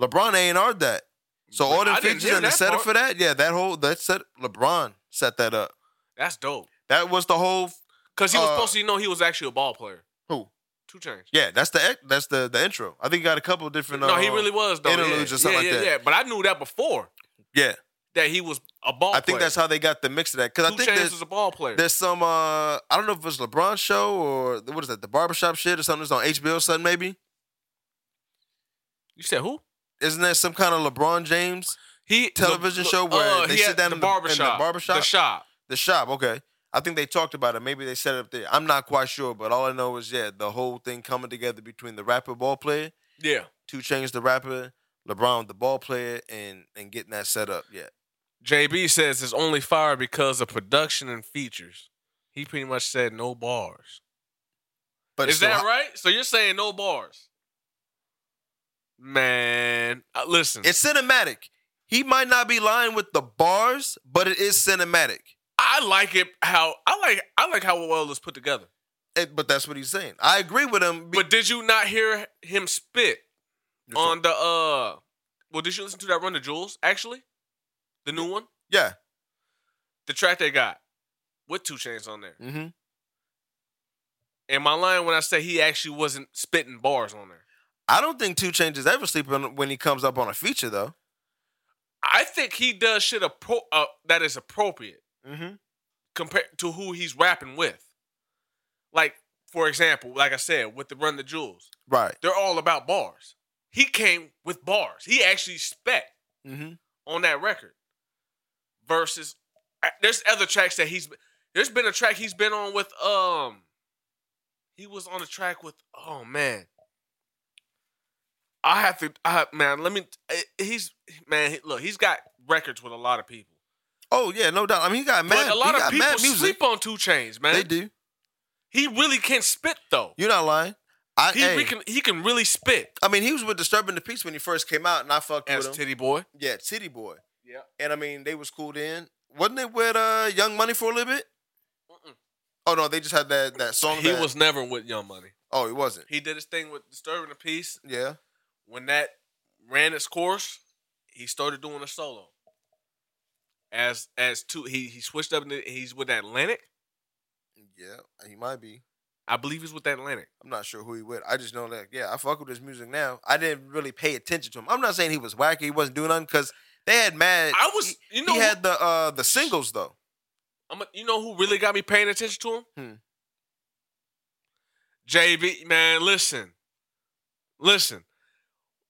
Speaker 2: LeBron A and R'd that. So all the
Speaker 1: I didn't
Speaker 2: features
Speaker 1: hear
Speaker 2: and the
Speaker 1: that
Speaker 2: setup
Speaker 1: part.
Speaker 2: for that, yeah, that whole that set LeBron set that up.
Speaker 1: that's dope.
Speaker 2: That was the whole
Speaker 1: Cause he was
Speaker 2: Uh,
Speaker 1: supposed to know he was actually a ball player.
Speaker 2: Who?
Speaker 1: Two Chainz.
Speaker 2: yeah. That's the ec- that's the the intro. I think he got a couple different.
Speaker 1: No,
Speaker 2: uh,
Speaker 1: he really was though.
Speaker 2: interludes
Speaker 1: yeah.
Speaker 2: or something
Speaker 1: yeah,
Speaker 2: like
Speaker 1: yeah,
Speaker 2: that.
Speaker 1: Yeah, but I knew that before
Speaker 2: yeah.
Speaker 1: that he was a ball.
Speaker 2: I think
Speaker 1: player.
Speaker 2: that's how they got the mix of that because I
Speaker 1: Two
Speaker 2: think
Speaker 1: Chainz
Speaker 2: there's,
Speaker 1: was a ball player.
Speaker 2: there's some uh I don't know if it's LeBron show or what is that the barbershop shit or something that's on HBO or something maybe
Speaker 1: You said who?
Speaker 2: isn't there some kind of LeBron James
Speaker 1: He
Speaker 2: Television
Speaker 1: Le-
Speaker 2: show where
Speaker 1: uh,
Speaker 2: they
Speaker 1: he
Speaker 2: sit
Speaker 1: had
Speaker 2: down
Speaker 1: the
Speaker 2: in the- in the
Speaker 1: barbershop,
Speaker 2: barbershop?
Speaker 1: the shop.
Speaker 2: The shop, okay. I think they talked about it. Maybe they set it up there. I'm not quite sure, but all I know is yeah, the whole thing coming together between the rapper ball player,
Speaker 1: Yeah.
Speaker 2: two chains the rapper, LeBron the ball player, and and getting that set up. Yeah.
Speaker 1: JB says it's only fire because of production and features. He pretty much said no bars.
Speaker 2: But
Speaker 1: Is that right? So you're saying no bars? Man, uh, listen.
Speaker 2: It's cinematic. He might not be lying with the bars, but it is cinematic.
Speaker 1: I like it how I like I like how well it's put together.
Speaker 2: It- but that's what he's saying. I agree with him. be-
Speaker 1: But did you not hear him spit on the uh well did you listen to that run the jewels actually? The new one?
Speaker 2: yeah.
Speaker 1: The track they got with two chains on there.
Speaker 2: Mm-hmm.
Speaker 1: And my line when I say he actually wasn't spitting bars on there.
Speaker 2: I don't think two changes ever sleeping when he comes up on a feature though.
Speaker 1: I think he does shit appro- uh, that is appropriate
Speaker 2: Mm-hmm.
Speaker 1: compared to who he's rapping with. Like, for example, like I said, with the Run the Jewels,
Speaker 2: Right.
Speaker 1: they're all about bars. He came with bars. He actually spec
Speaker 2: Mm-hmm.
Speaker 1: on that record. Versus, uh, there's other tracks that he's. There's been a track he's been on with. Um, he was on a track with. Oh man, I have to. I have, man, let me. eh, He's man. he- Look, he's got records with a lot of people,
Speaker 2: Oh yeah, no doubt. I mean, he got mad.
Speaker 1: but a lot
Speaker 2: he
Speaker 1: of
Speaker 2: got
Speaker 1: people
Speaker 2: mad music.
Speaker 1: sleep on Two Chains, man.
Speaker 2: They do.
Speaker 1: He really can spit though.
Speaker 2: You're not lying. I
Speaker 1: He
Speaker 2: hey,
Speaker 1: re- can. He can really spit
Speaker 2: I mean, he was with Disturbing the Peace when he first came out, and I fucked
Speaker 1: as
Speaker 2: with him.
Speaker 1: Titty Boy.
Speaker 2: yeah, Titty Boy.
Speaker 1: Yeah.
Speaker 2: And I mean, they was cool then. Wasn't it with uh Young Money for a little bit?
Speaker 1: Mm-mm.
Speaker 2: Oh no, they just had that that song.
Speaker 1: He
Speaker 2: that-
Speaker 1: was never with Young Money.
Speaker 2: Oh, he wasn't.
Speaker 1: He did his thing with Disturbing the Peace.
Speaker 2: Yeah.
Speaker 1: when that ran its course, he started doing a solo. As as two, he he switched up. and He's with Atlantic,
Speaker 2: Yeah, he might be.
Speaker 1: I believe. He's with Atlantic.
Speaker 2: I'm not sure who he with. I just know that. Yeah, I fuck with his music now. I didn't really pay attention to him. I'm not saying he was wacky. He wasn't doing nothing because they had mad.
Speaker 1: I was, you know,
Speaker 2: he
Speaker 1: who,
Speaker 2: had the uh the singles though. <laughs>
Speaker 1: I'm a, you know who really got me paying attention to him?
Speaker 2: Hmm.
Speaker 1: JB, man, listen, listen,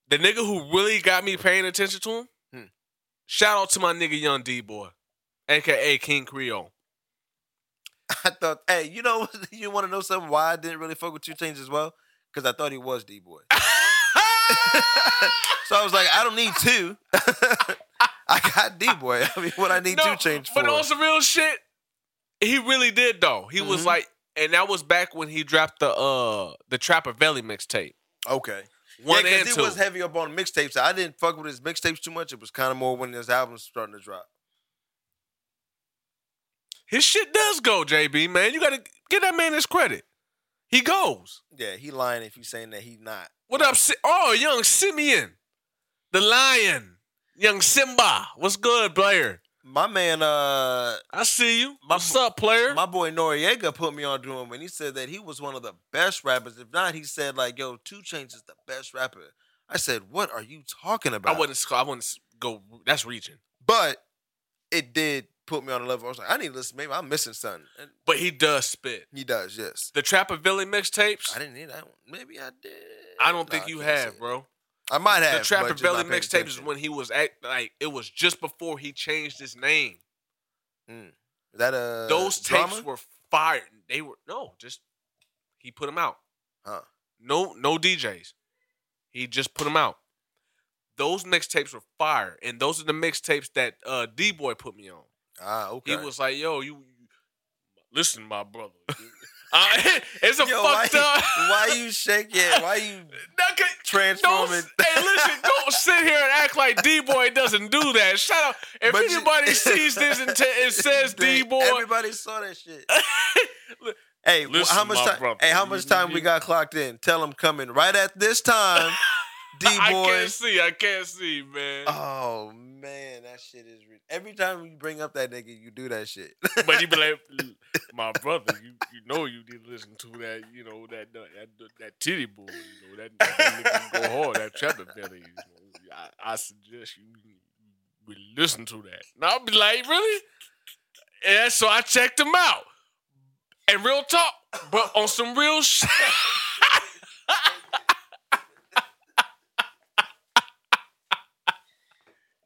Speaker 1: the nigga who really got me paying attention to him.
Speaker 2: Hmm.
Speaker 1: Shout out to my nigga Young D Boy, aka King Creole. <laughs>
Speaker 2: I thought, hey, you know, <laughs> you want to know something? Why I didn't really fuck with Two Chains as well? Because I thought he was D Boy. so I was like, I don't need two. <laughs> I got D Boy. I mean, what I need
Speaker 1: No,
Speaker 2: two chains for?
Speaker 1: But on some real shit, he really did though. He was
Speaker 2: Mhm.
Speaker 1: like, and that was back when he dropped the uh the Trapper Valley mixtape.
Speaker 2: okay.
Speaker 1: One
Speaker 2: yeah,
Speaker 1: and
Speaker 2: he
Speaker 1: two.
Speaker 2: was heavy up on mixtapes. I didn't fuck with his mixtapes too much. It was kind of more when his albums starting to drop.
Speaker 1: his shit does go, JB, man. You gotta give that man his credit. He goes.
Speaker 2: Yeah, he lying if he's saying that he not.
Speaker 1: What up, Si- oh young Simeon, the lion, young Simba. What's good, player?
Speaker 2: My man, uh,
Speaker 1: I see you.
Speaker 2: My-
Speaker 1: What's up, player?
Speaker 2: my boy Noriega put me on to him when he said that he was one of the best rappers. If not, he said like, "Yo, Two Chains is the best rapper." I said, "What are you talking about?"
Speaker 1: I wouldn't. sc- I wouldn't s- go. That's region.
Speaker 2: but it did put me on a level. I was like, I need to listen. Maybe I'm missing something. And
Speaker 1: But he does spit.
Speaker 2: he does, yes.
Speaker 1: The Trappavilli mixtapes,
Speaker 2: I didn't need that one. Maybe I did.
Speaker 1: I don't
Speaker 2: Nah,
Speaker 1: think
Speaker 2: I
Speaker 1: you
Speaker 2: can't say
Speaker 1: have,
Speaker 2: it.
Speaker 1: bro.
Speaker 2: I might
Speaker 1: The
Speaker 2: have. but
Speaker 1: Trappavilli
Speaker 2: just not paying
Speaker 1: mixtapes is
Speaker 2: attention.
Speaker 1: when he was at like it was just before he changed his name.
Speaker 2: Is that uh
Speaker 1: Those tapes
Speaker 2: drama?
Speaker 1: were fired. They were no, just he put them out.
Speaker 2: Huh.
Speaker 1: No, no DJs. He just put them out. Those mixtapes were fire, and those are the mixtapes that uh, D Boy put me on.
Speaker 2: ah okay.
Speaker 1: He was like, "Yo, you, you- listen, my brother." <laughs> Uh, it's a
Speaker 2: Yo,
Speaker 1: fucked
Speaker 2: why, <laughs>
Speaker 1: up.
Speaker 2: why you shake
Speaker 1: <laughs>
Speaker 2: it? Why you
Speaker 1: Now, can- Don't,
Speaker 2: transforming?
Speaker 1: hey, listen,
Speaker 2: <laughs>
Speaker 1: don't sit here and act like D Boy doesn't do that. Shut up. If
Speaker 2: But you- <laughs>
Speaker 1: anybody sees this and, t- and says D
Speaker 2: Dude,
Speaker 1: Boy,
Speaker 2: Everybody saw that shit. hey, wh-
Speaker 1: Listen,
Speaker 2: how much
Speaker 1: my
Speaker 2: time?
Speaker 1: brother,
Speaker 2: Hey, how
Speaker 1: you-
Speaker 2: much time we got clocked in? Tell them coming right at this time,
Speaker 1: <laughs>
Speaker 2: D
Speaker 1: I
Speaker 2: boy.
Speaker 1: can't see. I can't see, man.
Speaker 2: Oh man, that shit is. Re- Every time you bring up that nigga, you do that shit. <laughs>
Speaker 1: But you be like, my brother, you, you know you did listen to that, you know that that that, that titty boy, you know that, that nigga go hard, that trapper belly. You know, I, I suggest you, you listen to that. And I'll be like, really? Yeah. So I checked him out, and real talk, but on some real shit.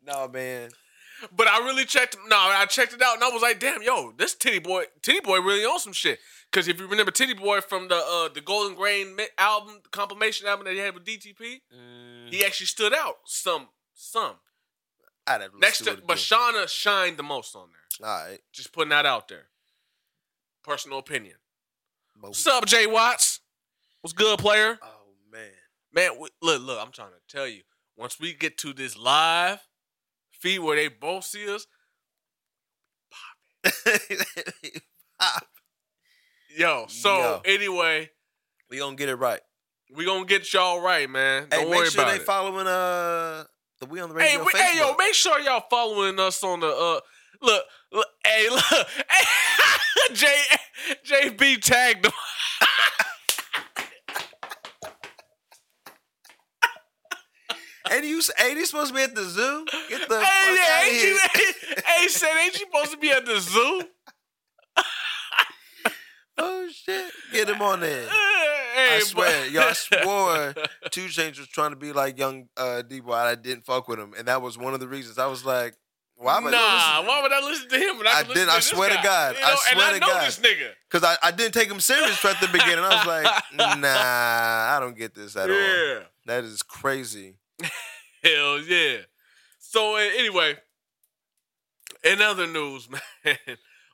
Speaker 2: no man,
Speaker 1: But I really checked. No, I checked it out, and I was like, "Damn, yo, this Titty Boy, Titty Boy, really on some shit." Because if you remember Titty Boy from the uh, the Golden Grain mi- album, compilation album that he had with DTP,
Speaker 2: Mm-hmm.
Speaker 1: he actually stood out some some
Speaker 2: I'd have
Speaker 1: next
Speaker 2: listened
Speaker 1: to.
Speaker 2: it
Speaker 1: But
Speaker 2: again.
Speaker 1: Shauna shined the most on there.
Speaker 2: all right.
Speaker 1: Just putting that out there. Personal opinion.
Speaker 2: But we-
Speaker 1: What's up, Jay Watts? What's good, player?
Speaker 2: Oh man, <laughs>
Speaker 1: Man, we, look, look, I'm trying to tell you. Once we get to this live feed where they both see us, yo. So
Speaker 2: Yo.
Speaker 1: anyway.
Speaker 2: we gonna get it right.
Speaker 1: We gonna get y'all right, man. Don't
Speaker 2: hey,
Speaker 1: worry
Speaker 2: make sure
Speaker 1: about
Speaker 2: they
Speaker 1: it.
Speaker 2: following uh the We on the Radio
Speaker 1: hey, we-
Speaker 2: Facebook.
Speaker 1: hey, yo, make sure y'all following us on the uh. Look, look hey, <laughs> look, hey, <laughs> J, JB tagged him.
Speaker 2: And you, s- hey, they supposed to be at the zoo. Get the
Speaker 1: Hey,
Speaker 2: fuck
Speaker 1: yeah,
Speaker 2: outta
Speaker 1: ain't
Speaker 2: here.
Speaker 1: you? Hey, said, ain't you supposed to be at the zoo?
Speaker 2: <laughs>
Speaker 1: <laughs>
Speaker 2: Oh shit, get him on there.
Speaker 1: Hey,
Speaker 2: I
Speaker 1: but-
Speaker 2: swear, y'all
Speaker 1: <laughs>
Speaker 2: I swore Two Chainz was trying to be like young uh, D Boy. I didn't fuck with him, and that was one of the reasons. I was like, why?
Speaker 1: nah, why would I listen to him? When I,
Speaker 2: I
Speaker 1: can listen
Speaker 2: didn't-
Speaker 1: To
Speaker 2: I
Speaker 1: this
Speaker 2: swear to
Speaker 1: guy?
Speaker 2: God,
Speaker 1: You
Speaker 2: I
Speaker 1: know,
Speaker 2: swear
Speaker 1: and I
Speaker 2: to
Speaker 1: know
Speaker 2: God.
Speaker 1: this nigga.
Speaker 2: Because I, I didn't take him serious at the beginning. I
Speaker 1: <laughs>
Speaker 2: was like, nah, I don't get this at all.
Speaker 1: Yeah.
Speaker 2: That is crazy.
Speaker 1: Hell yeah. So uh, anyway, in other news, <laughs> man,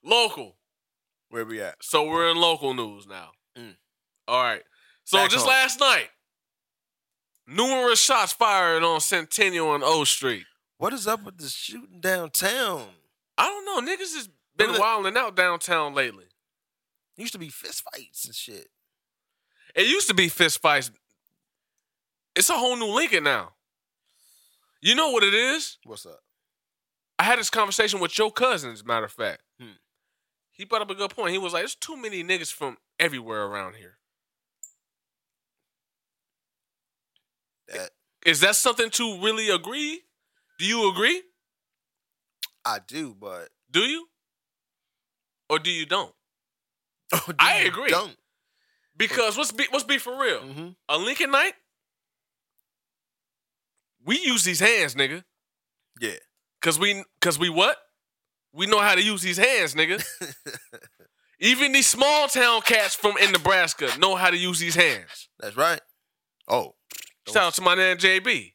Speaker 1: local.
Speaker 2: Where we at?
Speaker 1: So we're in local news now.
Speaker 2: Mm.
Speaker 1: All right. So
Speaker 2: Back
Speaker 1: just
Speaker 2: home.
Speaker 1: last night, numerous shots fired on Centennial and O Street.
Speaker 2: What is up with the shooting downtown?
Speaker 1: I don't know. Niggas has been
Speaker 2: Remember the-
Speaker 1: wilding out downtown lately.
Speaker 2: Used to be fist fights and shit.
Speaker 1: It used to be fist fights. It's a whole new Lincoln now. You know what it is?
Speaker 2: What's up?
Speaker 1: I had this conversation with your cousin, as a matter of fact.
Speaker 2: Hmm.
Speaker 1: He brought up a good point. He was like, there's too many niggas from everywhere around here.
Speaker 2: That
Speaker 1: Is that something to really agree? Do you agree?
Speaker 2: I do,
Speaker 1: <laughs>
Speaker 2: but
Speaker 1: Do you? Or do you don't? Oh, I agree.
Speaker 2: Don't.
Speaker 1: Because let's be let's be for real.
Speaker 2: Mhm.
Speaker 1: A Lincoln night, we use these hands, nigga.
Speaker 2: Yeah.
Speaker 1: Cause we cause we what? We know how to use these hands, nigga. Even these small town cats from in Nebraska know how to use these hands.
Speaker 2: <laughs> That's right. Oh, Don't-
Speaker 1: Shout out to my man JB.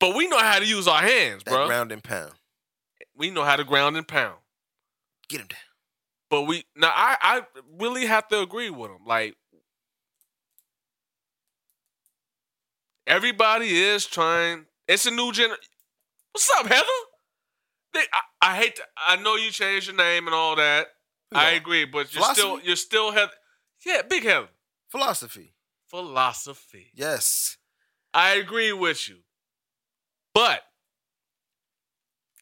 Speaker 1: But we know how to use our hands,
Speaker 2: that
Speaker 1: bro.
Speaker 2: round and pound.
Speaker 1: we know how to ground and pound.
Speaker 2: Get him down.
Speaker 1: But we now I I really have to agree with him. Like everybody is trying. It's a new gen. What's up, Heather? They- I, I hate. To, I know you changed your name and all that. I
Speaker 2: Yeah.
Speaker 1: agree, but you're still
Speaker 2: Philosophy?
Speaker 1: you're still Heather. Yeah, big Heather.
Speaker 2: Philosophy.
Speaker 1: Philosophy.
Speaker 2: Yes.
Speaker 1: I agree with you, but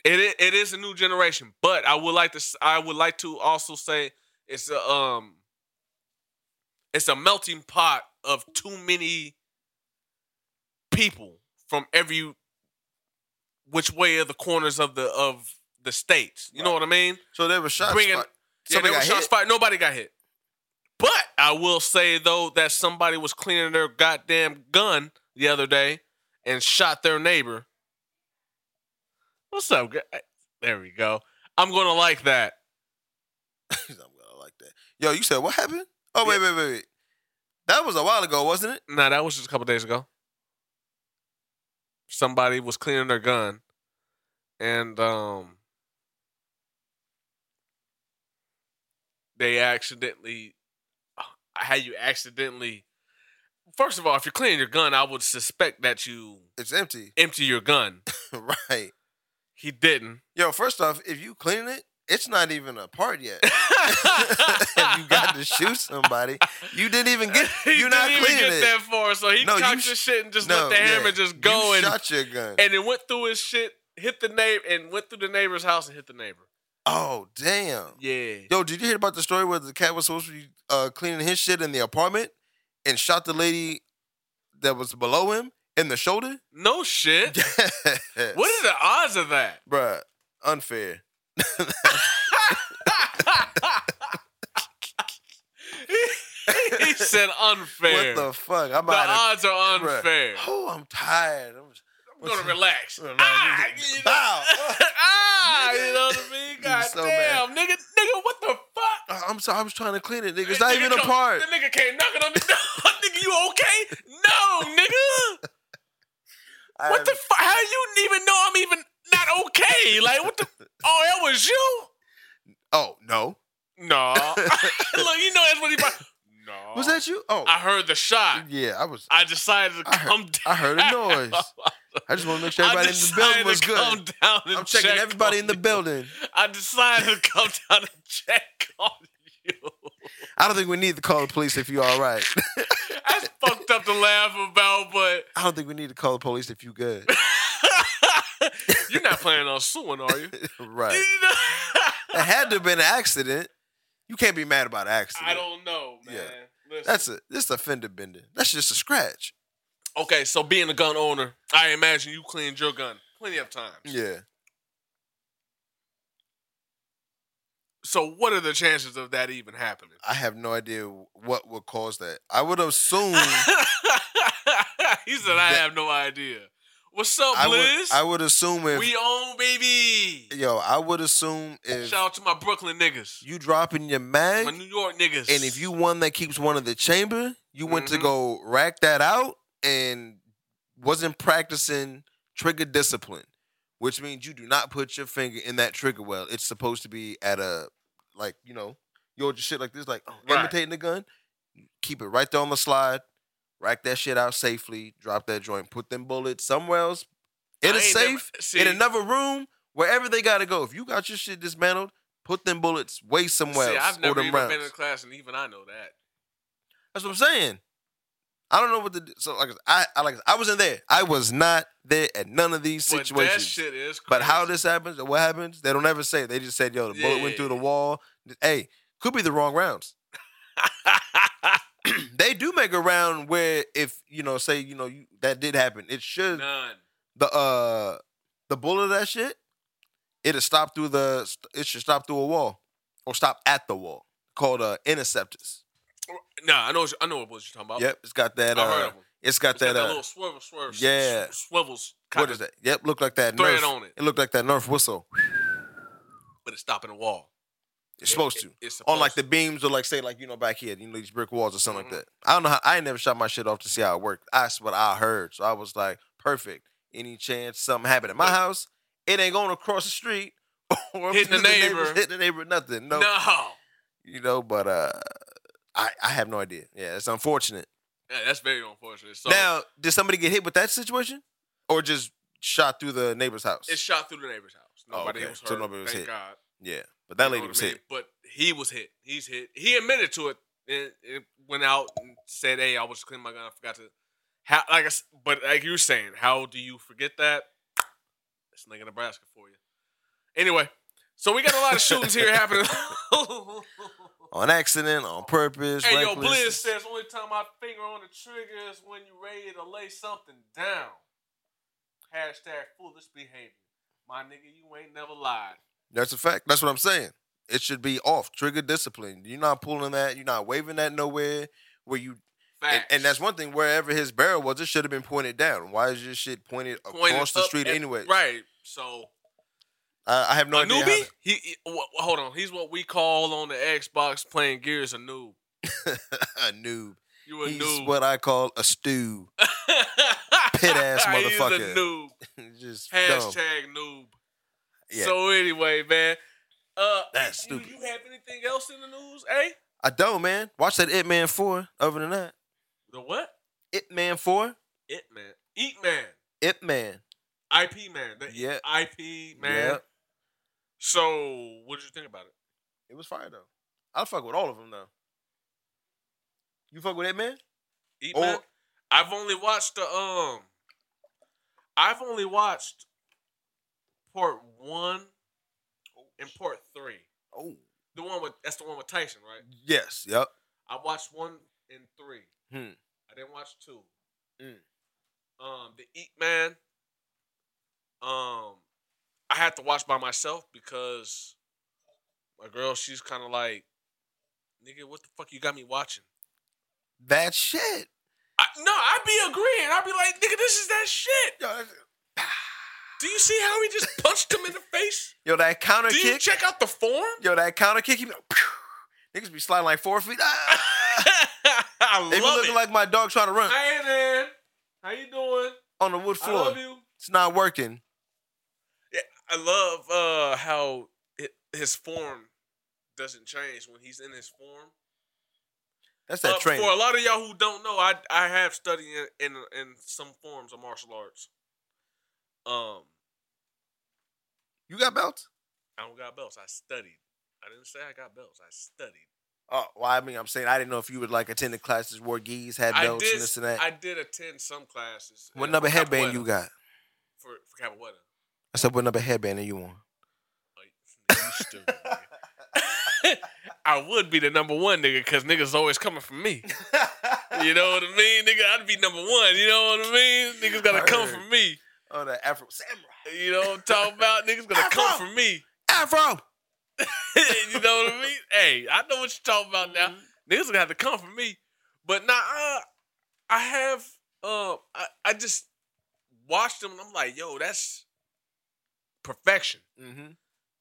Speaker 1: it i- it is a new generation. But I would like to s- I would like to also say it's a um it's a melting pot of too many people from every which way of the corners of the of the states. You know what I mean?
Speaker 2: So there were shots.
Speaker 1: Bringing
Speaker 2: fired. <laughs>
Speaker 1: yeah,
Speaker 2: Somebody
Speaker 1: there were
Speaker 2: got
Speaker 1: shots
Speaker 2: hit.
Speaker 1: fired. Nobody got hit. But I will say though that somebody was cleaning their goddamn gun the other day and shot their neighbor. What's up? gu- There we go. I'm gonna like that.
Speaker 2: I'm gonna like that. Yo, you said what happened? Oh wait, wait, wait, wait. That was a while ago, wasn't it?
Speaker 1: Nah, that was just a couple days ago. Somebody was cleaning their gun, and um, they accidentally. uh, How you accidentally? First of all, if you're cleaning your gun, I would suspect that you
Speaker 2: It's empty, <laughs>
Speaker 1: empty your gun.
Speaker 2: right?
Speaker 1: He
Speaker 2: <laughs>
Speaker 1: didn't. <laughs>
Speaker 2: Yo, first off, if you clean it, it's not even apart yet. <laughs> if
Speaker 1: if
Speaker 2: you
Speaker 1: <laughs>
Speaker 2: got to shoot somebody, you didn't even get.
Speaker 1: he
Speaker 2: You're not
Speaker 1: didn't even
Speaker 2: cleaning
Speaker 1: get
Speaker 2: it.
Speaker 1: that far, so he
Speaker 2: No, you
Speaker 1: cocked
Speaker 2: sh-
Speaker 1: his shit and just
Speaker 2: No,
Speaker 1: let the
Speaker 2: yeah.
Speaker 1: hammer just go
Speaker 2: You
Speaker 1: and
Speaker 2: shot your gun.
Speaker 1: and it went through his shit, hit the neighbor, and went through the neighbor's house and hit the neighbor.
Speaker 2: oh damn.
Speaker 1: Yeah.
Speaker 2: Yo, did you hear about the story where the cat was supposed to be uh, cleaning his shit in the apartment and shot the lady that was below him in the shoulder? <laughs>
Speaker 1: No shit. What are the odds of that?
Speaker 2: Bruh, unfair.
Speaker 1: he said unfair.
Speaker 2: What the fuck? I'm
Speaker 1: The
Speaker 2: out
Speaker 1: odds are
Speaker 2: of
Speaker 1: unfair.
Speaker 2: Oh, I'm tired. I'm just-
Speaker 1: I'm gonna relax.
Speaker 2: Relax.
Speaker 1: Ah, you
Speaker 2: <laughs>
Speaker 1: know,
Speaker 2: Bow.
Speaker 1: <laughs> ah, you know what I mean? God
Speaker 2: so
Speaker 1: damn, nigga, nigga, what the fuck?
Speaker 2: Uh, I'm sorry. I was trying to clean it, nigga. It's
Speaker 1: That
Speaker 2: not
Speaker 1: nigga
Speaker 2: even a
Speaker 1: come-
Speaker 2: part.
Speaker 1: That nigga came knocking <laughs> on the door. nigga, you okay? No, nigga. What the fuck? How you even know I'm even not okay? Like
Speaker 2: <laughs>
Speaker 1: what the? Oh, that was you?
Speaker 2: Oh no.
Speaker 1: No. <laughs> Look, you know that's what he. Probably, no.
Speaker 2: Was that you? Oh
Speaker 1: I heard the shot.
Speaker 2: yeah. I was.
Speaker 1: I decided to
Speaker 2: I heard-
Speaker 1: come down.
Speaker 2: I heard
Speaker 1: <laughs>
Speaker 2: a noise. I just want to make sure
Speaker 1: I
Speaker 2: everybody in the building
Speaker 1: decided
Speaker 2: was
Speaker 1: to
Speaker 2: good.
Speaker 1: Come down and
Speaker 2: I'm checking
Speaker 1: check
Speaker 2: everybody
Speaker 1: on
Speaker 2: in the
Speaker 1: you.
Speaker 2: building.
Speaker 1: I decided to come <laughs> down and check on you.
Speaker 2: I don't think we need to call the police if you all right. <laughs>
Speaker 1: That's fucked up to laugh about, but
Speaker 2: I don't think we need to call the police if you good. <laughs>
Speaker 1: you're not planning on suing, are <laughs> you?
Speaker 2: right. It had to have been an accident. You can't be mad about an accident.
Speaker 1: I don't know, man.
Speaker 2: Yeah.
Speaker 1: Listen.
Speaker 2: That's a this is a fender bending. That's just a scratch.
Speaker 1: Okay, so being a gun owner, I imagine you cleaned your gun plenty of times.
Speaker 2: Yeah.
Speaker 1: So what are the chances of that even happening?
Speaker 2: I have no idea what would cause that. I
Speaker 1: <laughs>
Speaker 2: would assume
Speaker 1: he said, "I
Speaker 2: That-
Speaker 1: have no idea." What's up,
Speaker 2: I
Speaker 1: Liz?
Speaker 2: would I would assume if
Speaker 1: Oh, we own, baby.
Speaker 2: yo, I would assume if
Speaker 1: Shout out to my Brooklyn niggas,
Speaker 2: you drop in your
Speaker 1: my
Speaker 2: mag
Speaker 1: New York niggas,
Speaker 2: and if you one that keeps one in the chamber, you went
Speaker 1: Mhm.
Speaker 2: to go rack that out and wasn't practicing trigger discipline, which means you do not put your finger in that trigger well. It's supposed to be at a like you know you hold your shit like this, like oh,
Speaker 1: Right.
Speaker 2: imitating the gun. Keep it right there on the slide. Rack that shit out safely. Drop that joint. Put them bullets somewhere else in
Speaker 1: I
Speaker 2: a
Speaker 1: ain't never- <laughs>
Speaker 2: safe,
Speaker 1: see,
Speaker 2: in another room, wherever they gotta go. If you got your shit dismantled, put them bullets way somewhere
Speaker 1: see,
Speaker 2: else.
Speaker 1: I've
Speaker 2: or
Speaker 1: never
Speaker 2: them
Speaker 1: even
Speaker 2: rounds.
Speaker 1: been in a class, and even I know that.
Speaker 2: That's what I'm saying. I don't know what the so like I, I like I wasn't there. I was not there at none of these
Speaker 1: But that
Speaker 2: situations.
Speaker 1: shit is. Crazy.
Speaker 2: But how this happens or what happens, they don't ever say. They just said, "Yo, the bullet went
Speaker 1: Yeah.
Speaker 2: through the wall." Hey, could be the wrong rounds. <clears throat> they do make a round where if you know, say you know you, that did happen, it
Speaker 1: <laughs>
Speaker 2: should
Speaker 1: None.
Speaker 2: the uh the bullet of that shit, it'll stop through the it should stop through a wall or stop at the wall called uh interceptors.
Speaker 1: Nah, I know. what you- I know what bullets you're talking about.
Speaker 2: Yep, it's got that.
Speaker 1: Oh. I heard
Speaker 2: Uh,
Speaker 1: of 'em.
Speaker 2: it's got
Speaker 1: It's got
Speaker 2: that.
Speaker 1: that
Speaker 2: uh,
Speaker 1: little swivel, swerve, sw-
Speaker 2: yeah.
Speaker 1: sw- swivels.
Speaker 2: What
Speaker 1: kinda
Speaker 2: is that? Yep, looked like that.
Speaker 1: Thread
Speaker 2: Nerf.
Speaker 1: on it.
Speaker 2: It looked like that Nerf whistle.
Speaker 1: But it's stopping the wall.
Speaker 2: It's supposed to.
Speaker 1: It's
Speaker 2: On like the
Speaker 1: supposed
Speaker 2: beams or like say like you know back here, you know these brick walls or something
Speaker 1: Mhm.
Speaker 2: like that. I don't know how I ain't never shot my shit off to see how it worked. That's what I heard. So I was like, perfect. Any chance something happened at my
Speaker 1: Look.
Speaker 2: house? It ain't going across the street <laughs> or
Speaker 1: Hitting the
Speaker 2: neighbors-
Speaker 1: neighbor.
Speaker 2: Hitting <laughs> the neighbor, nothing.
Speaker 1: to.
Speaker 2: No,
Speaker 1: No.
Speaker 2: you know, but uh, I I have no idea. Yeah, it's unfortunate.
Speaker 1: Yeah, that's very unfortunate. So
Speaker 2: now, did somebody get hit with that situation, or just shot through the neighbor's house?
Speaker 1: it shot through the neighbor's house.
Speaker 2: Oh,
Speaker 1: Nobody
Speaker 2: okay.
Speaker 1: was hurt.
Speaker 2: So nobody was
Speaker 1: Thank
Speaker 2: hit.
Speaker 1: God.
Speaker 2: yeah, but that
Speaker 1: You know
Speaker 2: lady
Speaker 1: what I
Speaker 2: was
Speaker 1: mean?
Speaker 2: hit.
Speaker 1: But he was hit. He's hit. He admitted to it. It, it went out and said, "Hey, I was cleaning my gun. I forgot to." How, like I, s- but like you were saying, how do you forget that? It's nigga Nebraska for you. Anyway, so we got a lot of shootings here happening.
Speaker 2: <laughs>
Speaker 1: <laughs>
Speaker 2: on accident, on purpose.
Speaker 1: Hey, yo,
Speaker 2: reckless.
Speaker 1: Blizz says only time I finger on the trigger is when you ready to lay something down. Hashtag foolish behavior. My nigga, you ain't never lied.
Speaker 2: That's a fact. That's what I'm saying. It should be off. Trigger discipline. You're not pulling that. You're not waving that nowhere. Where you and, and that's one thing. Wherever his barrel was, it should have been pointed down. Why is your shit pointed
Speaker 1: Pointed
Speaker 2: across the
Speaker 1: up
Speaker 2: streath
Speaker 1: at-
Speaker 2: anyway?
Speaker 1: Right. So
Speaker 2: I, I have no
Speaker 1: a
Speaker 2: idea. how
Speaker 1: newbie?
Speaker 2: that-
Speaker 1: He, he- wh- wh- hold on. He's what we call on the Xbox playing Gears a noob.
Speaker 2: <laughs> a noob.
Speaker 1: You a
Speaker 2: He's
Speaker 1: noob. <laughs>
Speaker 2: what I call a stew. <laughs> pit ass
Speaker 1: He's
Speaker 2: motherfucker.
Speaker 1: a noob.
Speaker 2: Just dumb.
Speaker 1: Hashtag noob.
Speaker 2: Yeah.
Speaker 1: So anyway, man. Uh,
Speaker 2: That's
Speaker 1: you-
Speaker 2: stupid.
Speaker 1: You, have anything else in the news? Eh?
Speaker 2: I don't, man. Watch that It Man 4. Other than that,
Speaker 1: The what?
Speaker 2: It Man 4,
Speaker 1: It man. Eat man.
Speaker 2: It Man.
Speaker 1: IP man. The
Speaker 2: Yeah.
Speaker 1: IP man.
Speaker 2: Yep.
Speaker 1: So what did you think about it?
Speaker 2: It was fire, though. I fuck with all of them, though. You fuck with It Man?
Speaker 1: Eat
Speaker 2: Or-
Speaker 1: man. I've only watched the um. I've only watched part one and part three.
Speaker 2: Oh.
Speaker 1: The one with that's the one with Tyson, right?
Speaker 2: Yes. Yep.
Speaker 1: I watched one and three.
Speaker 2: Hmm.
Speaker 1: I didn't watch two.
Speaker 2: Mm.
Speaker 1: Um, the Eat Man. Um, I had to watch by myself because my girl, she's kind of like, "Nigga, what the fuck you got me watching?"
Speaker 2: That shit.
Speaker 1: I, no, I'd be agreeing. I'd be like, "Nigga, this is that shit."
Speaker 2: Yo, that's-
Speaker 1: Do you see how he
Speaker 2: <laughs>
Speaker 1: just punched him in the face?
Speaker 2: Yo, that counter
Speaker 1: Do you
Speaker 2: kick.
Speaker 1: check out the form? <laughs>
Speaker 2: Yo, that counter kick. He be like, "Pew." niggas be sliding like four feet.
Speaker 1: <laughs>
Speaker 2: Ah!
Speaker 1: I
Speaker 2: they be
Speaker 1: love
Speaker 2: looking
Speaker 1: it.
Speaker 2: like my dog trying to run
Speaker 1: hey man, how you doing?
Speaker 2: on the wood
Speaker 1: I
Speaker 2: floor.
Speaker 1: love you.
Speaker 2: It's not working.
Speaker 1: I love uh how hi- his form doesn't change when he's in his form.
Speaker 2: That's that
Speaker 1: Uh,
Speaker 2: training.
Speaker 1: For a lot of y'all who don't know, I I have studied in, in in some forms of martial arts. Um,
Speaker 2: You got belts?
Speaker 1: I don't got belts. I studied. I didn't say I got belts. I studied.
Speaker 2: Oh, well, I mean, I'm saying I didn't know if you would like attended classes, wore geese, had
Speaker 1: I
Speaker 2: belts,
Speaker 1: did.
Speaker 2: and this and that.
Speaker 1: I did attend some classes.
Speaker 2: what
Speaker 1: uh,
Speaker 2: number
Speaker 1: for
Speaker 2: headband
Speaker 1: capoeira-
Speaker 2: you got?
Speaker 1: for for capoeira?
Speaker 2: I said, what number headband are you on?
Speaker 1: Like, you stupid. nigga. <laughs> I would be the number one nigga because niggas always coming for me. You know what I mean? Nigga, I'd be number one. You know what I mean? Niggas gotta come
Speaker 2: Word.
Speaker 1: for me.
Speaker 2: oh, that Afro samurai.
Speaker 1: You know what I'm talking about? Niggas gonna come for me. <laughs>
Speaker 2: Afro.
Speaker 1: you know what I mean? Hey, I know what you're talking about now. Niggas gonna have to come for me. But nah, I, I have um I, I just watched them and I'm like, yo, that's perfection.
Speaker 2: Mm-hmm.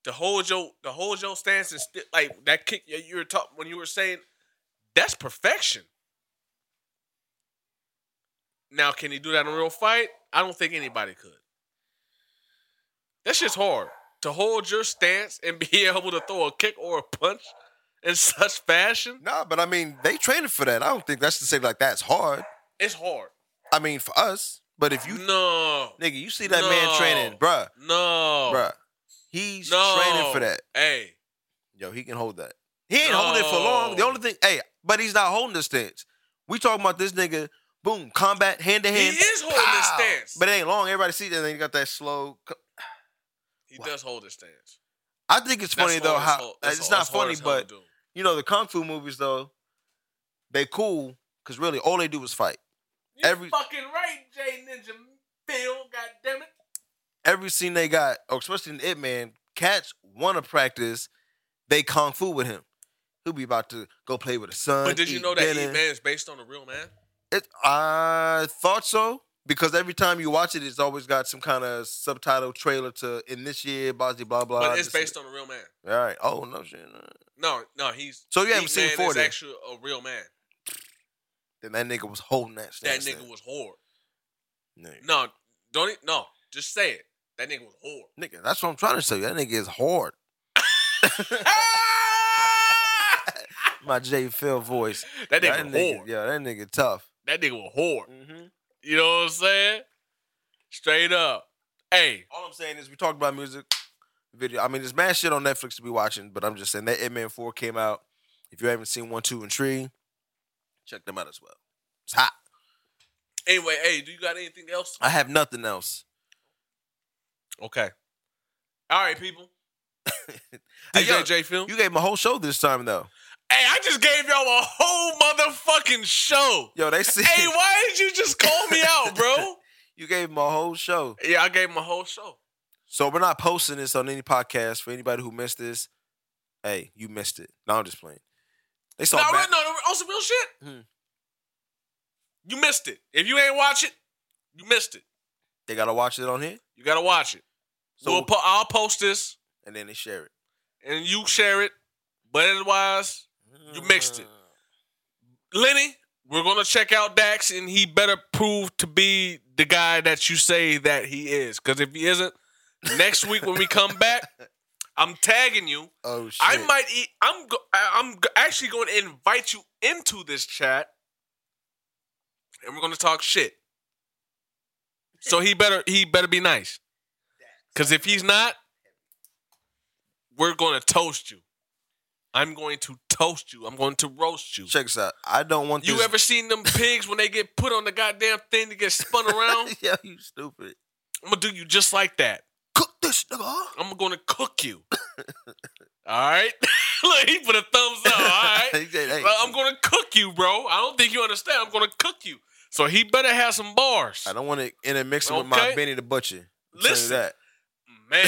Speaker 1: The whole your the whole your stance and sti- like that kick you you were talking when you were saying that's perfection. Now, can he do that in a real fight? I don't think anybody could. That shit's hard to hold your stance and <laughs> be able to throw a kick or a punch in such fashion.
Speaker 2: Nah, but I mean, they training for that. I don't think that's to say like that's hard.
Speaker 1: It's hard.
Speaker 2: I mean, for us. But if you,
Speaker 1: no,
Speaker 2: nigga, you see that man
Speaker 1: No.
Speaker 2: training, bruh,
Speaker 1: no,
Speaker 2: bruh, he's
Speaker 1: no.
Speaker 2: training for that.
Speaker 1: Hey,
Speaker 2: Yo, he can hold that. He ain't holding it for long. The
Speaker 1: No.
Speaker 2: only thing, hey, but he's not holding the stance. We talking about this nigga, boom, combat, hand to hand.
Speaker 1: He is holding his
Speaker 2: pow.
Speaker 1: stance.
Speaker 2: But it ain't long. Everybody see that. They got that slow. co-
Speaker 1: he
Speaker 2: Wow.
Speaker 1: does hold his stance.
Speaker 2: I think it's funny
Speaker 1: That's
Speaker 2: though
Speaker 1: hard as
Speaker 2: how
Speaker 1: hell- that's
Speaker 2: it's
Speaker 1: hard-
Speaker 2: not
Speaker 1: that's hard
Speaker 2: funny,
Speaker 1: as hell to
Speaker 2: but
Speaker 1: do.
Speaker 2: you know the kung fu movies though, they cool because really all they do is fight.
Speaker 1: You're
Speaker 2: Every-
Speaker 1: fucking right, Jay Ninja Phil. God damn it.
Speaker 2: Every scene they got, or especially in It Man, cats want to practice. They kung fu with him. He'll be about to go play with his son.
Speaker 1: But did you
Speaker 2: eat
Speaker 1: know that
Speaker 2: dinner.
Speaker 1: Eve Man is based on a real man?
Speaker 2: It, I thought so because every time you watch it, it's always got some kind of subtitle trailer to in this year, blah blah blah. blah
Speaker 1: but it's based on a real man.
Speaker 2: on. All right. Oh no shit. no.
Speaker 1: No, no, he's
Speaker 2: So you haven't
Speaker 1: Eve
Speaker 2: seen
Speaker 1: Man is
Speaker 2: 40.
Speaker 1: actually a real man.
Speaker 2: Then that nigga was holding that.
Speaker 1: That
Speaker 2: Stance
Speaker 1: nigga
Speaker 2: then.
Speaker 1: was whore.
Speaker 2: Nigga.
Speaker 1: No, don't e- no. Just say it. That nigga was whore.
Speaker 2: Nigga, that's what I'm trying to say. That nigga
Speaker 1: <laughs>
Speaker 2: is hard. <laughs> My J. Phil voice.
Speaker 1: that nigga
Speaker 2: that
Speaker 1: was
Speaker 2: nigga,
Speaker 1: whore.
Speaker 2: yeah, that nigga tough.
Speaker 1: That nigga was whore.
Speaker 2: Mm-hmm.
Speaker 1: You know what I'm saying? Straight up. Hey,
Speaker 2: All I'm saying is we talked about music video. I mean, there's mad shit on Netflix to be watching, but I'm just saying that It Man 4 came out. If you haven't seen one, two, and three, check them out as well. It's hot.
Speaker 1: anyway, hey, do you got anything else?
Speaker 2: I have nothing else.
Speaker 1: Okay. All right,
Speaker 2: <laughs>
Speaker 1: people.
Speaker 2: Hey,
Speaker 1: DJ
Speaker 2: yo,
Speaker 1: J Phil.
Speaker 2: You gave my whole show this time though.
Speaker 1: Hey, I just gave y'all a whole motherfucking show. <laughs>
Speaker 2: Yo, they see
Speaker 1: hey, <laughs> why did you just call me out, bro?
Speaker 2: you gave my whole show.
Speaker 1: Yeah, I gave him a whole show.
Speaker 2: So we're not posting this on any podcast for anybody who missed this. Hey, you missed it. No, I'm just playing. They saw
Speaker 1: No,
Speaker 2: Ma-
Speaker 1: really, no, no, on some real shit.
Speaker 2: Hmm.
Speaker 1: You missed it. If you ain't watch it, you missed it.
Speaker 2: they gotta watch it on here,
Speaker 1: You gotta watch it. So
Speaker 2: So-
Speaker 1: we'll po- I'll post this
Speaker 2: and then they share it.
Speaker 1: and you share it. But otherwise, You mixed it. Lenny, we're gonna check out Dax, and he better prove to be the guy that you say that he is. Because if he isn't, next week when we come <laughs> back, I'm tagging you.
Speaker 2: Oh shit!
Speaker 1: I might. Eat, I'm. go- I- I'm go- actually going to invite you into this chat, and we're going to talk shit. So he better. He better be nice. Because if he's not, we're going to toast you. I'm going to toast you. I'm going to roast you.
Speaker 2: check this out. I don't want
Speaker 1: You
Speaker 2: this-
Speaker 1: ever seen them pigs when they get put on the goddamn thing to get spun
Speaker 2: <laughs>
Speaker 1: around?
Speaker 2: <laughs> yeah, you stupid.
Speaker 1: I'm gonna do you just like that.
Speaker 2: Cook this nigga. <laughs>
Speaker 1: I'm gonna cook you. All right. <laughs> Look, he put a thumbs up. All right.
Speaker 2: He said, hey,
Speaker 1: Well, I'm gonna cook you, bro. I don't think you understand. I'm gonna cook you. So he better have some bars.
Speaker 2: I don't want to intermix it with my
Speaker 1: Okay.
Speaker 2: Benny the Butcher. I'll tell you
Speaker 1: Listen,
Speaker 2: that. <laughs>
Speaker 1: man.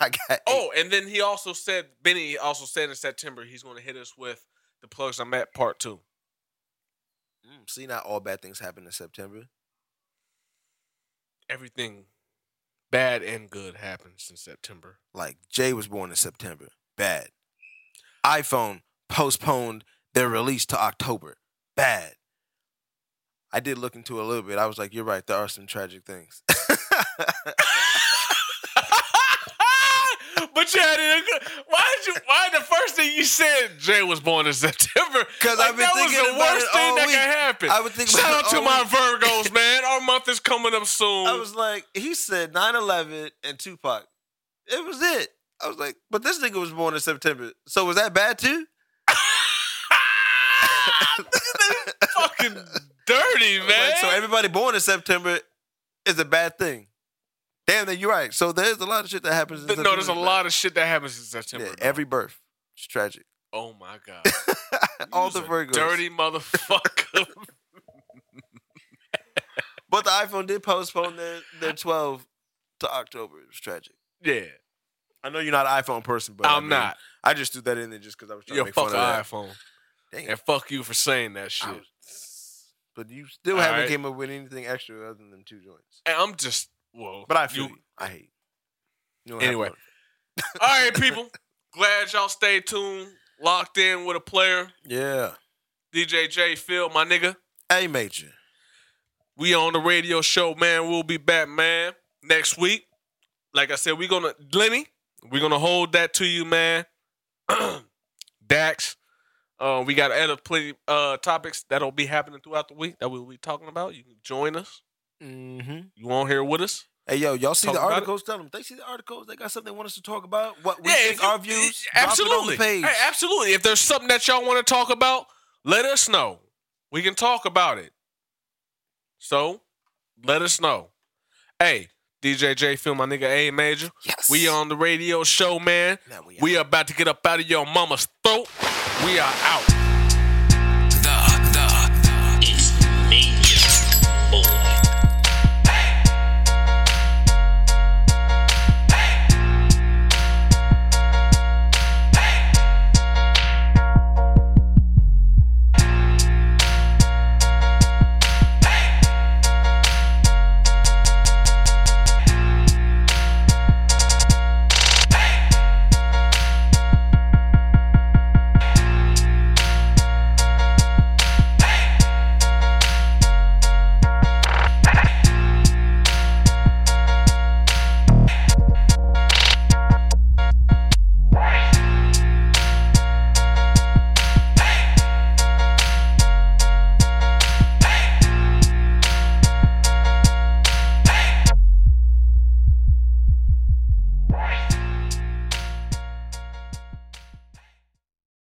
Speaker 2: I got. Oh,
Speaker 1: oh, and then he also said Benny also said in September he's gonna hit us with the plugs I'm at part two.
Speaker 2: Mm, see, not all bad things happen in September.
Speaker 1: Everything bad and good happens in September. <laughs>
Speaker 2: Like Jay was born in September. Bad. iPhone postponed their release to October. Bad. I did look into it a little bit. I was like, you're right. There are some tragic things. <laughs>
Speaker 1: but you had it. a good- Why did you? Why the first thing you said? Jay was born in September.
Speaker 2: 'Cause I've been
Speaker 1: that was
Speaker 2: thinking
Speaker 1: the
Speaker 2: about
Speaker 1: worst
Speaker 2: it
Speaker 1: thing
Speaker 2: all
Speaker 1: that
Speaker 2: week.
Speaker 1: could happen.
Speaker 2: I was thinking
Speaker 1: Shout out
Speaker 2: about it
Speaker 1: to
Speaker 2: all
Speaker 1: my
Speaker 2: week.
Speaker 1: Virgos, man. Our month is coming up
Speaker 2: <laughs>
Speaker 1: soon.
Speaker 2: I was like, he said 9 11 and Tupac. It was it. I was like, but this nigga was born in September. So was that bad too?
Speaker 1: fucking dirty, <laughs>
Speaker 2: I'm
Speaker 1: <laughs> man.
Speaker 2: like, so everybody born in September is a bad thing. Damn, that you're right. So there's a lot of shit that happens. In
Speaker 1: Th- no,
Speaker 2: September
Speaker 1: there's a
Speaker 2: that's
Speaker 1: lot of shit that happens in September.
Speaker 2: bad. Yeah,
Speaker 1: though.
Speaker 2: every birth, it's tragic. <laughs>
Speaker 1: oh <laughs> my god,
Speaker 2: All
Speaker 1: You's
Speaker 2: the
Speaker 1: a
Speaker 2: Virgos.
Speaker 1: dirty <laughs> motherfucker.
Speaker 2: But the iPhone did postpone their, their 12 to October. It was tragic.
Speaker 1: yeah,
Speaker 2: I know you're not an iPhone person, but I
Speaker 1: I'm
Speaker 2: mean,
Speaker 1: not.
Speaker 2: I just threw that in there just because I was trying
Speaker 1: You're
Speaker 2: to make fun
Speaker 1: fucking
Speaker 2: of that.
Speaker 1: iPhone,
Speaker 2: Damn.
Speaker 1: and fuck you for saying that shit.
Speaker 2: I was- But you still
Speaker 1: All
Speaker 2: haven't
Speaker 1: right.
Speaker 2: came up with anything extra other than two joints.
Speaker 1: And I'm just whoa.
Speaker 2: But I feel
Speaker 1: you-
Speaker 2: you. I hate. You don't have
Speaker 1: Anyway.
Speaker 2: one.
Speaker 1: <laughs> All right, people. <laughs> Glad y'all stay tuned, locked in with a player.
Speaker 2: Yeah.
Speaker 1: DJ J Phil, my nigga.
Speaker 2: A major.
Speaker 1: We on the radio show, man. We'll be back, man, next week. Like I said, we're gonna Lenny, we're gonna hold that to you, man. <clears throat> Dax. Uh, we got other plenty uh topics that'll be happening throughout the week that we'll be talking about. You can join us.
Speaker 2: Mm-hmm.
Speaker 1: You on here with us?
Speaker 2: Hey yo, y'all see
Speaker 1: Talk
Speaker 2: the
Speaker 1: about it.
Speaker 2: articles? Tell them if they see the articles. They got something they want us to talk about. What we
Speaker 1: if
Speaker 2: think
Speaker 1: you-
Speaker 2: our views.
Speaker 1: eh,
Speaker 2: drop it on the page.
Speaker 1: Hey, absolutely. If there's something that y'all want to talk about, let us know. We can talk about it. So, let us know. Hey, DJ J Phil, my nigga A Major.
Speaker 2: Yes.
Speaker 1: We on the radio show, man.
Speaker 2: Now we
Speaker 1: We are about to get up out of your mama's throat. We are out.